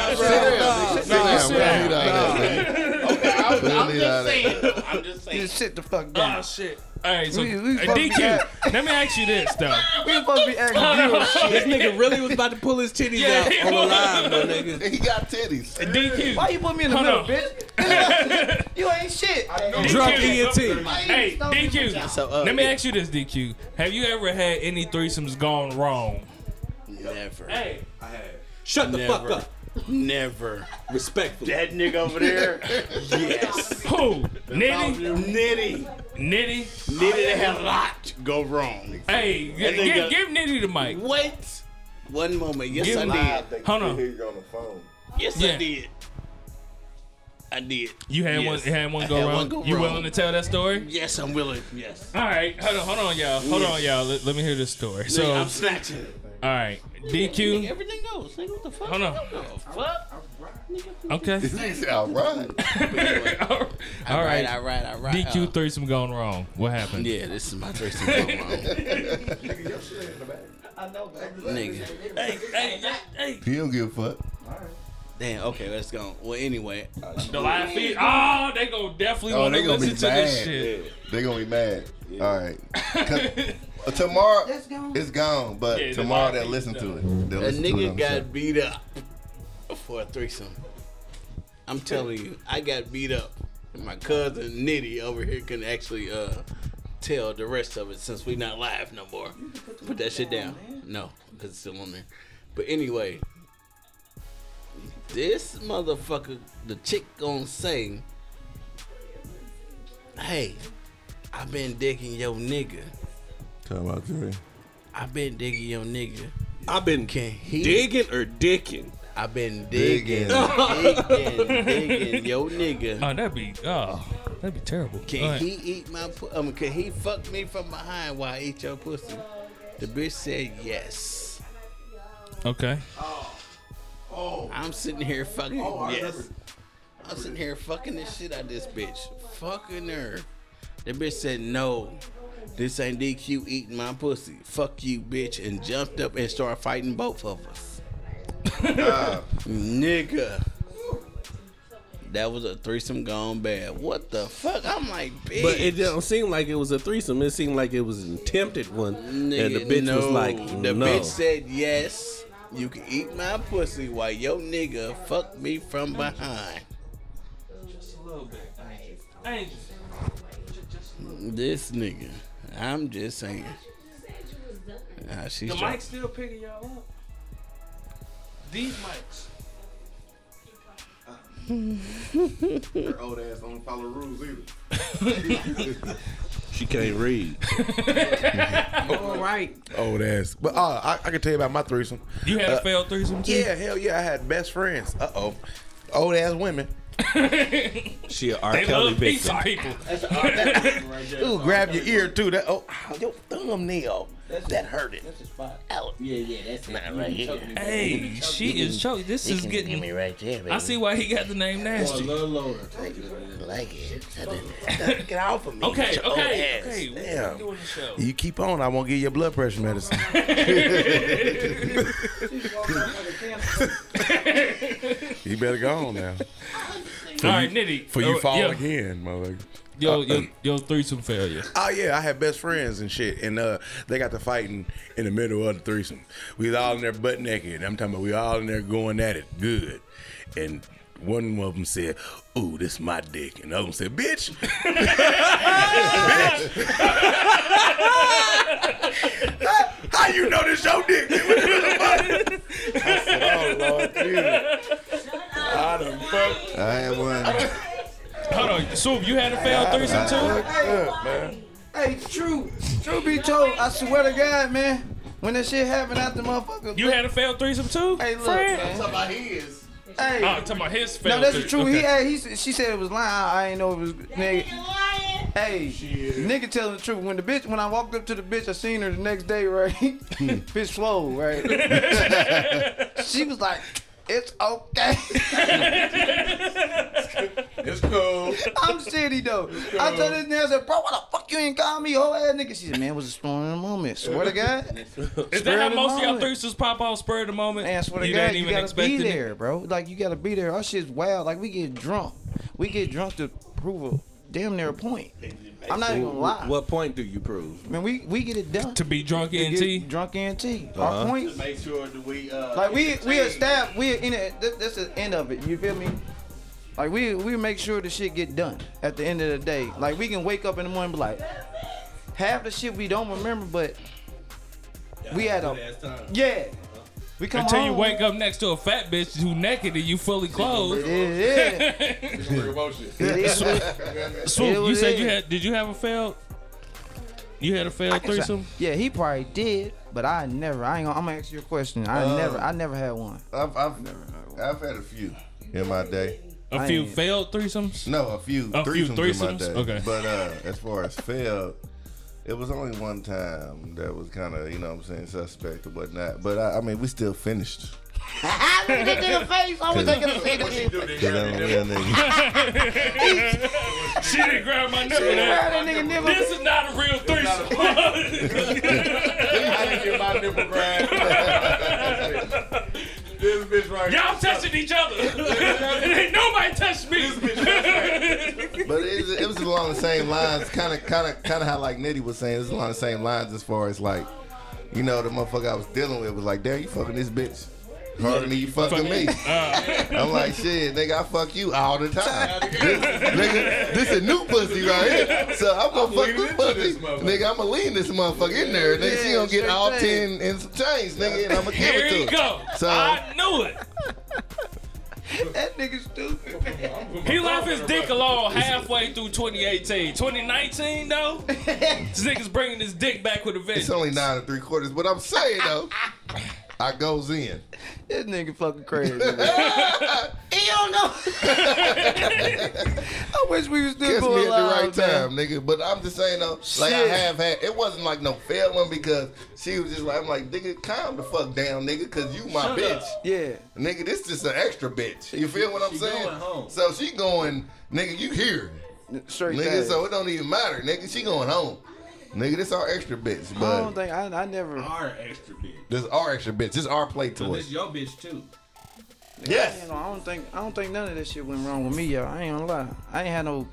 Speaker 2: [LAUGHS]
Speaker 1: bro.
Speaker 3: Sit down. Sit down. Sit down.
Speaker 4: I'm, I'm
Speaker 3: leave
Speaker 4: just
Speaker 3: that
Speaker 4: saying. though.
Speaker 3: [LAUGHS]
Speaker 4: I'm just saying.
Speaker 5: Just sit the fuck
Speaker 2: Oh
Speaker 5: down.
Speaker 2: shit! All right, so
Speaker 5: We- we
Speaker 2: hey,
Speaker 5: fuck
Speaker 2: DQ. Let me ask you this though.
Speaker 5: we ain't supposed to be acting real.
Speaker 1: This nigga really was about to pull his titties
Speaker 2: Yeah, he
Speaker 1: out on the
Speaker 2: was.
Speaker 1: line, my nigga.
Speaker 3: He got titties.
Speaker 2: DQ.
Speaker 5: Why you put me in the
Speaker 2: Hold
Speaker 5: middle,
Speaker 2: on.
Speaker 5: bitch?
Speaker 1: [LAUGHS]
Speaker 5: you ain't shit.
Speaker 1: Drunk
Speaker 2: DQ.
Speaker 1: ENT.
Speaker 2: Hey, DQ.
Speaker 3: uh,
Speaker 2: Let me ask you this, DQ. Have you ever had any threesomes gone wrong?
Speaker 4: Never.
Speaker 2: Hey,
Speaker 1: Shut the fuck up.
Speaker 4: Never.
Speaker 1: Respectfully.
Speaker 4: That nigga over there. [LAUGHS] yes.
Speaker 2: who? Nitty,
Speaker 4: Nitty.
Speaker 2: Nitty.
Speaker 4: Nitty that had a lot go wrong.
Speaker 2: Hey, g-
Speaker 4: That
Speaker 2: give,
Speaker 4: nigga-
Speaker 2: give Nitty the mic.
Speaker 4: Wait. One moment. Yes,
Speaker 2: Give
Speaker 4: I
Speaker 2: me-
Speaker 4: did.
Speaker 2: Hold on.
Speaker 3: you on the phone.
Speaker 4: Yes,
Speaker 2: Yeah.
Speaker 4: I did. I did.
Speaker 2: You had
Speaker 4: Yes.
Speaker 2: one, had one go
Speaker 4: I had
Speaker 2: wrong.
Speaker 4: one go
Speaker 2: you
Speaker 4: wrong.
Speaker 2: willing to tell that story?
Speaker 4: Yes, I'm willing. Yes.
Speaker 2: All right, hold on, hold on, y'all, hold on, y'all. Let, let me hear this story. So,
Speaker 4: Nigga, I'm
Speaker 2: all
Speaker 4: snatching.
Speaker 2: right,
Speaker 4: Nigga,
Speaker 2: DQ.
Speaker 4: everything goes. Nigga, what the fuck?
Speaker 2: Hold on.
Speaker 4: What the fuck?
Speaker 2: Okay.
Speaker 4: [LAUGHS]
Speaker 3: This nigga said, all [LAUGHS] right.
Speaker 2: all right.
Speaker 4: All right, all right.
Speaker 2: DQ threesome gone wrong. What happened?
Speaker 4: Yeah, this is my threesome going on. Nigga. Hey, hey, hey, hey.
Speaker 3: He don't give a fuck.
Speaker 4: Damn, okay, let's go. Well, anyway.
Speaker 2: The live feed. Oh, they gonna definitely
Speaker 3: Oh,
Speaker 2: want
Speaker 3: they
Speaker 2: to
Speaker 3: gonna
Speaker 2: listen
Speaker 3: be
Speaker 2: to this
Speaker 3: mad.
Speaker 2: shit.
Speaker 3: They gonna be mad. All
Speaker 2: [LAUGHS]
Speaker 3: right. 'Cause- uh, tomorrow, it's gone. But
Speaker 2: Yeah,
Speaker 3: tomorrow
Speaker 2: the-
Speaker 3: they'll listen to it. They'll
Speaker 4: A
Speaker 3: listen to it
Speaker 4: nigga
Speaker 3: on the show.
Speaker 4: got beat up for a threesome. I'm telling you, I got beat up. And my cousin Nitty over here can actually uh, tell the rest of it since we not live no more. Put that shit down. No, because it's still on there. But anyway, this motherfucker, the chick gonna say, hey, I've been digging your nigga.
Speaker 3: Talking about Dre.
Speaker 4: I've been digging your nigga.
Speaker 1: I've been
Speaker 4: Can he
Speaker 1: digging or dicking.
Speaker 4: I've been
Speaker 3: Digging.
Speaker 4: digging, digging, digging, yo nigga.
Speaker 2: Oh, that'd be oh, that'd be terrible.
Speaker 4: Can
Speaker 2: All right.
Speaker 4: he eat my? Pu- I mean, can he fuck me from behind while I eat your pussy? The bitch said yes.
Speaker 2: Okay.
Speaker 4: I'm sitting here fucking yes. I'm sitting here fucking the shit out of this bitch, fucking her. The bitch said no. This ain't DQ eating my pussy. Fuck you, bitch, and jumped up and started fighting both of us. Nigga. That was a threesome gone bad. What the fuck? I'm like, bitch.
Speaker 1: But it don't seem like it was a threesome. It seemed like it was an attempted one. and the
Speaker 4: Nigga,
Speaker 1: bitch was
Speaker 4: no.
Speaker 1: like,
Speaker 4: the
Speaker 1: no.
Speaker 4: bitch said yes. You can eat my pussy while your nigga fuck me from behind. This nigga, I'm just saying. Nah, she's
Speaker 2: The
Speaker 4: trying-
Speaker 2: mic's still picking y'all up. These mics.
Speaker 12: Her old ass don't follow rules either.
Speaker 2: [LAUGHS]
Speaker 1: She can't read.
Speaker 5: All right.
Speaker 12: Old ass. But uh, I, I can tell you about my threesome.
Speaker 2: You had
Speaker 7: Uh,
Speaker 2: a failed threesome too?
Speaker 12: Yeah, hell yeah. I had best friends. Uh oh. Old ass women.
Speaker 1: She a R.
Speaker 2: They
Speaker 1: Kelly
Speaker 2: love pizza
Speaker 1: victim.
Speaker 2: people.
Speaker 12: Ooh, grab your ear too. That oh, ow, yo, thumb.
Speaker 7: dumb, Neil. ah, that hurt it.
Speaker 11: That's a spot.
Speaker 7: Out.
Speaker 11: Yeah, yeah, that's it.
Speaker 7: Not
Speaker 11: You
Speaker 7: right
Speaker 11: choking
Speaker 7: here.
Speaker 11: it.
Speaker 2: Hey, she is choked. This
Speaker 7: You
Speaker 2: is
Speaker 7: can
Speaker 2: getting
Speaker 7: give me right there,
Speaker 2: I
Speaker 7: baby.
Speaker 2: see why he got the name
Speaker 11: Or a
Speaker 2: nasty.
Speaker 11: little lower.
Speaker 7: Like it. Get off of me.
Speaker 2: Okay,
Speaker 7: your old
Speaker 2: okay,
Speaker 7: ass.
Speaker 2: okay. What
Speaker 7: Damn.
Speaker 2: are we doing the show?
Speaker 7: You keep on. I won't give you blood pressure medicine. [LAUGHS] you better go on now.
Speaker 2: All right, Nitty.
Speaker 7: For you
Speaker 2: Yo,
Speaker 7: fall
Speaker 2: yo,
Speaker 7: again, motherfucker.
Speaker 2: Yo, yo, yo, threesome failure.
Speaker 7: Oh yeah, I had best friends and shit, and uh, they got to fighting in the middle of the threesome. We was all in there butt naked. I'm talking about we all in there going at it good, and one of them said, "Ooh, this my dick," and the other one said, "Bitch, [LAUGHS] bitch." [LAUGHS] How you know this your dick? I said, "Oh Lord, Jesus." I done fucked
Speaker 3: I had
Speaker 4: [LAUGHS]
Speaker 3: one.
Speaker 2: Hold on, Soup, you had a failed threesome too?
Speaker 7: up, man.
Speaker 5: Hey, true, true be told, I swear to God, man, when that shit happened after motherfucker.
Speaker 2: You had a failed threesome too?
Speaker 5: Hey, look,
Speaker 2: Fred?
Speaker 5: man.
Speaker 12: about his.
Speaker 5: Hey,
Speaker 2: Oh, I'm talking about his failed
Speaker 5: no, that's the
Speaker 2: threesome.
Speaker 5: truth. He,
Speaker 2: Okay.
Speaker 5: hey, he, said- she said it was lying. I ain't know it was nigga. Hey, nigga telling the truth. When the bitch, when I walked up to the bitch, I seen her the next day, right? [LAUGHS] bitch swole,
Speaker 2: [LAUGHS]
Speaker 5: right? she was like, "It's okay." [LAUGHS]
Speaker 12: It's cool.
Speaker 5: I'm shitty though. I told this nigga, I said, "Bro, why the fuck you ain't call me, whole ass nigga?" She said, "Man, it was a storm in the moment. Swear to God,
Speaker 2: Is that how
Speaker 5: the
Speaker 2: most of y'all
Speaker 5: moment.
Speaker 2: threesomes pop off spur of the moment?
Speaker 5: man, swear to
Speaker 2: you
Speaker 5: God,
Speaker 2: ain't
Speaker 5: you
Speaker 2: even
Speaker 5: gotta be
Speaker 2: expecting it.
Speaker 5: there, bro. Like you gotta be there. Our shit's wild. Like we get drunk, we get drunk to prove a damn near point. I'm not even gonna lie.
Speaker 1: What point do you prove?
Speaker 5: Man, we we get it done.
Speaker 2: To be drunk
Speaker 5: We
Speaker 2: and
Speaker 5: get
Speaker 2: tea?
Speaker 5: drunk and tea. Our point.
Speaker 12: Make sure that we uh,
Speaker 5: Like we we a staff. We in it. This, this is the end of it. You feel me? Like we we make sure the shit get done at the end of the day. Like we can wake up in the morning, and be like, half the shit we don't remember, but we had a yeah. We come
Speaker 2: Until
Speaker 5: home.
Speaker 2: you wake up next to a fat bitch who naked and you fully
Speaker 5: It
Speaker 2: clothed.
Speaker 5: is. It is.
Speaker 2: Swoop,
Speaker 5: It
Speaker 2: you
Speaker 5: was
Speaker 2: said you
Speaker 5: it.
Speaker 2: had. Did you have a failed? You had a failed threesome.
Speaker 5: Yeah, he probably did, but I never. I ain't. Gonna, I'm gonna ask you a question. I
Speaker 3: Uh,
Speaker 5: never. I never had one.
Speaker 3: I've, I've never. I've had a few in my day.
Speaker 2: A
Speaker 5: I
Speaker 2: few
Speaker 5: ain't.
Speaker 2: failed threesomes.
Speaker 3: No, a few
Speaker 2: A few
Speaker 3: threesomes, in
Speaker 2: threesomes?
Speaker 3: my day.
Speaker 2: Okay.
Speaker 3: But uh, as far as failed, it was only one time that was kind of, you know what I'm saying, suspect or whatnot. But I, I mean, we still finished.
Speaker 11: I looked at your face. I was thinking the same thing.
Speaker 3: 'Cause I'm a real nigga.
Speaker 2: She didn't grab my nipple. there.
Speaker 5: That nigga never.
Speaker 2: This is not a real threesome.
Speaker 12: I didn't get my nipple grab. this bitch right
Speaker 2: Y'all touching each other. it [LAUGHS] ain't nobody touched me.
Speaker 3: But it, was- it was along the same lines, kind of, kind of, kind of how like Nitty was saying. It was along the same lines as far as like, you know, the motherfucker I was dealing with was like, damn, you fucking this bitch harder than you fucking me. [LAUGHS] I'm like, shit, nigga, I fuck you all the time. This, nigga, this is new pussy right here. So I'm gonna fuck this pussy. nigga, I'm gonna lean this motherfucker in there. Nigga, she
Speaker 5: Yeah,
Speaker 3: gonna get
Speaker 5: sure
Speaker 3: all
Speaker 5: thing.
Speaker 3: 10 and some change, nigga, and I'm gonna give
Speaker 2: Here
Speaker 3: it to
Speaker 2: you
Speaker 3: her.
Speaker 2: go.
Speaker 3: So-
Speaker 2: I knew it.
Speaker 5: That nigga stupid. man.
Speaker 2: He left his dick alone halfway through 2018. 2019 though, this nigga's bringing his dick back with a
Speaker 3: It's
Speaker 2: vengeance.
Speaker 3: only nine and three quarters. But I'm saying though, I goes in.
Speaker 5: This nigga fucking crazy. man.
Speaker 11: He don't know.
Speaker 5: [LAUGHS] I wish we was still
Speaker 3: Kiss me
Speaker 5: going
Speaker 3: at the right
Speaker 5: live, man.
Speaker 3: time, nigga. But I'm just saying though, like I
Speaker 5: Shit.
Speaker 3: have had. It wasn't like no fair one because she was just like, I'm like, nigga, calm the fuck down, nigga, because you my bitch.
Speaker 5: Yeah.
Speaker 3: Nigga, this just an extra bitch. You feel what I'm saying?
Speaker 11: going home.
Speaker 3: So she going, nigga, you here.
Speaker 5: Straight
Speaker 3: Nigga,
Speaker 5: nigga,
Speaker 3: so it don't even matter. Nigga, she going home. Nigga, this our extra bitch,
Speaker 5: I don't
Speaker 3: but
Speaker 5: think I, I never.
Speaker 11: Our extra bitch.
Speaker 3: this our extra bitch. This our play
Speaker 11: So
Speaker 3: toy.
Speaker 11: this your bitch too.
Speaker 5: You
Speaker 3: Yes.
Speaker 5: know, I don't think I don't think none of that shit went wrong with me, y'all. I ain't gonna lie. I ain't had no.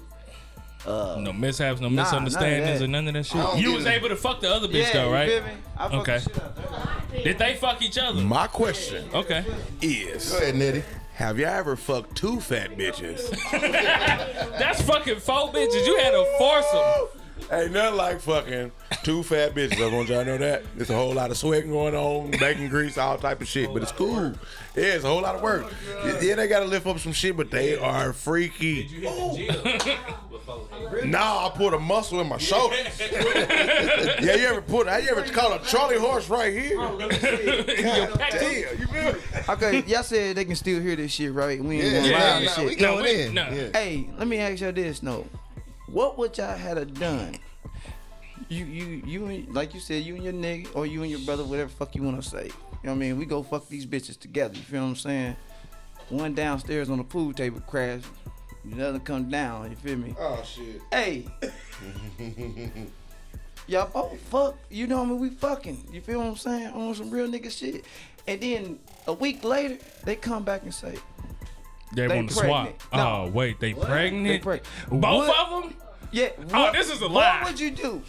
Speaker 2: No mishaps, no
Speaker 5: none of
Speaker 2: misunderstandings,
Speaker 5: that.
Speaker 2: and none of that
Speaker 3: I
Speaker 2: shit.
Speaker 3: don't
Speaker 2: You
Speaker 3: get
Speaker 2: was
Speaker 3: it.
Speaker 2: able to fuck the other bitch
Speaker 5: yeah,
Speaker 2: though,
Speaker 5: You
Speaker 2: right?
Speaker 5: feel me? I fucked
Speaker 2: Okay.
Speaker 5: the shit out of her.
Speaker 2: Did they fuck each other?
Speaker 7: My question
Speaker 2: Okay.
Speaker 7: is:
Speaker 3: Go ahead, Nitty.
Speaker 7: Have y'all ever fucked two fat bitches?
Speaker 2: That's fucking four bitches. You had to force them.
Speaker 7: Ain't nothing like fucking two fat bitches. I want y'all to know that. There's a whole lot of sweating going on, bacon grease, all type of shit, but it's cool. Yeah, it's a whole lot of work. yeah, they gotta lift up some shit, but they are freaky. Did you Nah, I put a muscle in my shoulder.
Speaker 12: [LAUGHS]
Speaker 7: yeah, you ever put? Have you ever caught a Charlie horse right here?
Speaker 12: Oh,
Speaker 7: [LAUGHS] Damn, you feel me?
Speaker 5: Okay, y'all said they can still hear this shit, right? We ain't
Speaker 3: Yeah,
Speaker 5: gonna lie
Speaker 3: yeah,
Speaker 5: and
Speaker 3: nah, we
Speaker 5: shit.
Speaker 2: No,
Speaker 3: going
Speaker 2: we-
Speaker 3: in.
Speaker 2: no.
Speaker 3: Yeah.
Speaker 5: Hey, let me ask y'all this, no. What would y'all had a done you you you and- like you said, you and your nigga or you and your brother, whatever fuck you wanna say. You know what I mean? We go fuck these bitches together. You feel what I'm saying? One downstairs on the pool table crash, another come down. You feel me?
Speaker 12: Oh shit.
Speaker 5: Hey. Y'all both fuck. You know what I mean? We fucking. You feel what I'm saying? On some real nigga shit. And then a week later, they come back and say,
Speaker 2: They,
Speaker 5: They
Speaker 2: want to swap.
Speaker 5: pregnant.
Speaker 2: Oh wait, they pregnant.
Speaker 8: [LAUGHS]
Speaker 5: They preg-
Speaker 2: Both
Speaker 5: What?
Speaker 2: of them?
Speaker 5: Yeah.
Speaker 2: Oh,
Speaker 5: what-
Speaker 2: this is a lie.
Speaker 5: What would you do?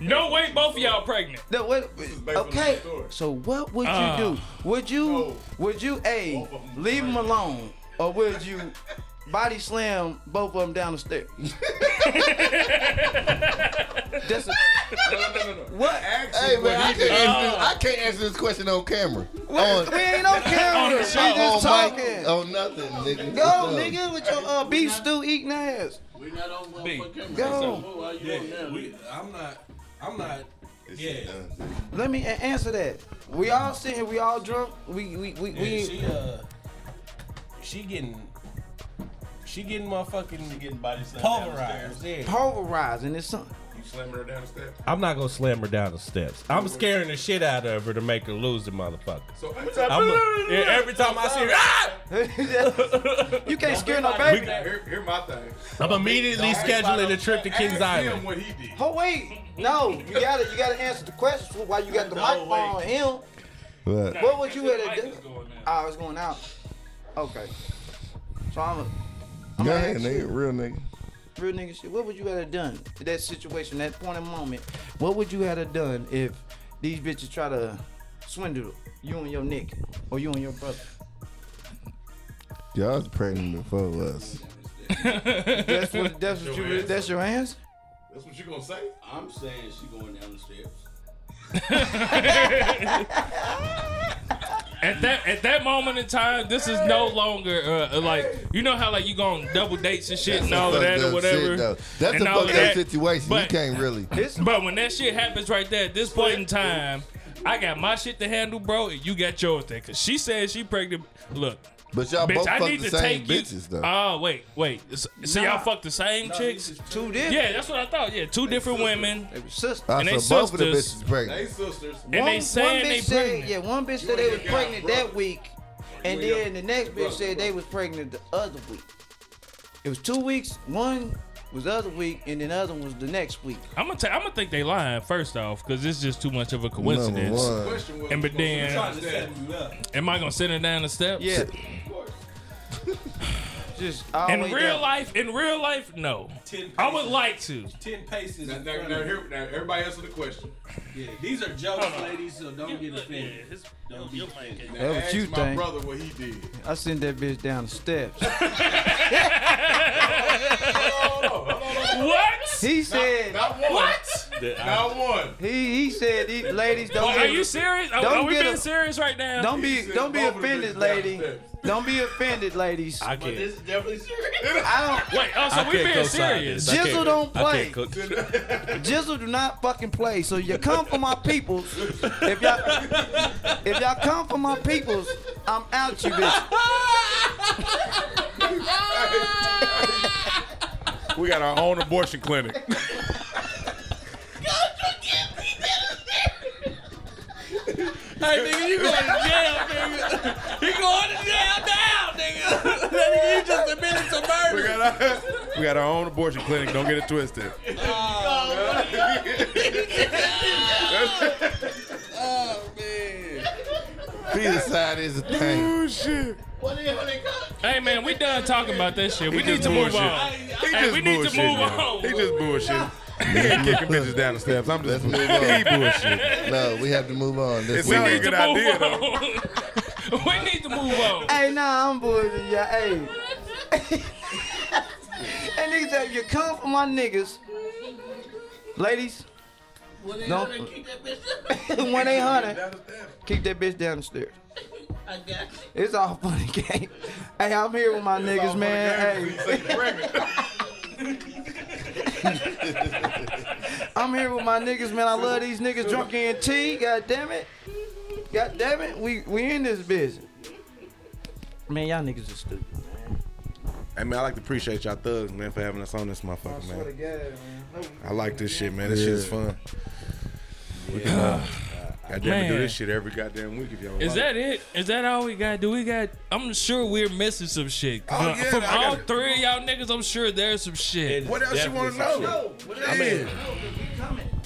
Speaker 2: No way, both of y'all pregnant.
Speaker 5: No, what, okay. So what would
Speaker 2: Uh.
Speaker 5: you do? Would you would you a leave them alone or would you body slam both of them down the stairs? That's a, what?
Speaker 3: Hey man, I can't, answer this, I can't answer this question on camera.
Speaker 5: Oh. What?
Speaker 3: Oh. [LAUGHS] On- Oh,
Speaker 5: we ain't on camera.
Speaker 3: on
Speaker 5: we
Speaker 3: mic,
Speaker 5: just talking.
Speaker 3: on nothing, nigga.
Speaker 5: Go, nigga, with your uh, beef stew eating ass.
Speaker 4: We not on motherfucking camera.
Speaker 5: Go.
Speaker 4: So, why you on
Speaker 1: Yeah,
Speaker 4: there?
Speaker 1: we, I'm not. I'm not. Yeah.
Speaker 5: Let me a- answer that. We all sitting, here, we all drunk. We we we,
Speaker 1: Yeah,
Speaker 5: we
Speaker 1: she uh, she getting, she getting motherfucking she getting body pulverized. Yeah.
Speaker 5: pulverizing this something.
Speaker 12: You slamming her down the stairs?
Speaker 6: I'm not gonna slam her down the steps. I'm scaring the shit out of her to make her lose the motherfucker.
Speaker 12: So
Speaker 6: I'm a- yeah, every time I see her, ah!
Speaker 5: you can't scare no baby.
Speaker 12: here, here my thing.
Speaker 6: I'm immediately scheduling a trip to Kings
Speaker 12: Ask him
Speaker 6: Island.
Speaker 12: what he did.
Speaker 5: Oh wait, no, you gotta you gotta answer the question while you got the microphone on him.
Speaker 3: What?
Speaker 5: What would you have
Speaker 13: Mic
Speaker 5: done?
Speaker 13: is going out.
Speaker 5: I was Oh, going out. Okay, so I'm a
Speaker 3: Go
Speaker 5: gonna
Speaker 3: ahead,
Speaker 5: ask
Speaker 3: nigga.
Speaker 5: you.
Speaker 3: Real nigga.
Speaker 5: real nigga shit. What would you have done at that situation, that point in moment? What would you have done if these bitches try to swindle you and your nigga or you and your brother?
Speaker 3: Y'all was pregnant before us.
Speaker 2: [LAUGHS]
Speaker 5: That's what that's what you that's your answer.
Speaker 12: That's what you gonna say?
Speaker 4: I'm saying she going down the stairs.
Speaker 2: At that at that moment in time, this is no longer uh, uh, like you know how like you go on double dates and shit and all of
Speaker 3: Fucked
Speaker 2: that
Speaker 3: up
Speaker 2: or whatever.
Speaker 3: shit, though. That's
Speaker 2: and
Speaker 3: a
Speaker 2: all
Speaker 3: fucked
Speaker 2: of
Speaker 3: up
Speaker 2: that.
Speaker 3: situation. You
Speaker 2: But-
Speaker 3: can't really.
Speaker 5: This
Speaker 2: But when that shit happens right there at this point in time, I got my shit to handle, bro, and you got yours there. Cause she said she pregnant. Look,
Speaker 3: But y'all both
Speaker 2: bitch, I
Speaker 3: fuck
Speaker 2: need
Speaker 3: the
Speaker 2: to
Speaker 3: same
Speaker 2: take
Speaker 3: bitches
Speaker 2: you.
Speaker 3: though.
Speaker 2: Oh wait, wait. So so y'all fuck the same chicks?
Speaker 5: two different
Speaker 2: Yeah, that's what I thought. Yeah, two different women,
Speaker 5: They were sisters.
Speaker 3: Ah,
Speaker 2: and they
Speaker 3: so both of the
Speaker 2: sisters.
Speaker 3: bitches pregnant.
Speaker 12: Hey sisters.
Speaker 2: and they saying
Speaker 5: bitch
Speaker 2: they
Speaker 5: said,
Speaker 2: pregnant.
Speaker 5: yeah, one bitch said they was pregnant that week, and then the next bitch said they was pregnant the other week. It was two weeks. One was the other week, and then the other one was the next week.
Speaker 2: I'm gonna ta- I'm gonna think they lying first off, cause it's just too much of a
Speaker 3: Number
Speaker 2: coincidence.
Speaker 3: one.
Speaker 12: Question was
Speaker 2: And but then, am I gonna send her down the steps?
Speaker 5: Yeah. Just all
Speaker 2: In
Speaker 6: Oh,
Speaker 5: the way
Speaker 2: real
Speaker 5: down.
Speaker 2: life, in real life, no.
Speaker 1: Ten
Speaker 2: I would
Speaker 1: paces.
Speaker 2: like to.
Speaker 1: Ten paces.
Speaker 12: now,
Speaker 1: in
Speaker 12: now,
Speaker 1: front
Speaker 12: now,
Speaker 1: of
Speaker 12: here, now everybody answer the question.
Speaker 1: you. Yeah, these are jokes, ladies, so don't get offended. Don't be offended.
Speaker 12: Now
Speaker 5: That what
Speaker 12: ask
Speaker 5: you
Speaker 12: my
Speaker 5: think.
Speaker 12: brother what he did.
Speaker 5: I sent that bitch down the steps.
Speaker 2: What?
Speaker 5: He said,
Speaker 12: Not one.
Speaker 2: What?
Speaker 12: Not one.
Speaker 5: he he said, these ladies don't.
Speaker 2: Are
Speaker 5: get-
Speaker 2: you serious? Are,
Speaker 5: Don't
Speaker 2: are we
Speaker 5: get
Speaker 2: being
Speaker 5: a-
Speaker 2: serious right now?
Speaker 5: Don't be
Speaker 12: He said
Speaker 5: don't be
Speaker 12: both of the
Speaker 5: offended,
Speaker 12: bitches
Speaker 5: lady.
Speaker 12: down the steps.
Speaker 5: Don't be offended, ladies.
Speaker 6: I can't.
Speaker 4: This is definitely serious.
Speaker 5: I don't.
Speaker 2: Wait, oh, so
Speaker 6: I
Speaker 2: we
Speaker 6: can't
Speaker 2: being
Speaker 6: co-sign
Speaker 2: serious?
Speaker 6: this. I
Speaker 5: Jizzle
Speaker 6: can't-
Speaker 5: don't
Speaker 6: I
Speaker 5: play.
Speaker 6: can't cook.
Speaker 5: Jizzle do not fucking play. So you come for my peoples. If y'all if y'all come for my peoples, I'm out you bitch.
Speaker 12: We got our own abortion [LAUGHS] clinic.
Speaker 1: Hey, nigga, you going to jail, nigga. You going to jail now,
Speaker 12: [LAUGHS]
Speaker 1: nigga. That nigga, you just admitted to
Speaker 12: We
Speaker 1: murder.
Speaker 12: got our, we got our own abortion clinic. Don't get it twisted.
Speaker 3: Peter side is a thing.
Speaker 12: Oh, shit.
Speaker 4: What the hell they call it?
Speaker 2: Hey man, we done talking about this shit. We
Speaker 12: He
Speaker 2: need
Speaker 12: just
Speaker 2: to move
Speaker 12: bullshit.
Speaker 2: on.
Speaker 12: He
Speaker 2: Hey,
Speaker 12: just
Speaker 2: we need to
Speaker 12: bullshitting,
Speaker 2: move
Speaker 12: man.
Speaker 2: on.
Speaker 12: He just bullshit. He ain't kicking bitches down the steps. I'm just
Speaker 3: Let's [LAUGHS] move
Speaker 12: he
Speaker 3: on.
Speaker 12: bullshit.
Speaker 3: No, we have to move on. This
Speaker 12: It's
Speaker 2: We
Speaker 12: not
Speaker 2: need
Speaker 12: a good
Speaker 2: to move
Speaker 12: idea, though.
Speaker 2: on. [LAUGHS] we need to move on.
Speaker 5: Hey, nah, I'm bullshitting y'all.
Speaker 4: [LAUGHS]
Speaker 5: Hey. and niggas, if you come for my niggas, ladies,
Speaker 4: What they
Speaker 5: Don't-
Speaker 4: gonna kick that bitch up?
Speaker 5: [LAUGHS] one eight hundred, kick that bitch down the stairs.
Speaker 4: I got you.
Speaker 5: It's all funny game. Hey, I'm here with my niggas, man. Hey, [LAUGHS] I'm here with my niggas, man. I love these niggas drunk and tea. God damn it. God damn it. We we in this business. Man, y'all niggas are stupid, man.
Speaker 7: I mean, I like to appreciate y'all thugs, man, for having us on this motherfucker,
Speaker 5: I
Speaker 7: man.
Speaker 5: swear to God, man.
Speaker 7: I like this shit, man. This
Speaker 2: Yeah.
Speaker 7: shit is fun. We
Speaker 2: [SIGHS]
Speaker 7: can, uh, goddamn, we do this shit every goddamn week if y'all.
Speaker 2: Is
Speaker 7: like
Speaker 2: that it? Is that all we got? Do we got? I'm sure we're missing some shit.
Speaker 7: Oh, yeah,
Speaker 2: From
Speaker 7: I got
Speaker 2: all
Speaker 7: it.
Speaker 2: three of y'all niggas, I'm sure there's some shit.
Speaker 7: What else you want to know?
Speaker 2: I mean,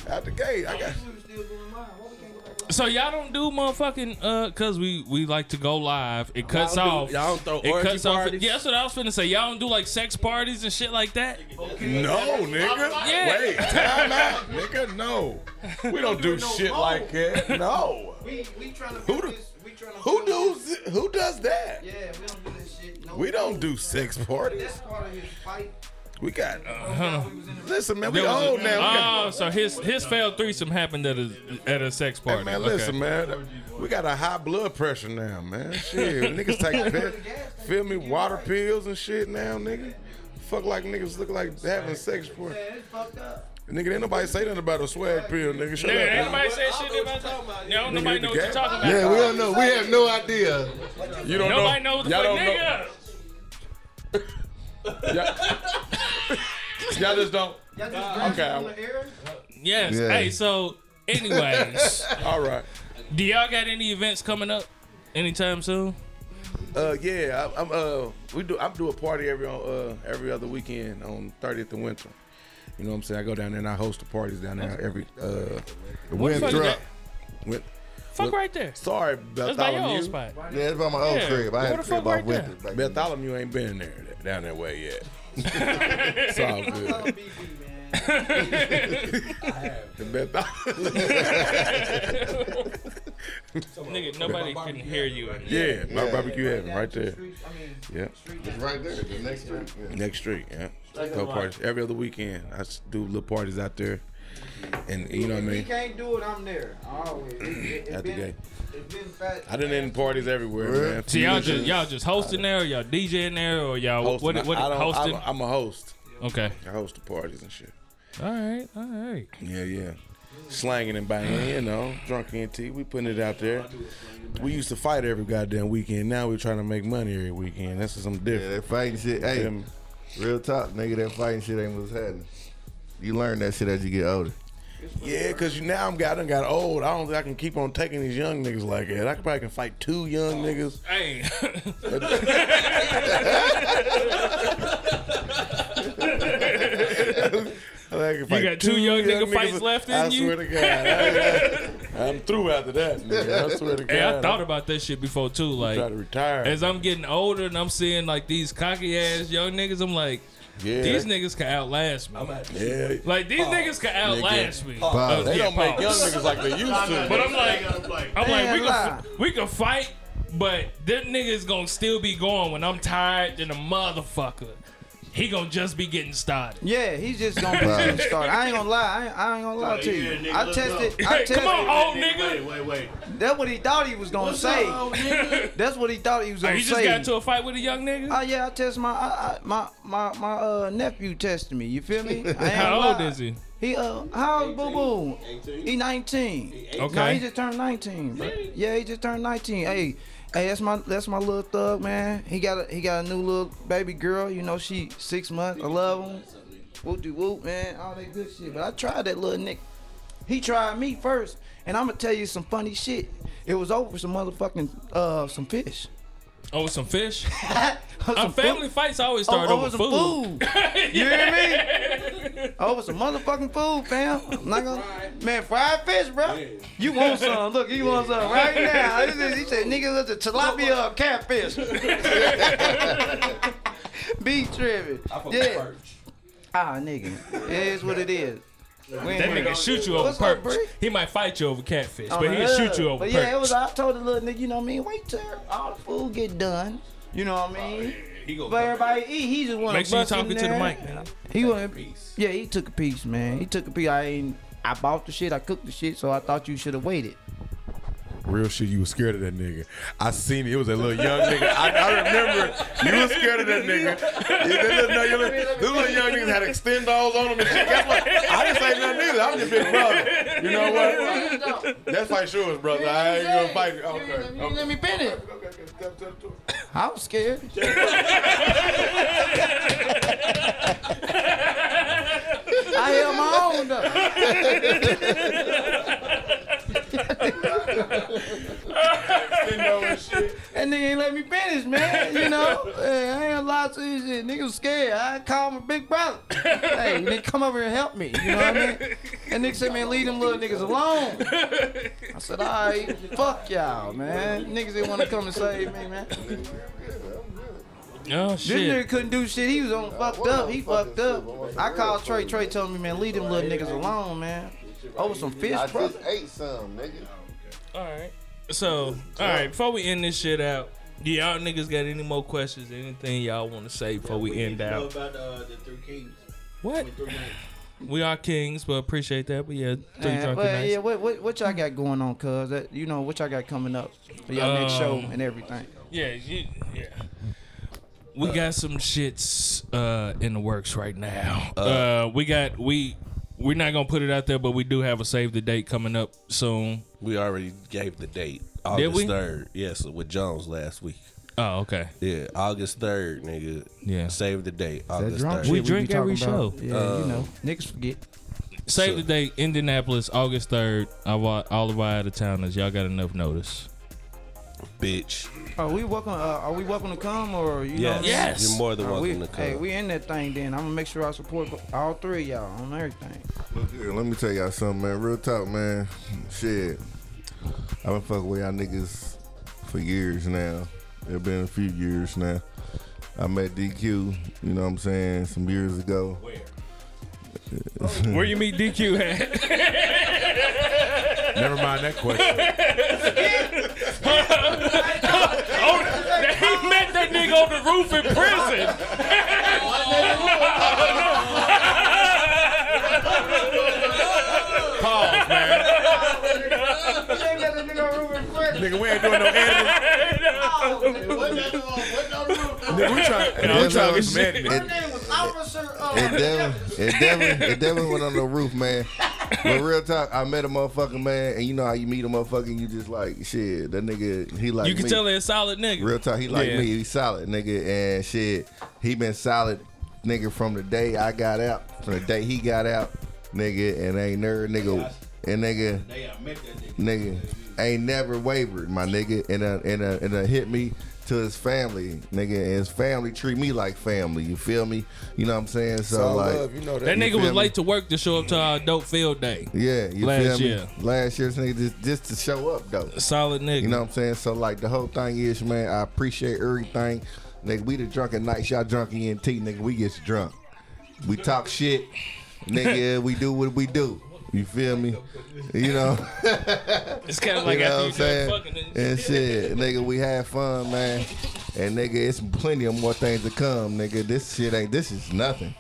Speaker 7: out the gate, I got.
Speaker 2: so y'all don't do motherfucking uh, cause we we like to go live. It cuts
Speaker 1: Y'all don't
Speaker 2: off.
Speaker 1: do- y'all don't throw
Speaker 2: Oh. it
Speaker 1: orgy
Speaker 2: cuts off-
Speaker 1: parties?
Speaker 2: Yeah, that's what I was finna say. Y'all don't do like sex parties and shit like that.
Speaker 7: No, nigga.
Speaker 2: Yeah.
Speaker 7: Wait, time out, nigga. No, [LAUGHS] we don't do shit like that. No.
Speaker 5: We, we trying to
Speaker 7: Who do, who does who does that?
Speaker 5: Yeah, we don't do this shit. No
Speaker 7: We don't do sex parties.
Speaker 5: That's part of his fight.
Speaker 7: We got. uh, Listen, man, we
Speaker 2: There was a-
Speaker 7: old now. We got-
Speaker 2: Oh, so his his failed threesome happened at a at a sex party.
Speaker 7: [LAUGHS] Man,
Speaker 2: Oh, Okay.
Speaker 7: listen, man. We got a high blood pressure now,
Speaker 2: [LAUGHS]
Speaker 7: man. Shit, niggas take pill- feel me, water pills and shit now, nigga. Fuck like niggas look like having sex for. Nigga, ain't nobody say nothing about a swag pill, nigga. Shut
Speaker 2: Nigga,
Speaker 7: up.
Speaker 2: anybody say shit about that? No,
Speaker 7: Nigga,
Speaker 2: nobody
Speaker 7: hit the
Speaker 2: knows what you're
Speaker 7: gap.
Speaker 2: talking about.
Speaker 3: Yeah, we don't know. We have no idea.
Speaker 7: You don't
Speaker 2: Nobody
Speaker 7: know.
Speaker 2: knows the
Speaker 7: y'all
Speaker 2: fuck
Speaker 7: don't know.
Speaker 2: nigga.
Speaker 7: Y'all just don't. Okay.
Speaker 2: Yes.
Speaker 3: Yeah.
Speaker 2: Hey, so
Speaker 3: [LAUGHS]
Speaker 2: anyways,
Speaker 7: All right.
Speaker 2: do y'all got any events coming up anytime soon?
Speaker 7: Uh, yeah, I, I'm. Uh, we do. I do a party every on uh every other weekend on 30th and Winter. You know what I'm saying? I go down there and I host the parties down there every uh.
Speaker 2: fuck is
Speaker 3: Winthrop.
Speaker 2: that?
Speaker 7: Win-
Speaker 2: Fuck right there.
Speaker 7: Sorry,
Speaker 2: That's by your old
Speaker 7: Bartholomew.
Speaker 2: spot.
Speaker 3: Yeah, that's by my old
Speaker 2: Yeah.
Speaker 3: crib. I
Speaker 2: What
Speaker 3: had
Speaker 2: the
Speaker 3: a
Speaker 2: fuck
Speaker 3: crib off
Speaker 2: right there?
Speaker 3: Winthrop. back then.
Speaker 7: Bartholomew ain't been there down that way
Speaker 2: [LAUGHS]
Speaker 7: yet. it's all good. [LAUGHS]
Speaker 2: [LAUGHS]
Speaker 7: The Bartholomew.
Speaker 2: Nigga, nobody can hear you.
Speaker 7: [LAUGHS] yeah, my barbecue heaven right there. Yeah,
Speaker 3: It's right there. The next street. Yeah.
Speaker 7: next street. Yeah, throw parties every other weekend. I s- do little parties out there, and you know what I
Speaker 5: If he
Speaker 7: mean.
Speaker 5: can't do it, I'm there. Always. It, it, it
Speaker 7: At the
Speaker 5: been,
Speaker 7: gate.
Speaker 5: It's been fat.
Speaker 7: I didn't end parties everywhere,
Speaker 3: Really?
Speaker 7: man.
Speaker 2: So y'all just y'all just hosting there, or y'all DJing there, or y'all
Speaker 7: hosting.
Speaker 2: what what
Speaker 7: I don't,
Speaker 2: hosting?
Speaker 7: I am a host.
Speaker 2: okay.
Speaker 7: I host the parties and shit.
Speaker 2: All right. All right.
Speaker 7: Yeah, yeah. Slanging and banging, you know, drunk and tea. We putting it out there. We used to fight every goddamn weekend. Now we're trying to make money every weekend. That's something
Speaker 3: Yeah,
Speaker 7: different.
Speaker 3: that fighting shit. Hey,
Speaker 7: Them-
Speaker 3: real talk, nigga. That fighting shit ain't what's happening. You learn that shit as you get older.
Speaker 7: Yeah, cause you now I'm got I done got old. I don't think I can keep on taking these young niggas like that. I could probably can fight two young niggas.
Speaker 2: Hey,
Speaker 7: I think I can
Speaker 2: got two young nigga fights left in
Speaker 7: I
Speaker 2: you?
Speaker 7: swear to God, I, am through after that. Nigga. I swear to God.
Speaker 2: hey, I thought about that shit before too.
Speaker 7: I'm trying to
Speaker 2: Like,
Speaker 7: retire.
Speaker 2: as I'm getting older and I'm seeing like these cocky ass young niggas, I'm like,
Speaker 7: yeah,
Speaker 2: these niggas can outlast me.
Speaker 7: yeah.
Speaker 2: Like these niggas can outlast me.
Speaker 3: Pause.
Speaker 2: Uh,
Speaker 7: They
Speaker 2: yeah,
Speaker 7: don't make
Speaker 2: pause.
Speaker 7: young niggas like they used to.
Speaker 2: But I'm like, I'm like,
Speaker 5: Man,
Speaker 2: we
Speaker 5: lie.
Speaker 2: can, we can fight, but them niggas gonna still be going when I'm tired than a motherfucker. He gonna just be getting started.
Speaker 5: Yeah, he's just gonna be getting started. I ain't gonna lie. I ain't, I ain't gonna lie to
Speaker 4: Yeah,
Speaker 5: you.
Speaker 4: nigga,
Speaker 5: I
Speaker 4: let's
Speaker 5: tested.
Speaker 4: go.
Speaker 5: I
Speaker 2: Hey,
Speaker 5: tested.
Speaker 2: come on, old Oh, nigga.
Speaker 4: Wait, wait, wait.
Speaker 5: That's what he thought he was gonna say. [LAUGHS] That's what he thought he was gonna
Speaker 2: Hey, you
Speaker 5: say.
Speaker 2: just got into a fight with a young nigga?
Speaker 5: Oh yeah, I test my I, I, my my my uh, nephew tested me. You
Speaker 7: [LAUGHS]
Speaker 5: feel me? I ain't
Speaker 2: How old
Speaker 5: lie.
Speaker 2: is he?
Speaker 5: He uh how old Boo Boo? He nineteen. No, he
Speaker 2: Okay.
Speaker 5: just turned nineteen. Bro. Yeah, he just turned nineteen. Hey, hey, that's my that's my little thug man. He got a he got a new little baby girl. You know she six months. I love him. Whoop de whoop man, all that good shit. But I tried that little nigga. He tried me first, and I'm gonna tell you some funny shit. It was over some motherfucking uh some fish. [LAUGHS]
Speaker 2: Oh, with some fish? Uh,
Speaker 5: Some
Speaker 2: family fights always start
Speaker 5: Oh,
Speaker 2: over
Speaker 5: over
Speaker 2: food.
Speaker 5: some food. [LAUGHS] You hear me? Over some motherfucking food, fam. I'm not gonna, man, fried fish, bro. You want some? Look, you want some right [LAUGHS] now? This is- He said, "Nigga, that's a tilapia or [LAUGHS] catfish." Be tripping. Yeah. Ah, nigga. It is what it is. We ain't
Speaker 2: That
Speaker 5: worried.
Speaker 2: nigga shoot you over
Speaker 5: What's up,
Speaker 2: perch.
Speaker 5: Bree?
Speaker 2: He might fight you over catfish,
Speaker 7: Oh,
Speaker 5: on
Speaker 2: but
Speaker 5: the
Speaker 2: he'll
Speaker 5: hood.
Speaker 2: shoot you over
Speaker 5: But
Speaker 2: perch.
Speaker 5: yeah, it was. I told the little nigga, you know what I mean. Wait till all the food get done. You know what I
Speaker 2: Oh,
Speaker 5: mean. But everybody eat. He just want
Speaker 2: Make
Speaker 5: to
Speaker 2: sure you talking to the mic, man.
Speaker 5: He went. Yeah, he took a piece, man. He took a piece. I ain't. I bought the shit. I cooked the shit. So I thought you should have waited.
Speaker 7: Real shit, you was scared of that nigga. I seen it. It was a little young nigga. I, I remember you was scared of that nigga. You- This little, no, you little- this little young niggas had extendos on them and shit. Guess what? I didn't say nothing either. I'm just big brother. You know what? That's like sure, brother. I ain't gonna fight. you. Okay.
Speaker 11: Let me finish.
Speaker 5: I was scared. I held my own though. and they ain't let me finish, man. You know, Hey, I ain't allowed to this shit. Niggas scared. I called my big brother. Hey, nigga, come over here and help me. You know what I mean? And nigga said, man, leave them little niggas alone. I said, all right, fuck y'all, man. Niggas didn't want to come and save me, man.
Speaker 8: Oh
Speaker 5: This
Speaker 8: shit.
Speaker 5: nigga couldn't do shit. He was on fucked up. He fucked up. I called Trey. Trey told me, man, leave them little niggas alone, man. Over some fish,
Speaker 3: I
Speaker 5: bro.
Speaker 3: just ate some, nigga.
Speaker 8: All right. So, all right. Before we end this shit out, do y'all niggas got any more questions? Anything y'all want to say before we end
Speaker 4: know
Speaker 8: out?
Speaker 4: about uh, the three kings.
Speaker 8: What?
Speaker 4: Three kings.
Speaker 8: We are kings, but appreciate that. But yeah, three
Speaker 5: Man,
Speaker 8: drunken
Speaker 5: but
Speaker 8: nights.
Speaker 5: yeah, what, what what y'all got going on, cuz? That- You know what y'all got coming up for y'all next show
Speaker 8: Um,
Speaker 5: and everything.
Speaker 8: Yeah, you, yeah. We got some shits uh, in the works right now. Uh, we got we we're not gonna put it out there, but we do have a save the date coming up soon.
Speaker 1: We already gave the date.
Speaker 8: Did
Speaker 1: August
Speaker 8: we?
Speaker 1: third. Yes, with Jones last week.
Speaker 8: Oh, okay.
Speaker 1: Yeah, August third, nigga.
Speaker 8: Yeah.
Speaker 1: Save the date. August
Speaker 5: drunk
Speaker 1: third.
Speaker 5: shit
Speaker 8: We drink
Speaker 5: be
Speaker 8: every
Speaker 5: talking
Speaker 8: show.
Speaker 5: Yeah, you know, niggas forget.
Speaker 8: Save the date, Indianapolis, August third. I wa- all of our out of towners. Y'all got enough notice.
Speaker 1: Bitch.
Speaker 5: Are we welcome? Uh, are we welcome to come or you know?
Speaker 1: Yes.
Speaker 5: what I mean?
Speaker 8: Yes.
Speaker 1: You're more than
Speaker 5: Uh,
Speaker 1: welcome to
Speaker 5: we,
Speaker 1: come.
Speaker 5: Hey, we in that thing. Then I'm gonna make sure I support all three of y'all on everything.
Speaker 3: Look here, let me tell y'all something, man. Real talk, man. Shit. I've been fucking with y'all niggas for years now. It's been a few years now. I met DQ, you know what I'm saying, some years ago.
Speaker 8: Where you meet DQ at?
Speaker 7: Never mind that question.
Speaker 8: he met that nigga on the roof in prison.
Speaker 7: Pause, man. Nigga, we ain't doing no editing. Nigga, we trying, nigga, we trying to get some editing.
Speaker 3: It- It definitely, it definitely, it definitely went on the roof, man. But real talk, I met a motherfucking man, and you know how you meet a motherfucker, and you just like, shit, that nigga, he like
Speaker 8: you can
Speaker 3: me.
Speaker 8: tell they a solid nigga.
Speaker 3: Real talk, he like
Speaker 8: Yeah.
Speaker 3: me. He solid, nigga, and shit. He been solid, nigga, from the day I got out, from the day he got out, nigga, and ain't never, nigga, and nigga,
Speaker 4: Hey, I met that nigga.
Speaker 3: nigga, ain't never wavered, my nigga, and uh, and uh, and uh, hit me to his family, nigga, and his family treat me like family. You feel me? You know what I'm saying? So
Speaker 1: All
Speaker 3: like.
Speaker 1: love, you know
Speaker 8: That
Speaker 1: that.
Speaker 8: nigga
Speaker 3: feel
Speaker 8: was
Speaker 3: me?
Speaker 8: late to work to show up to our dope field day.
Speaker 3: Yeah, you
Speaker 8: Last
Speaker 3: feel me?
Speaker 8: year.
Speaker 3: Last year's nigga just, just to show up though.
Speaker 8: Solid nigga.
Speaker 3: You know what I'm saying? So like the whole thing is, man, I appreciate everything. Nigga, we the drunken nights, y'all drunk ENT, nigga. We get drunk. We talk shit. Nigga, we do what we do. You feel me? You know,
Speaker 8: [LAUGHS] it's kind of
Speaker 3: you
Speaker 8: like
Speaker 3: know what
Speaker 8: after
Speaker 3: I'm
Speaker 8: you done
Speaker 3: saying?
Speaker 8: fucking and
Speaker 3: And shit, nigga, we had fun, man. And nigga, it's plenty of more things to come, nigga. This shit ain't this is nothing.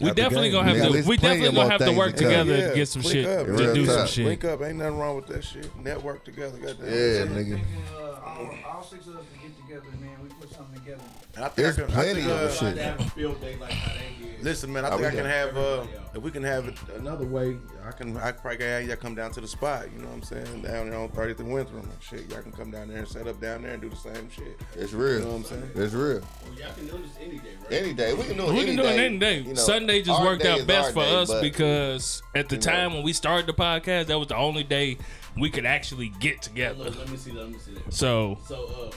Speaker 8: We definitely gonna
Speaker 3: Nigga,
Speaker 8: have
Speaker 3: there's
Speaker 8: to. We
Speaker 3: plenty
Speaker 8: definitely
Speaker 3: of
Speaker 8: gonna
Speaker 3: more
Speaker 8: have to
Speaker 3: things
Speaker 8: work
Speaker 3: to come.
Speaker 8: together to get some
Speaker 7: link
Speaker 8: shit,
Speaker 7: up,
Speaker 3: real
Speaker 8: to do some
Speaker 3: talk.
Speaker 8: shit.
Speaker 7: Link up. Ain't nothing wrong with that shit. Network together. Goddamn.
Speaker 3: Yeah, nigga.
Speaker 5: uh, all, six of us can get together, man. We put something together.
Speaker 7: And I think
Speaker 3: There's
Speaker 7: I can, I
Speaker 3: plenty
Speaker 7: think,
Speaker 3: of
Speaker 7: uh,
Speaker 3: shit.
Speaker 4: They have a field day like how they did.
Speaker 7: Listen, man, I
Speaker 3: How
Speaker 7: think
Speaker 3: we
Speaker 7: I
Speaker 3: doing?
Speaker 7: can have uh, if we can have it another way. I can I probably can have y'all come down to the spot. You know what I'm saying? Down there on 30th and Winthrop and shit. Y'all can come down there and set up down there and do the same shit.
Speaker 3: It's real.
Speaker 7: know what I'm saying?
Speaker 3: It's real.
Speaker 4: Well, y'all can do this any day, right?
Speaker 3: Any day. We can do it
Speaker 8: We
Speaker 3: any
Speaker 8: can do it
Speaker 3: day.
Speaker 8: any day.
Speaker 3: You know,
Speaker 8: Sunday just
Speaker 3: our
Speaker 8: worked
Speaker 3: day
Speaker 8: out
Speaker 3: is
Speaker 8: best
Speaker 3: our
Speaker 8: for
Speaker 3: day,
Speaker 8: us
Speaker 3: but-
Speaker 8: because at the
Speaker 3: you know.
Speaker 8: time when we started the podcast, that was the only day we could actually get together.
Speaker 4: Look, let me see that. Let me see that.
Speaker 8: So
Speaker 4: So, uh,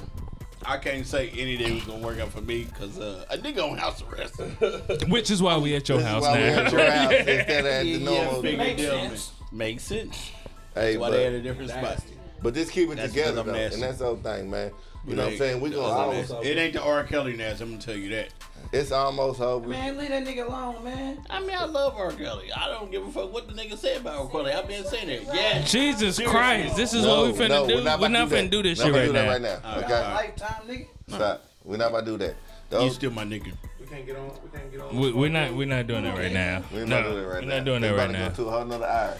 Speaker 4: I can't say any day was gonna work out for me because uh, a nigga on house arrest. Big
Speaker 8: Which is why we at your
Speaker 3: This is
Speaker 8: house
Speaker 3: why we at
Speaker 8: now.
Speaker 3: your house [LAUGHS] instead of at the normal.
Speaker 4: Makes sense. Makes sense.
Speaker 3: Hey,
Speaker 4: Why they had
Speaker 3: but,
Speaker 4: a different spot?
Speaker 3: but just keep it
Speaker 4: That's
Speaker 3: together,
Speaker 4: because I'm
Speaker 3: though,
Speaker 4: nasty.
Speaker 3: and that's the whole thing, man. You know what I'm
Speaker 4: Like,
Speaker 3: saying? We gonna
Speaker 4: that's
Speaker 3: almost,
Speaker 4: what I'm saying. It ain't the R. Kelly Nas. I'm gonna tell you that.
Speaker 3: it's almost over.
Speaker 5: Man, leave that nigga alone, man.
Speaker 4: I mean, I love R. Kelly. I don't give a fuck what the nigga said about R. Kelly. I've been saying it. Yeah.
Speaker 8: [LAUGHS] Jesus Christ, this is what we finna do. We're not,
Speaker 3: about to
Speaker 8: finna do this
Speaker 3: Not
Speaker 8: shit
Speaker 3: about
Speaker 8: right,
Speaker 3: to do
Speaker 8: now.
Speaker 3: that right now. Okay,
Speaker 5: Lifetime nigga.
Speaker 3: stop. We're not about to do that.
Speaker 4: You
Speaker 3: Those,
Speaker 4: still my nigga.
Speaker 7: We can't get on. We can't get on.
Speaker 8: We, we're not. We're not doing that right now.
Speaker 3: we're
Speaker 8: no,
Speaker 3: not doing it right
Speaker 8: we're
Speaker 3: now.
Speaker 8: not doing
Speaker 3: We
Speaker 8: that
Speaker 3: about
Speaker 8: right
Speaker 3: to
Speaker 8: now.
Speaker 3: Go to a whole nother hour.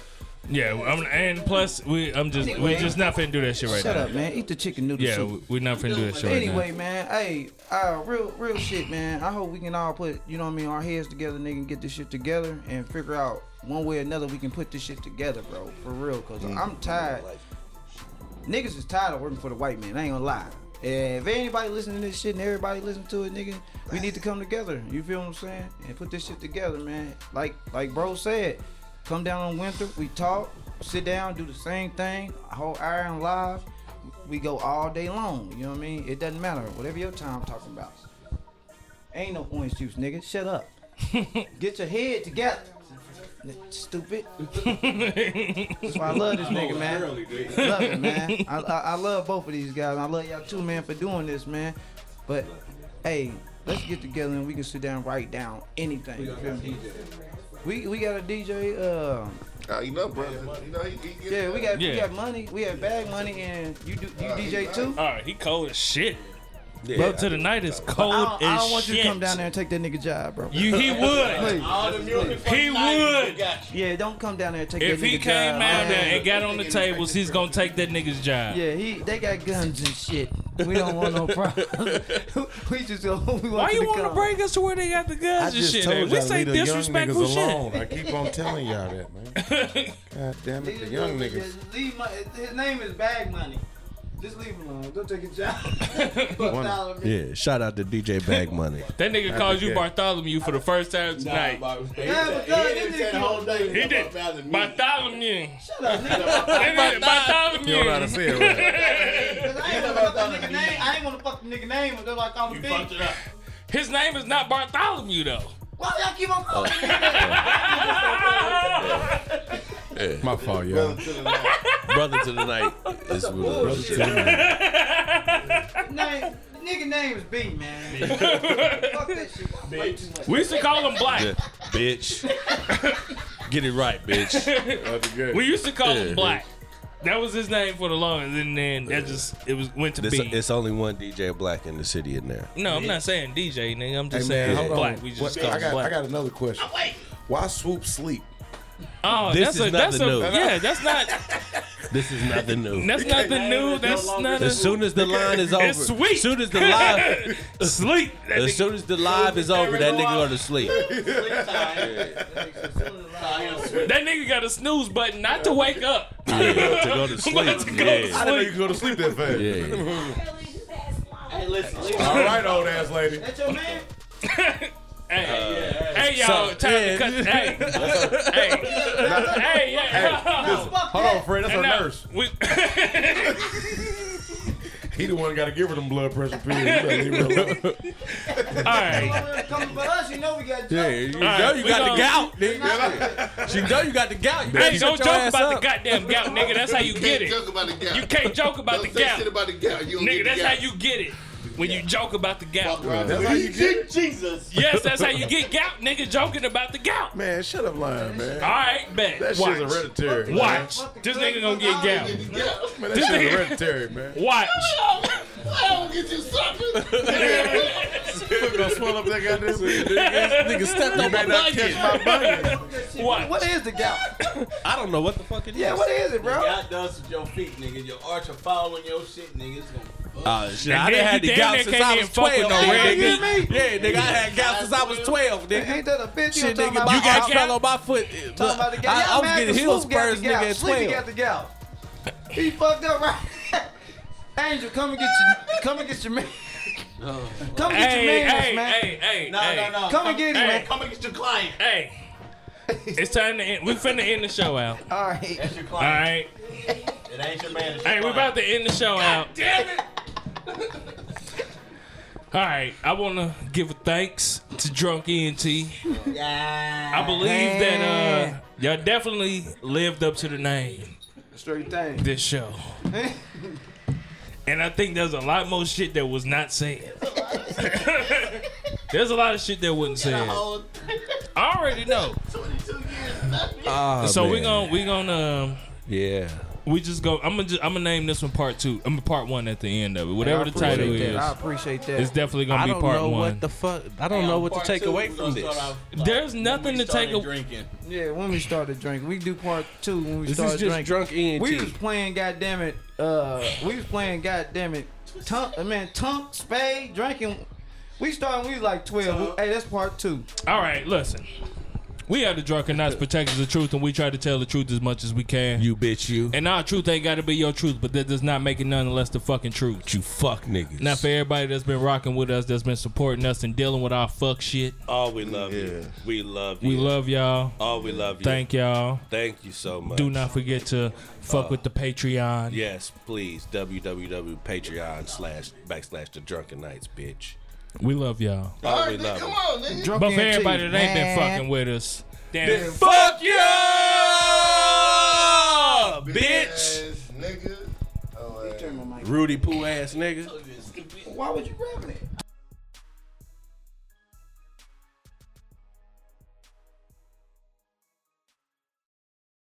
Speaker 8: Yeah, I'm, and plus we. I'm just. We're just not finna do that shit right
Speaker 5: Shut
Speaker 8: now.
Speaker 5: up, man. Eat the chicken noodle
Speaker 8: Yeah,
Speaker 5: soup.
Speaker 8: we- we're not finna do that shit right
Speaker 5: anyway,
Speaker 8: now.
Speaker 5: man, hey, uh, real, real shit, man. I hope we can all put, you know what I mean, our heads together, nigga, and get this shit together and figure out one way or another we can put this shit together, bro, for real. because i I'm tired. Niggas is tired of working for the white man. I ain't gonna lie. And if anybody listening to this shit and everybody listen to it, nigga, we need to come together. You feel what I'm saying? And put this shit together, man. Like like bro said, come down on Winthrop, we talk, sit down, do the same thing, a whole iron live. We go all day long. You know what I mean? It doesn't matter. Whatever your time talking about. Ain't no orange juice, nigga. Shut up. Get your head together. Stupid. That's why I love this nigga, man. Love it, man. I, I, I love both of these guys. I love y'all too, man, for doing this, man. But hey, let's get together and we can sit down, and write down anything. you feel me? We we got a DJ. Uh,
Speaker 3: Oh, you know, brother. You know, he, he get
Speaker 5: yeah,
Speaker 3: it
Speaker 5: we
Speaker 3: done.
Speaker 5: got we got money. We have bag money, and you do you DJ too.
Speaker 2: All right, he cold as shit.
Speaker 7: Yeah,
Speaker 2: Bro, to the night is
Speaker 5: But
Speaker 2: cold
Speaker 5: I don't,
Speaker 2: as
Speaker 5: I don't want
Speaker 2: shit.
Speaker 5: you to come down there and take that nigga job, bro.
Speaker 2: You- he would. All the music from He the 90s, would.
Speaker 5: Yeah, don't come down there and take
Speaker 2: If
Speaker 5: that nigga
Speaker 2: he came
Speaker 5: job.
Speaker 2: out there
Speaker 5: man.
Speaker 2: and got on the tables, he's gonna take that nigga's job.
Speaker 5: Yeah, he they got guns and shit. We don't
Speaker 2: [LAUGHS]
Speaker 5: want no problem. [LAUGHS] we just go. We want
Speaker 2: Why you
Speaker 5: want
Speaker 2: wanna bring us to where they got the guns and shit? at? We say disrespectful shit.
Speaker 12: I keep on telling y'all that, man. God damn it, the young niggas.
Speaker 5: Leave my, his name is Bag Money. Just leave him alone. Go take a job. Bartholomew.
Speaker 1: Yeah, shout out to DJ Bag Money.
Speaker 2: That nigga
Speaker 1: That's
Speaker 2: calls you
Speaker 1: okay.
Speaker 2: Bartholomew for the first time tonight.
Speaker 8: Yeah, but God, he this said the nigga- whole
Speaker 2: [LAUGHS]
Speaker 8: day
Speaker 2: He did. Bartholomew.
Speaker 5: Shut
Speaker 8: [LAUGHS]
Speaker 5: up,
Speaker 2: nigga. Bartholomew.
Speaker 12: You don't know how to say it right.
Speaker 5: Cause I ain't wanna fuck that nigga name. I ain't wanna fuck the nigga name until I call him big.
Speaker 2: His name is not Bartholomew though.
Speaker 5: Why y'all keep on
Speaker 12: Oh.
Speaker 5: calling me?
Speaker 12: My fault, y'all.
Speaker 8: Brother to the night
Speaker 5: [LAUGHS]
Speaker 8: is with us.
Speaker 5: name? Nigga name is B, man.
Speaker 8: [LAUGHS]
Speaker 5: fuck that shit. Y'all play too much.
Speaker 2: We used to call him Black.
Speaker 8: Yeah, bitch. Get it right, bitch.
Speaker 2: We used to call
Speaker 8: Yeah.
Speaker 2: him Black. That was his name for the longest, and then that just it was went to
Speaker 8: It's,
Speaker 2: be.
Speaker 8: it's only one DJ Black in the city in there.
Speaker 2: No, I'm not saying DJ, nigga. I'm
Speaker 12: Hey,
Speaker 2: just
Speaker 12: man,
Speaker 2: saying
Speaker 12: hold on.
Speaker 2: Black. We just
Speaker 12: What-
Speaker 2: call
Speaker 12: I,
Speaker 2: him
Speaker 12: got, I
Speaker 2: Black.
Speaker 12: got another question. Why swoop sleep?
Speaker 2: Oh,
Speaker 8: This
Speaker 2: that's
Speaker 8: is
Speaker 2: a that's a
Speaker 8: nothing new.
Speaker 2: yeah. That's not
Speaker 8: This is nothing new.
Speaker 2: that's nothing new. That's not
Speaker 8: As
Speaker 2: a,
Speaker 8: soon as the line is over,
Speaker 2: It's sweet.
Speaker 8: as soon as the live,
Speaker 2: sleep. That
Speaker 8: as [LAUGHS]
Speaker 2: nigga-
Speaker 8: soon as the live is over, that nigga go to sleep.
Speaker 2: That nigga got a snooze button, not to wake up.
Speaker 8: Yeah,
Speaker 2: [LAUGHS]
Speaker 8: to go to sleep.
Speaker 2: About to go to
Speaker 8: Yeah.
Speaker 12: I didn't know you could go to sleep that fast.
Speaker 5: Hey, listen, listen.
Speaker 12: All right, old ass lady.
Speaker 5: That's your man?
Speaker 2: Hey, hey, y'all,
Speaker 8: so-
Speaker 2: time to cut. Hey, hey, hey, yeah.
Speaker 12: Hold on, Fred. That's a
Speaker 2: And now,
Speaker 12: nurse.
Speaker 2: we- [LAUGHS]
Speaker 12: He the one got to give her them blood pressure pills. You better leave her alone.
Speaker 2: all right,
Speaker 5: Coming for us, you know we
Speaker 8: [LAUGHS]
Speaker 5: got
Speaker 8: Yeah,
Speaker 5: jokes.
Speaker 8: you
Speaker 2: right,
Speaker 8: know you
Speaker 2: we
Speaker 8: got
Speaker 2: gonna-
Speaker 8: the gout, nigga. You know you got the gout. You better
Speaker 2: hey, don't
Speaker 8: shut
Speaker 2: joke
Speaker 8: your ass
Speaker 2: about
Speaker 8: up.
Speaker 2: the goddamn gout, nigga. That's how you get
Speaker 3: Can't
Speaker 2: it.
Speaker 3: joke about the gout.
Speaker 2: You can't joke about
Speaker 3: Don't
Speaker 2: the
Speaker 3: say
Speaker 2: gout,
Speaker 3: shit about the gout. You don't
Speaker 2: nigga.
Speaker 3: get
Speaker 2: That's
Speaker 3: the
Speaker 2: how
Speaker 3: gout.
Speaker 2: you get it when you joke about the gout.
Speaker 12: That's how you get it.
Speaker 8: Jesus.
Speaker 2: Yes, that's how you get gout, nigga. Joking about the gout.
Speaker 12: Man, shut up, lying, man.
Speaker 2: All right, bet.
Speaker 12: That
Speaker 2: Watch.
Speaker 12: shit's hereditary. man.
Speaker 2: Watch. This nigga gonna get gout.
Speaker 12: Man, that shit's hereditary,
Speaker 2: [LAUGHS]
Speaker 12: man.
Speaker 14: [LAUGHS]
Speaker 2: Watch.
Speaker 3: I don't get you something.
Speaker 12: gonna swell up that goddamn
Speaker 8: Nigga stepped on my bucket.
Speaker 2: Watch.
Speaker 5: What is the gout?
Speaker 8: I don't know what the fuck it is.
Speaker 5: Yeah, what is it, bro?
Speaker 14: Got dust with your feet, nigga. Your arch will fall on your shit, nigga. It's gonna
Speaker 1: Uh,
Speaker 8: Oh shit!
Speaker 2: And
Speaker 8: I done
Speaker 2: then
Speaker 8: had
Speaker 2: you
Speaker 8: the
Speaker 2: damn
Speaker 8: gout
Speaker 2: near
Speaker 8: since
Speaker 2: can't
Speaker 8: I
Speaker 2: even
Speaker 8: was
Speaker 2: fuck with
Speaker 8: twelve.
Speaker 2: no
Speaker 8: nigga.
Speaker 2: red
Speaker 8: Yeah, nigga, I had gout since I was twelve, nigga.
Speaker 5: Ain't that a bitch? You
Speaker 8: Shit,
Speaker 5: talking
Speaker 8: nigga,
Speaker 5: about
Speaker 8: you got
Speaker 5: gout?
Speaker 8: fell on my foot.
Speaker 5: Talking about the gout.
Speaker 8: I,
Speaker 5: Y'all
Speaker 8: I was
Speaker 5: mad 'cause
Speaker 8: getting heel
Speaker 5: Swoop got
Speaker 8: spurs,
Speaker 5: the gout.
Speaker 8: nigga, at
Speaker 5: Sleepy
Speaker 8: twelve.
Speaker 5: got the gout. He fucked up right. [LAUGHS] Angel, come and get your, come and get your man.
Speaker 8: Oh.
Speaker 5: Come and get
Speaker 2: Hey,
Speaker 5: your man,
Speaker 2: hey,
Speaker 5: man.
Speaker 2: hey, hey,
Speaker 14: No,
Speaker 2: hey.
Speaker 14: no, no.
Speaker 5: Come and get him,
Speaker 2: Hey.
Speaker 5: man.
Speaker 14: Come and get your client.
Speaker 2: Hey, it's time to end. We finna end the show out.
Speaker 5: All right.
Speaker 14: That's your
Speaker 2: All
Speaker 14: client.
Speaker 2: right.
Speaker 14: It ain't your man. It's your
Speaker 2: Hey, we
Speaker 14: client.
Speaker 2: about to end the show out.
Speaker 14: Damn it.
Speaker 2: [LAUGHS] All right. I wanna give a thanks to Drunk ENT.
Speaker 14: Yeah.
Speaker 2: I believe that uh, y'all definitely lived up to the name
Speaker 5: Straight thing.
Speaker 2: this show. And I think there's a lot more shit that was not said. [LAUGHS] there's a lot of shit that wasn't said. I already know.
Speaker 8: Ah,
Speaker 2: So we
Speaker 8: man.
Speaker 2: gon' we gonna um,
Speaker 8: Yeah.
Speaker 2: we just go. I'm gonna just, I'm gonna name this one part two. I'm part one at the end of it.
Speaker 5: I
Speaker 2: Whatever the title
Speaker 5: appreciate
Speaker 2: is,
Speaker 5: that. I appreciate that.
Speaker 2: it's definitely gonna
Speaker 8: I
Speaker 2: be
Speaker 8: don't
Speaker 2: part
Speaker 8: know
Speaker 2: one.
Speaker 8: what the fuck. I don't know what to
Speaker 14: Part
Speaker 8: take
Speaker 14: two,
Speaker 8: away
Speaker 14: we
Speaker 8: from
Speaker 14: gonna
Speaker 8: this.
Speaker 14: start off, uh,
Speaker 2: There's
Speaker 14: when
Speaker 2: nothing
Speaker 14: we
Speaker 2: to take
Speaker 14: started
Speaker 2: away.
Speaker 14: Drinking.
Speaker 5: yeah, when we started drinking, we do part two when we
Speaker 8: This
Speaker 5: started
Speaker 8: is just
Speaker 5: drinking.
Speaker 8: drunk E
Speaker 5: We was
Speaker 8: ENT.
Speaker 5: playing goddamn it. Uh, we was playing goddamn it. Tunk, uh, man, tunk, spade, drinking. We started. when We was like twelve. Hey, that's part two.
Speaker 2: All right, listen.
Speaker 8: We are the Drunken Knights protectors of truth, and we try to tell the truth as much as we can.
Speaker 1: You bitch, you.
Speaker 8: And our truth ain't got to be your truth, but that does not make it none unless the fucking truth.
Speaker 1: You fuck niggas.
Speaker 8: Now, for everybody that's been rocking with us, that's been supporting us and dealing with our fuck shit,
Speaker 7: Oh, we love you. We love you.
Speaker 8: we love y'all.
Speaker 7: Oh, we love you.
Speaker 8: Thank y'all.
Speaker 7: Thank you so much.
Speaker 8: Do not forget to fuck
Speaker 7: Uh,
Speaker 8: with the Patreon.
Speaker 7: Yes, please. E. www.patreon slash backslash the drunken nights, bitch.
Speaker 8: We love y'all.
Speaker 7: Oh, we love you.
Speaker 8: But for everybody that ain't been fucking with us, damn
Speaker 7: Then fuck you, bitch.
Speaker 3: Nigga.
Speaker 7: Rudy poo ass nigga.
Speaker 15: Why would you grabbing it?